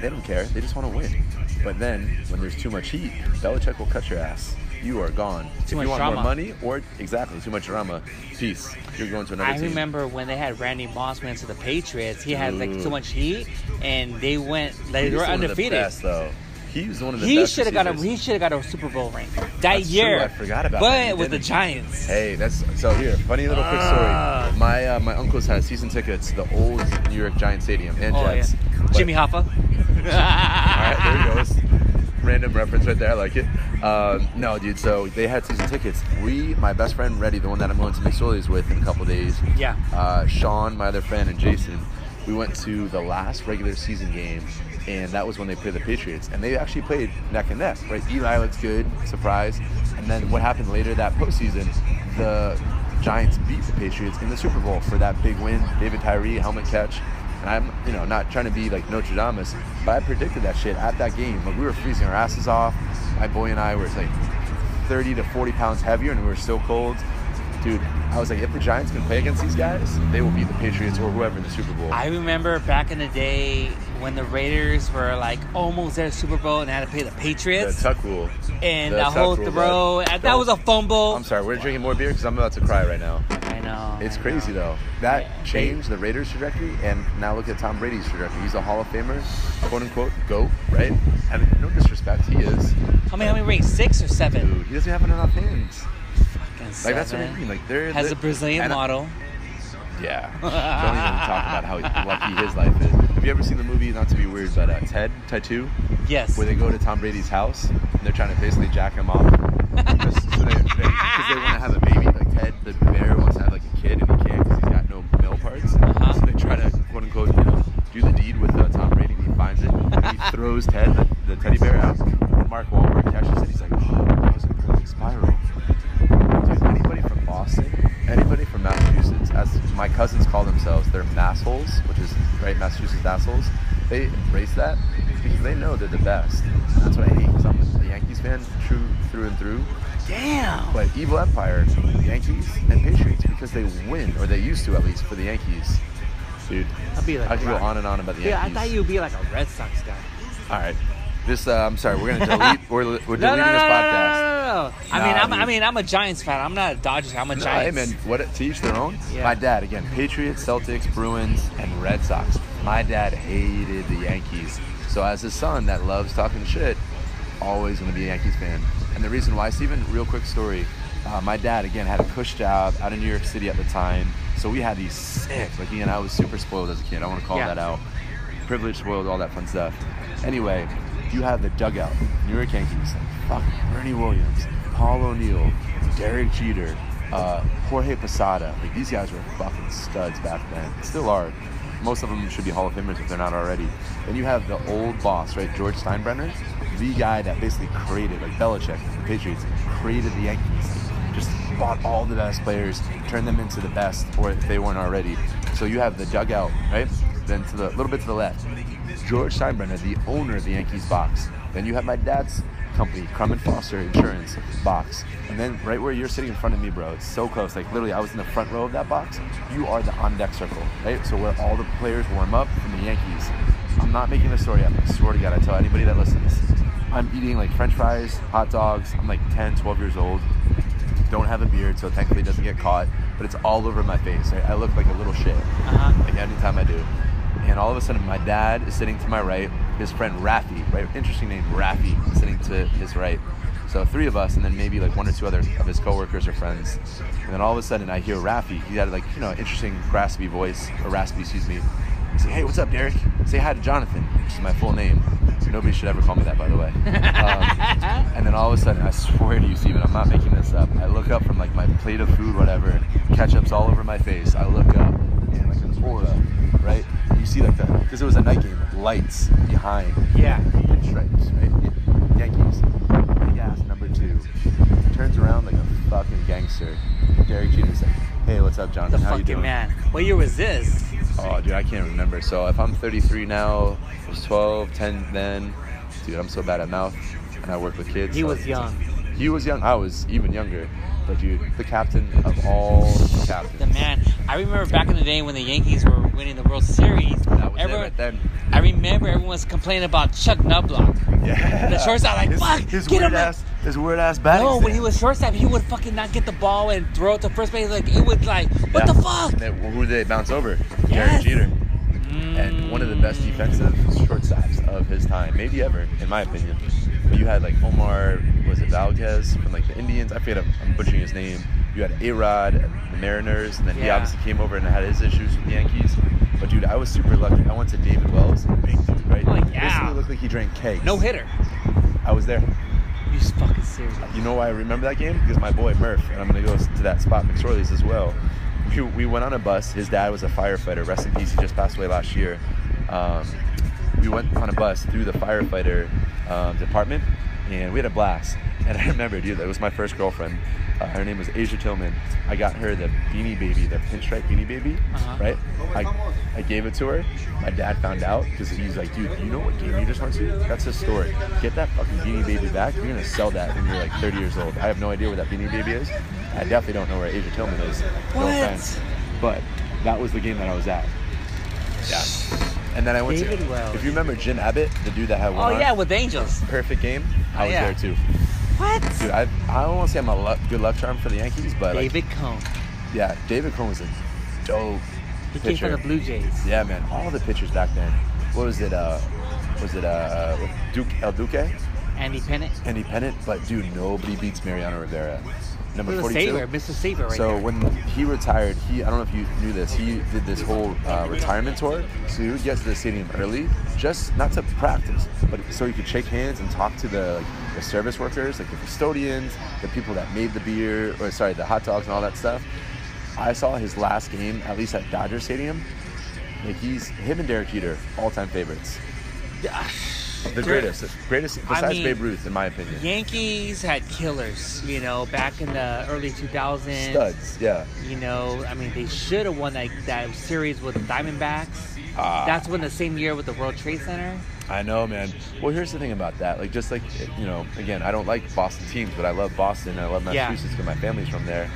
S2: they don't care. They just want to win. But then, when there's too much heat, Belichick will cut your ass. You are gone. if you
S1: much
S2: want
S1: drama.
S2: more money, or exactly too much drama, peace. You're going to another
S1: I
S2: team.
S1: remember when they had Randy Moss went to the Patriots. He had like
S2: Dude.
S1: too much heat, and they went like
S2: He
S1: they
S2: was
S1: were
S2: one of the
S1: undefeated.
S2: best, though. He was one of the
S1: He
S2: best
S1: should have got a
S2: receivers.
S1: he should have got a Super Bowl ring that
S2: That's true,
S1: year.
S2: I forgot about
S1: But
S2: that. He
S1: it was the
S2: didn't.
S1: Giants.
S2: Hey, that's so here. Funny little quick
S1: Ah.
S2: story. My uh, my uncle's had season tickets to the old New York Giants Stadium and
S1: oh
S2: Jets.
S1: yeah,
S2: But-
S1: Jimmy Hoffa.
S2: All right, there he goes. Random reference right there. I like it. Um, no, dude. So they had season tickets. We, my best friend Reddy, the one that I'm going to McSorley's with in a couple days.
S1: Yeah.
S2: Uh, Sean, my other friend, and Jason. We went to the last regular season game, and that was when they played the Patriots. And they actually played neck and neck. Right, Eli looks good. Surprise. And then what happened later that postseason? The Giants beat the Patriots in the Super Bowl for that big win. David Tyree helmet catch. And I'm, you know, not trying to be like Notre Dame, but I predicted that shit at that game. Like we were freezing our asses off. My boy and I were like 30 to 40 pounds heavier, and we were still cold. Dude, I was like, if the Giants can play against these guys, they will beat the Patriots or whoever in the Super Bowl.
S1: I remember back in the day when the Raiders were like almost at a Super Bowl and had to play the
S2: the
S1: Patriots
S2: tuck rule.
S1: and
S2: the
S1: the,
S2: tuck
S1: whole
S2: rule,
S1: throw.
S2: bud.
S1: and That
S2: Don't-
S1: was a fumble.
S2: I'm sorry, we're drinking more beer because I'm about to cry right now.
S1: I know.
S2: It's
S1: I
S2: crazy
S1: know.
S2: though. That
S1: Yeah.
S2: changed the Raiders' trajectory, and now look at Tom Brady's trajectory. He's a Hall of Famer, quote unquote, goat, right? I mean, no disrespect, he is.
S1: How many? How many rings? Six or seven?
S2: Dude, he doesn't have enough hands.
S1: Fucking
S2: Like that's what I
S1: seven.
S2: mean. Like there
S1: Has a Brazilian model.
S2: Yeah. Don't even talk about how lucky his life is. Have you ever seen the movie? Not to be weird, but uh, Ted Tattoo,
S1: Yes.
S2: where they go to Tom Brady's house and they're trying to basically jack him off because they, they, 'cause they want to have a baby. Like Ted the bear wants to have like a kid and he can't because he's got no male parts.
S1: Uh-huh.
S2: So they try to quote unquote you know, do the deed with uh, Tom Brady. and He finds it. And he throws Ted the, the teddy bear out. And Mark Wahlberg he actually said he's like, oh, that was a perfect spiral. Dude, anybody from Boston, anybody from Massachusetts, as my cousins call themselves, they're massholes, which is right, Massachusetts assholes. They embrace that because they know they're the best. That's what I hate. 'cause I'm a Yankees fan, true through and through.
S1: Damn.
S2: But evil empire, Yankees and Patriots, because they win, or they used to at least for the Yankees. Dude,
S1: I'll be like
S2: I could go
S1: rock.
S2: on and on about the
S1: Yeah, I
S2: Yankees.
S1: thought you'd be like a Red Sox guy.
S2: All right, this uh, I'm sorry, we're gonna delete. we're, we're deleting
S1: No, no, no,
S2: this
S1: no, no,
S2: podcast.
S1: no, no, no. I
S2: Nah,
S1: mean, I'm, I
S2: dude.
S1: mean, I'm a Giants fan. I'm not a Dodgers. fan. I'm a
S2: No, hey
S1: Giants.
S2: man, what to each their own.
S1: Yeah.
S2: My dad again, Patriots, Celtics, Bruins, and Red Sox. My dad hated the Yankees, so as his son that loves talking shit, always gonna be a Yankees fan. And the reason why, Steven, real quick story. Uh, my dad again had a cush job out in New York City at the time, so we had these sick. Like he and I was super spoiled as a kid. I want to call
S1: Yeah.
S2: that out. Privilege spoiled, all that fun stuff. Anyway, you have the dugout, New York Yankees. Fuck, Bernie Williams, Paul O'Neill, Derek Jeter, uh, Jorge Posada. Like these guys were fucking studs back then. Still are. Most of them should be Hall of Famers if they're not already. Then you have the old boss, right, George Steinbrenner, the guy that basically created, like Belichick, the Patriots, created the Yankees. Just bought all the best players, turned them into the best, or if they weren't already. So you have the dugout, right? Then to the little bit to the left, George Steinbrenner, the owner of the Yankees box. Then you have my dad's company, Crum and Foster Insurance box. And then right where you're sitting in front of me, bro, it's so close. Like literally, I was in the front row of that box. You are the on deck circle, right? So where all the players warm up from the Yankees. I'm not making this story up. I swear to God, I tell anybody that listens. I'm eating like french fries, hot dogs. I'm like 10, 12 years old. Don't have a beard, so technically it doesn't get caught, but it's all over my face. Right? I look like a little shit.
S1: Uh-huh.
S2: Like anytime I do and all of a sudden my dad is sitting to my right his friend rafi right interesting name rafi sitting to his right so three of us and then maybe like one or two other of his coworkers or friends and then all of a sudden i hear rafi he had like you know interesting raspy voice or raspy excuse me I say hey what's up derek say hi to jonathan which is my full name nobody should ever call me that by the way um, and then all of a sudden i swear to you steven i'm not making this up i look up from like my plate of food whatever ketchup's all over my face i look up and like an aura right you see like the because it was a night game lights behind
S1: Yeah.
S2: pinstripes right Yan- Yankees big ass number two turns around like a fucking gangster Derek Jeter's like hey what's up Jonathan
S1: The
S2: how you
S1: fucking
S2: doing
S1: man. What year was this?
S2: oh dude I can't remember so if I'm 33 now I was 12 10 then dude I'm so bad at mouth and I work with kids
S1: He
S2: so-
S1: was young.
S2: he was young I was even younger but dude the captain of all captains
S1: The man. I remember back in the day when the Yankees were winning the World Series.
S2: that was it
S1: everyone-
S2: right then
S1: I remember everyone was complaining about Chuck Knobloch.
S2: yeah
S1: The shortstop, like,
S2: his,
S1: "Fuck,
S2: his
S1: get him
S2: weird
S1: out."
S2: ass his weird ass batting
S1: No, Oh, when
S2: stance.
S1: he was shortstop, he would fucking not get the ball and throw it to first base. Like it was like, what
S2: Yeah.
S1: the fuck?
S2: And then who did they bounce over?
S1: Yes.
S2: Derek Jeter. And one of the best defensive shortstops of his time, maybe ever, in my opinion. But you had like Omar, was it Valdez from like the Indians? I forget, I'm, I'm butchering his name. You had A Rod, the Mariners, and then he
S1: Yeah.
S2: obviously came over and had his issues with the Yankees. But dude, I was super lucky. I went to David Wells, big dude, right?
S1: Oh, yeah.
S2: Basically looked like he drank cake.
S1: No hitter.
S2: I was there.
S1: You fucking serious?
S2: You know why I remember that game? Because my boy Murph, and I'm gonna go to that spot McSorley's as well. We, we went on a bus. His dad was a firefighter. Rest in peace. He just passed away last year. Um, we went on a bus through the firefighter um, department, and we had a blast. And I remember, dude, that was my first girlfriend. Uh, her name was Asia Tillman. I got her the Beanie Baby, the pinstripe Beanie Baby,
S1: Uh-huh.
S2: right? I, I gave it to her. My dad found out because he's like, dude, you know what game you just went to? That's historic. Get that fucking Beanie Baby back. You're gonna sell that when you're like 30 years old. I have no idea where that Beanie Baby is. I definitely don't know where Asia Tillman is. No
S1: What?
S2: offense. But that was the game that I was at. Yeah. And then I went to.
S1: David Wells.
S2: If you remember Jim Abbott, the dude that had one
S1: Oh
S2: arm,
S1: yeah, with the Angels.
S2: perfect game.
S1: Oh,
S2: I was
S1: yeah.
S2: there too,
S1: What?
S2: dude. I I don't want to say I'm a luck, good luck charm for the Yankees, but like,
S1: David Cohn.
S2: yeah, David Cohn was a dope
S1: He came
S2: pitcher.
S1: from the Blue Jays.
S2: Yeah, man. All the pitchers back then. What was it? Uh, was it uh, Duke El Duque?
S1: Andy Pennant.
S2: Andy Pennant. But dude, nobody beats Mariano Rivera. Number
S1: He was a
S2: 42.
S1: saver, Mr. Saver, right
S2: so
S1: there.
S2: when he retired, he I don't know if you knew this. He did this whole uh, retirement tour. So he would get to the stadium early, just not to practice, but so he could shake hands and talk to the like, the service workers, like the custodians, the people that made the beer or sorry, the hot dogs and all that stuff. I saw his last game, at least at Dodger Stadium. Like he's him and Derek Jeter, all time favorites.
S1: Yeah.
S2: The greatest, greatest besides
S1: mean,
S2: Babe Ruth, in my opinion.
S1: Yankees had killers, you know, back in the early 2000s.
S2: Studs, yeah.
S1: You know, I mean, they should have won that, that series with the Diamondbacks.
S2: Ah.
S1: That's when the same year with the World Trade Center.
S2: I know, man. Well, here's the thing about that. Like, just like you know, again, I don't like Boston teams, but I love Boston. I love
S1: Yeah.
S2: Massachusetts because my family's from there.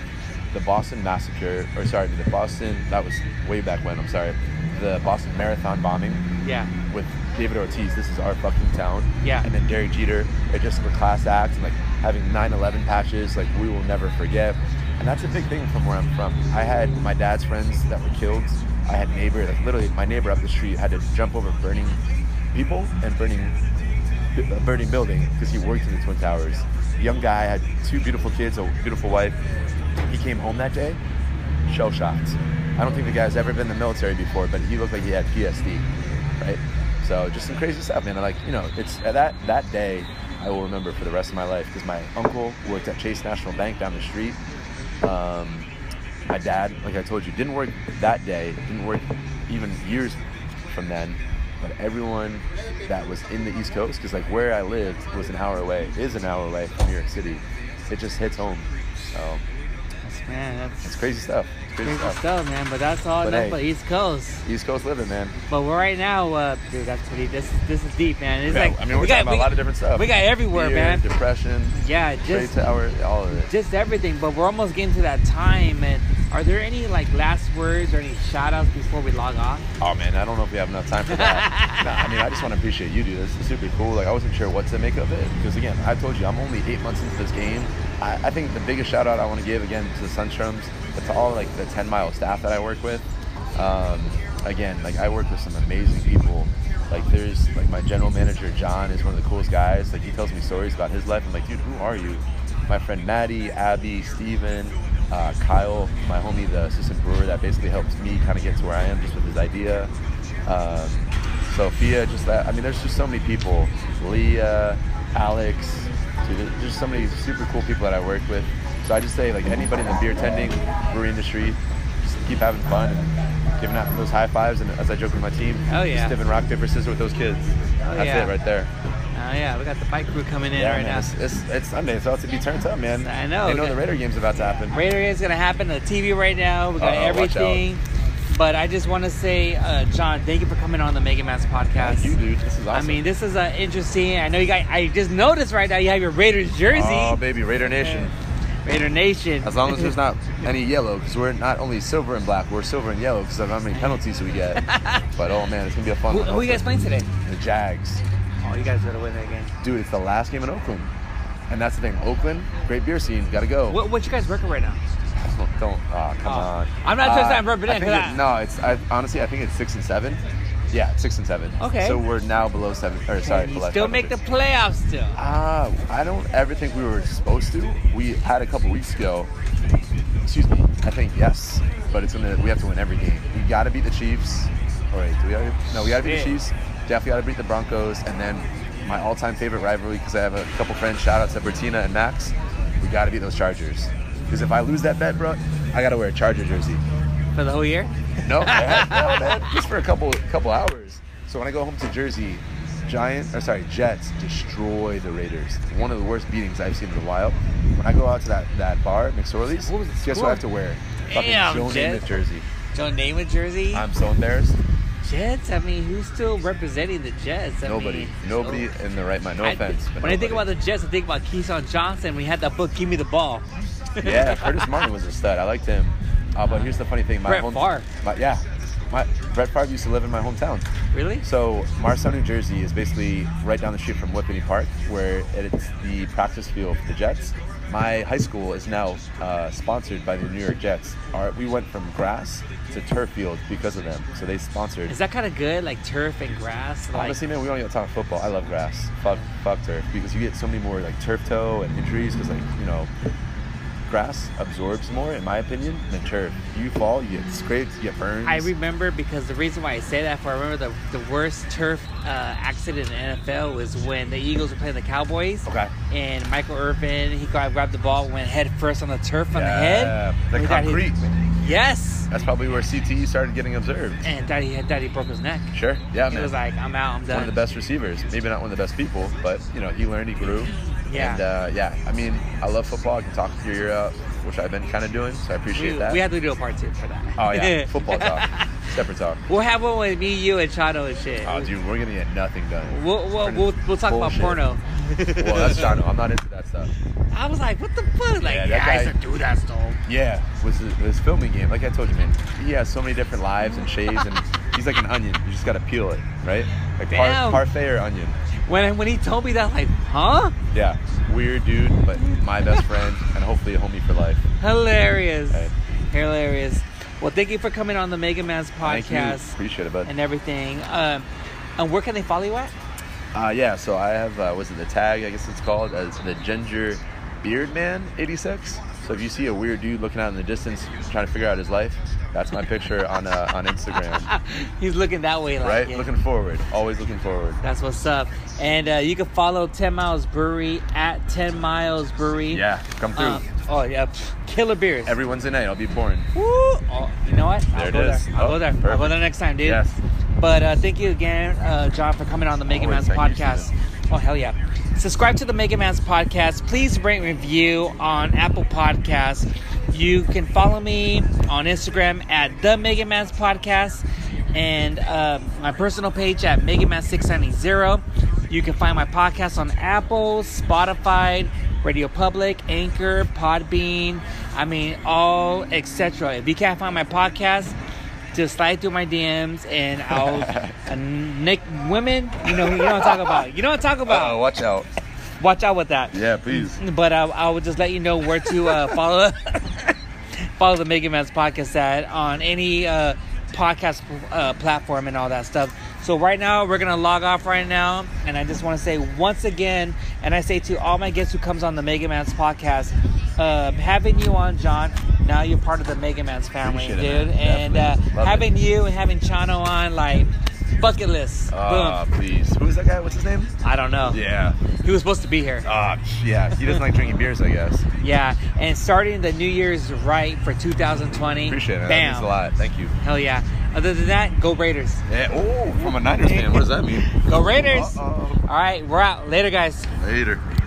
S2: The Boston massacre, or sorry, the Boston. That was way back when. I'm sorry. The Boston Marathon bombing
S1: Yeah.
S2: with David Ortiz. This is our fucking town.
S1: Yeah.
S2: And then Derek Jeter. It just were class acts and like having 9/11 patches. Like we will never forget. And that's a big thing from where I'm from. I had my dad's friends that were killed. I had neighbor like literally my neighbor up the street had to jump over burning people and burning a burning building because he worked in the Twin Towers. Young guy had two beautiful kids, a beautiful wife. He came home that day, shell shocked. I don't think the guy's ever been in the military before, but he looked like he had PSD, right? So just some crazy stuff, man. And like you know, it's uh, that that day I will remember for the rest of my life because my uncle worked at Chase National Bank down the street. Um, my dad, like I told you, didn't work that day, didn't work even years from then. But everyone that was in the East Coast, because like where I lived was an hour away, is an hour away from New York City. It just hits home. So
S1: man, that's
S2: It's crazy stuff. It's crazy,
S1: crazy
S2: stuff.
S1: stuff, man. But that's all
S2: But
S1: enough
S2: hey.
S1: for East Coast.
S2: East Coast living, man.
S1: But we're right now, uh, dude, that's pretty. This this is deep, man. It's
S2: Yeah,
S1: like
S2: I mean, we're
S1: we got
S2: talking about
S1: we,
S2: a lot of different stuff.
S1: we got everywhere,
S2: Fear,
S1: man.
S2: Depression,
S1: Yeah,
S2: straight
S1: just
S2: tower, all of it.
S1: just everything. But we're almost getting to that time. And are there any like last words or any shout outs before we log off?
S2: Oh man, I don't know if we have enough time for that. Nah, I mean, I just want to appreciate you, dude. This is super cool. Like, I wasn't sure what to make of it because, again, I told you, I'm only eight months into this game. I, I think the biggest shout out I want to give again to the Sunstroms, but to all like the 10 mile staff that I work with. Um, again, like I work with some amazing people. Like, there's like my general manager John is one of the coolest guys. Like, he tells me stories about his life. I'm like, dude, who are you? My friend Maddie, Abby, Steven, uh, Kyle, my homie, the assistant brewer, that basically helps me kind of get to where I am just with his idea. Um, Sophia, just that. I mean, there's just so many people. Leah, Alex, dude, there's just so many super cool people that I work with. So I just say, like, anybody in the beer tending, brewery industry, just keep having fun and giving out those high fives. And as I joke with my team,
S1: Oh, yeah.
S2: just giving rock, paper, scissors with those kids. That's
S1: yeah.
S2: it right there.
S1: Oh yeah, we got the bike crew coming in
S2: yeah,
S1: right
S2: man,
S1: now.
S2: It's, it's, it's Sunday, so it's to be turned up, man.
S1: I know,
S2: They know
S1: okay.
S2: the Raider game's about to happen.
S1: Raider is gonna happen on the TV right now. We got
S2: Uh-oh, Uh, watch out.
S1: everything. But I just want to say, uh, John, thank you for coming on the Mega Man's podcast.
S2: Thank you, dude. This is awesome.
S1: I mean, this is uh, interesting. I know you guys. I just noticed right now you have your Raiders jersey.
S2: Oh, baby, Raider Nation.
S1: Raider Nation.
S2: As long as there's not any yellow, because we're not only silver and black, we're silver and yellow because of how many penalties we get. but oh man, it's gonna be a fun
S1: Who,
S2: one.
S1: who you guys
S2: hopefully.
S1: playing today?
S2: The Jags.
S1: Oh, you guys gotta win that game.
S2: Dude, it's the last game in Oakland. And that's the thing, Oakland, great beer scene, gotta go.
S1: What, what you guys working right now?
S2: Don't, don't oh, come
S1: Oh.
S2: on. Uh,
S1: I'm not just that rubbing it
S2: I
S1: in,
S2: think
S1: 'cause I-
S2: it- No, it's I, honestly I think it's six and seven. Yeah, it's six and seven.
S1: Okay.
S2: So we're now below seven. Or sorry,
S1: you
S2: below
S1: still make the
S2: 500.
S1: playoffs still.
S2: Uh, I don't ever think we were supposed to. We had a couple weeks ago. Excuse me. I think yes, but it's gonna. We have to win every game. We gotta beat the Chiefs. All right. Do we? Gotta, no, we gotta beat the
S1: Yeah.
S2: Chiefs. Definitely gotta beat the Broncos, and then my all-time favorite rivalry because I have a couple friends. Shout out to Bertina and Max. We gotta beat those Chargers. Because if I lose that bet, bro, I gotta wear a Charger jersey.
S1: For the whole year?
S2: No, man, no, man, just for a couple couple hours. So when I go home to Jersey, Giant or sorry, Jets destroy the Raiders. One of the worst beatings I've seen in a while. When I go out to that, that bar, McSorley's,
S1: What was the
S2: guess
S1: score?
S2: what I have to wear? Fucking
S1: Damn,
S2: Joe
S1: Jets.
S2: Namath jersey.
S1: Don't name a jersey?
S2: I'm so embarrassed.
S1: Jets? I mean, who's still representing the Jets? I
S2: Nobody,
S1: mean,
S2: nobody in the right mind. No
S1: I-
S2: offense, but
S1: when I think about the Jets, I think about Keyshawn Johnson. We had that book, Give Me the Ball.
S2: the yeah, Curtis Martin was a stud. I liked him. Uh, but here's the funny thing. My
S1: Brett
S2: home,
S1: Favre.
S2: My, yeah, my Brett Favre used to live in my hometown.
S1: Really?
S2: So Marceau, New Jersey is basically right down the street from Whippany Park, where it's the practice field for the Jets. My high school is now uh, sponsored by the New York Jets. Our, we went from grass to turf field because of them. So they sponsored.
S1: Is that kind of good? Like turf and grass? Like,
S2: Honestly, man, we don't even talk football. I love grass. Fuck, fuck turf because you get so many more like turf toe and injuries because like you know, grass absorbs more, in my opinion, than turf. You fall, you get scraped, you get burns.
S1: I remember because the reason why I say that for I remember the, the worst turf uh, accident in the NFL was when the Eagles were playing the Cowboys.
S2: Okay.
S1: And Michael Irvin, he gra- grabbed the ball, went head first on the turf on
S2: Yeah,
S1: the head.
S2: the
S1: We thought he-
S2: concrete.
S1: yes.
S2: That's probably where CTE started getting observed.
S1: And thought he had thought he broke his neck.
S2: Sure. Yeah,
S1: he
S2: man.
S1: was like, I'm out, I'm done.
S2: one of the best receivers. Maybe not one of the best people, but you know, he learned, he grew.
S1: Yeah.
S2: And uh, yeah, I mean, I love football. I can talk your ear out, which I've been kind of doing, so I appreciate
S1: we,
S2: that.
S1: we have to do a part two for that.
S2: oh yeah, football talk, separate talk.
S1: We'll have one with me, you, and Chano and shit.
S2: Oh, dude, we're gonna get nothing done.
S1: We'll, we'll, we'll, we'll talk about
S2: Bullshit.
S1: porno.
S2: Well, that's Jono. I'm not into that stuff.
S1: I was like, what the fuck? Like,
S2: Yeah,
S1: yeah,
S2: that
S1: I
S2: guy-
S1: used to do that stuff.
S2: Yeah, was this, this filming game. Like I told you, man, he has so many different lives and shades, and he's like an onion. You just gotta peel it, right? Like
S1: Damn.
S2: par- parfait or onion.
S1: When when he told me that, I'm like, huh?
S2: Yeah, weird dude, but my best friend, and hopefully a homie for life.
S1: Hilarious.
S2: Right.
S1: Hilarious. Well, thank you for coming on the Mega Man's
S2: Thank you.
S1: podcast
S2: Appreciate it, bud.
S1: and everything. Um, and where can they follow you at?
S2: Uh, yeah, so I have, uh, was it the tag, I guess it's called, as the Ginger Beard Man 86. So if you see a weird dude looking out in the distance trying to figure out his life, that's my picture on uh, on Instagram.
S1: He's looking that way, like,
S2: Right?
S1: yeah.
S2: Looking forward, always looking forward.
S1: That's what's up. And uh, you can follow Ten Miles Brewery at Ten Miles Brewery.
S2: Yeah, come through.
S1: Um, oh yeah, pff, killer beers.
S2: Every Wednesday night, I'll be pouring.
S1: Woo! Oh, you know what? I'll
S2: There it
S1: go
S2: is.
S1: there. I'll
S2: Oh,
S1: go there. I'll go
S2: perfect.
S1: there next time, dude.
S2: Yes.
S1: But uh, thank you again, uh, John, for coming on the Mega Man's
S2: Always thank you,
S1: podcast. Oh, hell yeah. Subscribe to the Mega Man's podcast. Please rate and review on Apple Podcasts. You can follow me on Instagram at the Mega Man's podcast and uh, my personal page at Mega Man 690. You can find my podcast on Apple, Spotify, Radio Public, Anchor, Podbean, I mean, all etc. If you can't find my podcast, just slide through my DMs and I'll and Nick women, you know, you know what I'm talking about. You know what I'm talking about.
S2: Oh, watch out.
S1: Watch out with that.
S2: Yeah, please.
S1: But uh, I will just let you know where to uh, follow follow the Mega Man's podcast at on any uh, podcast uh, platform and all that stuff. So right now we're gonna log off right now, and I just want to say once again, and I say to all my guests who comes on the Mega Man's podcast, um, having you on, John. Now you're part of the Mega Man's family,
S2: Appreciate it,
S1: dude,
S2: man.
S1: and uh,
S2: Definitely. Love it.
S1: having you and having Chano on, like bucket list.
S2: Ah,
S1: Boom.
S2: please. Who is that guy? What's his name?
S1: I don't know.
S2: Yeah.
S1: He was supposed to be here.
S2: Ah, yeah. He doesn't like drinking beers, I guess.
S1: Yeah, and starting the New Year's right for 2020.
S2: Appreciate it. Man. That
S1: Bam.
S2: means a lot. Thank you. Eh,
S1: Hell yeah. Other than that, go Raiders.
S2: Yeah. Oh, from a Niners fan. What does that mean?
S1: Go Raiders.
S2: Uh-oh.
S1: All right, we're out. Later, guys.
S2: Later.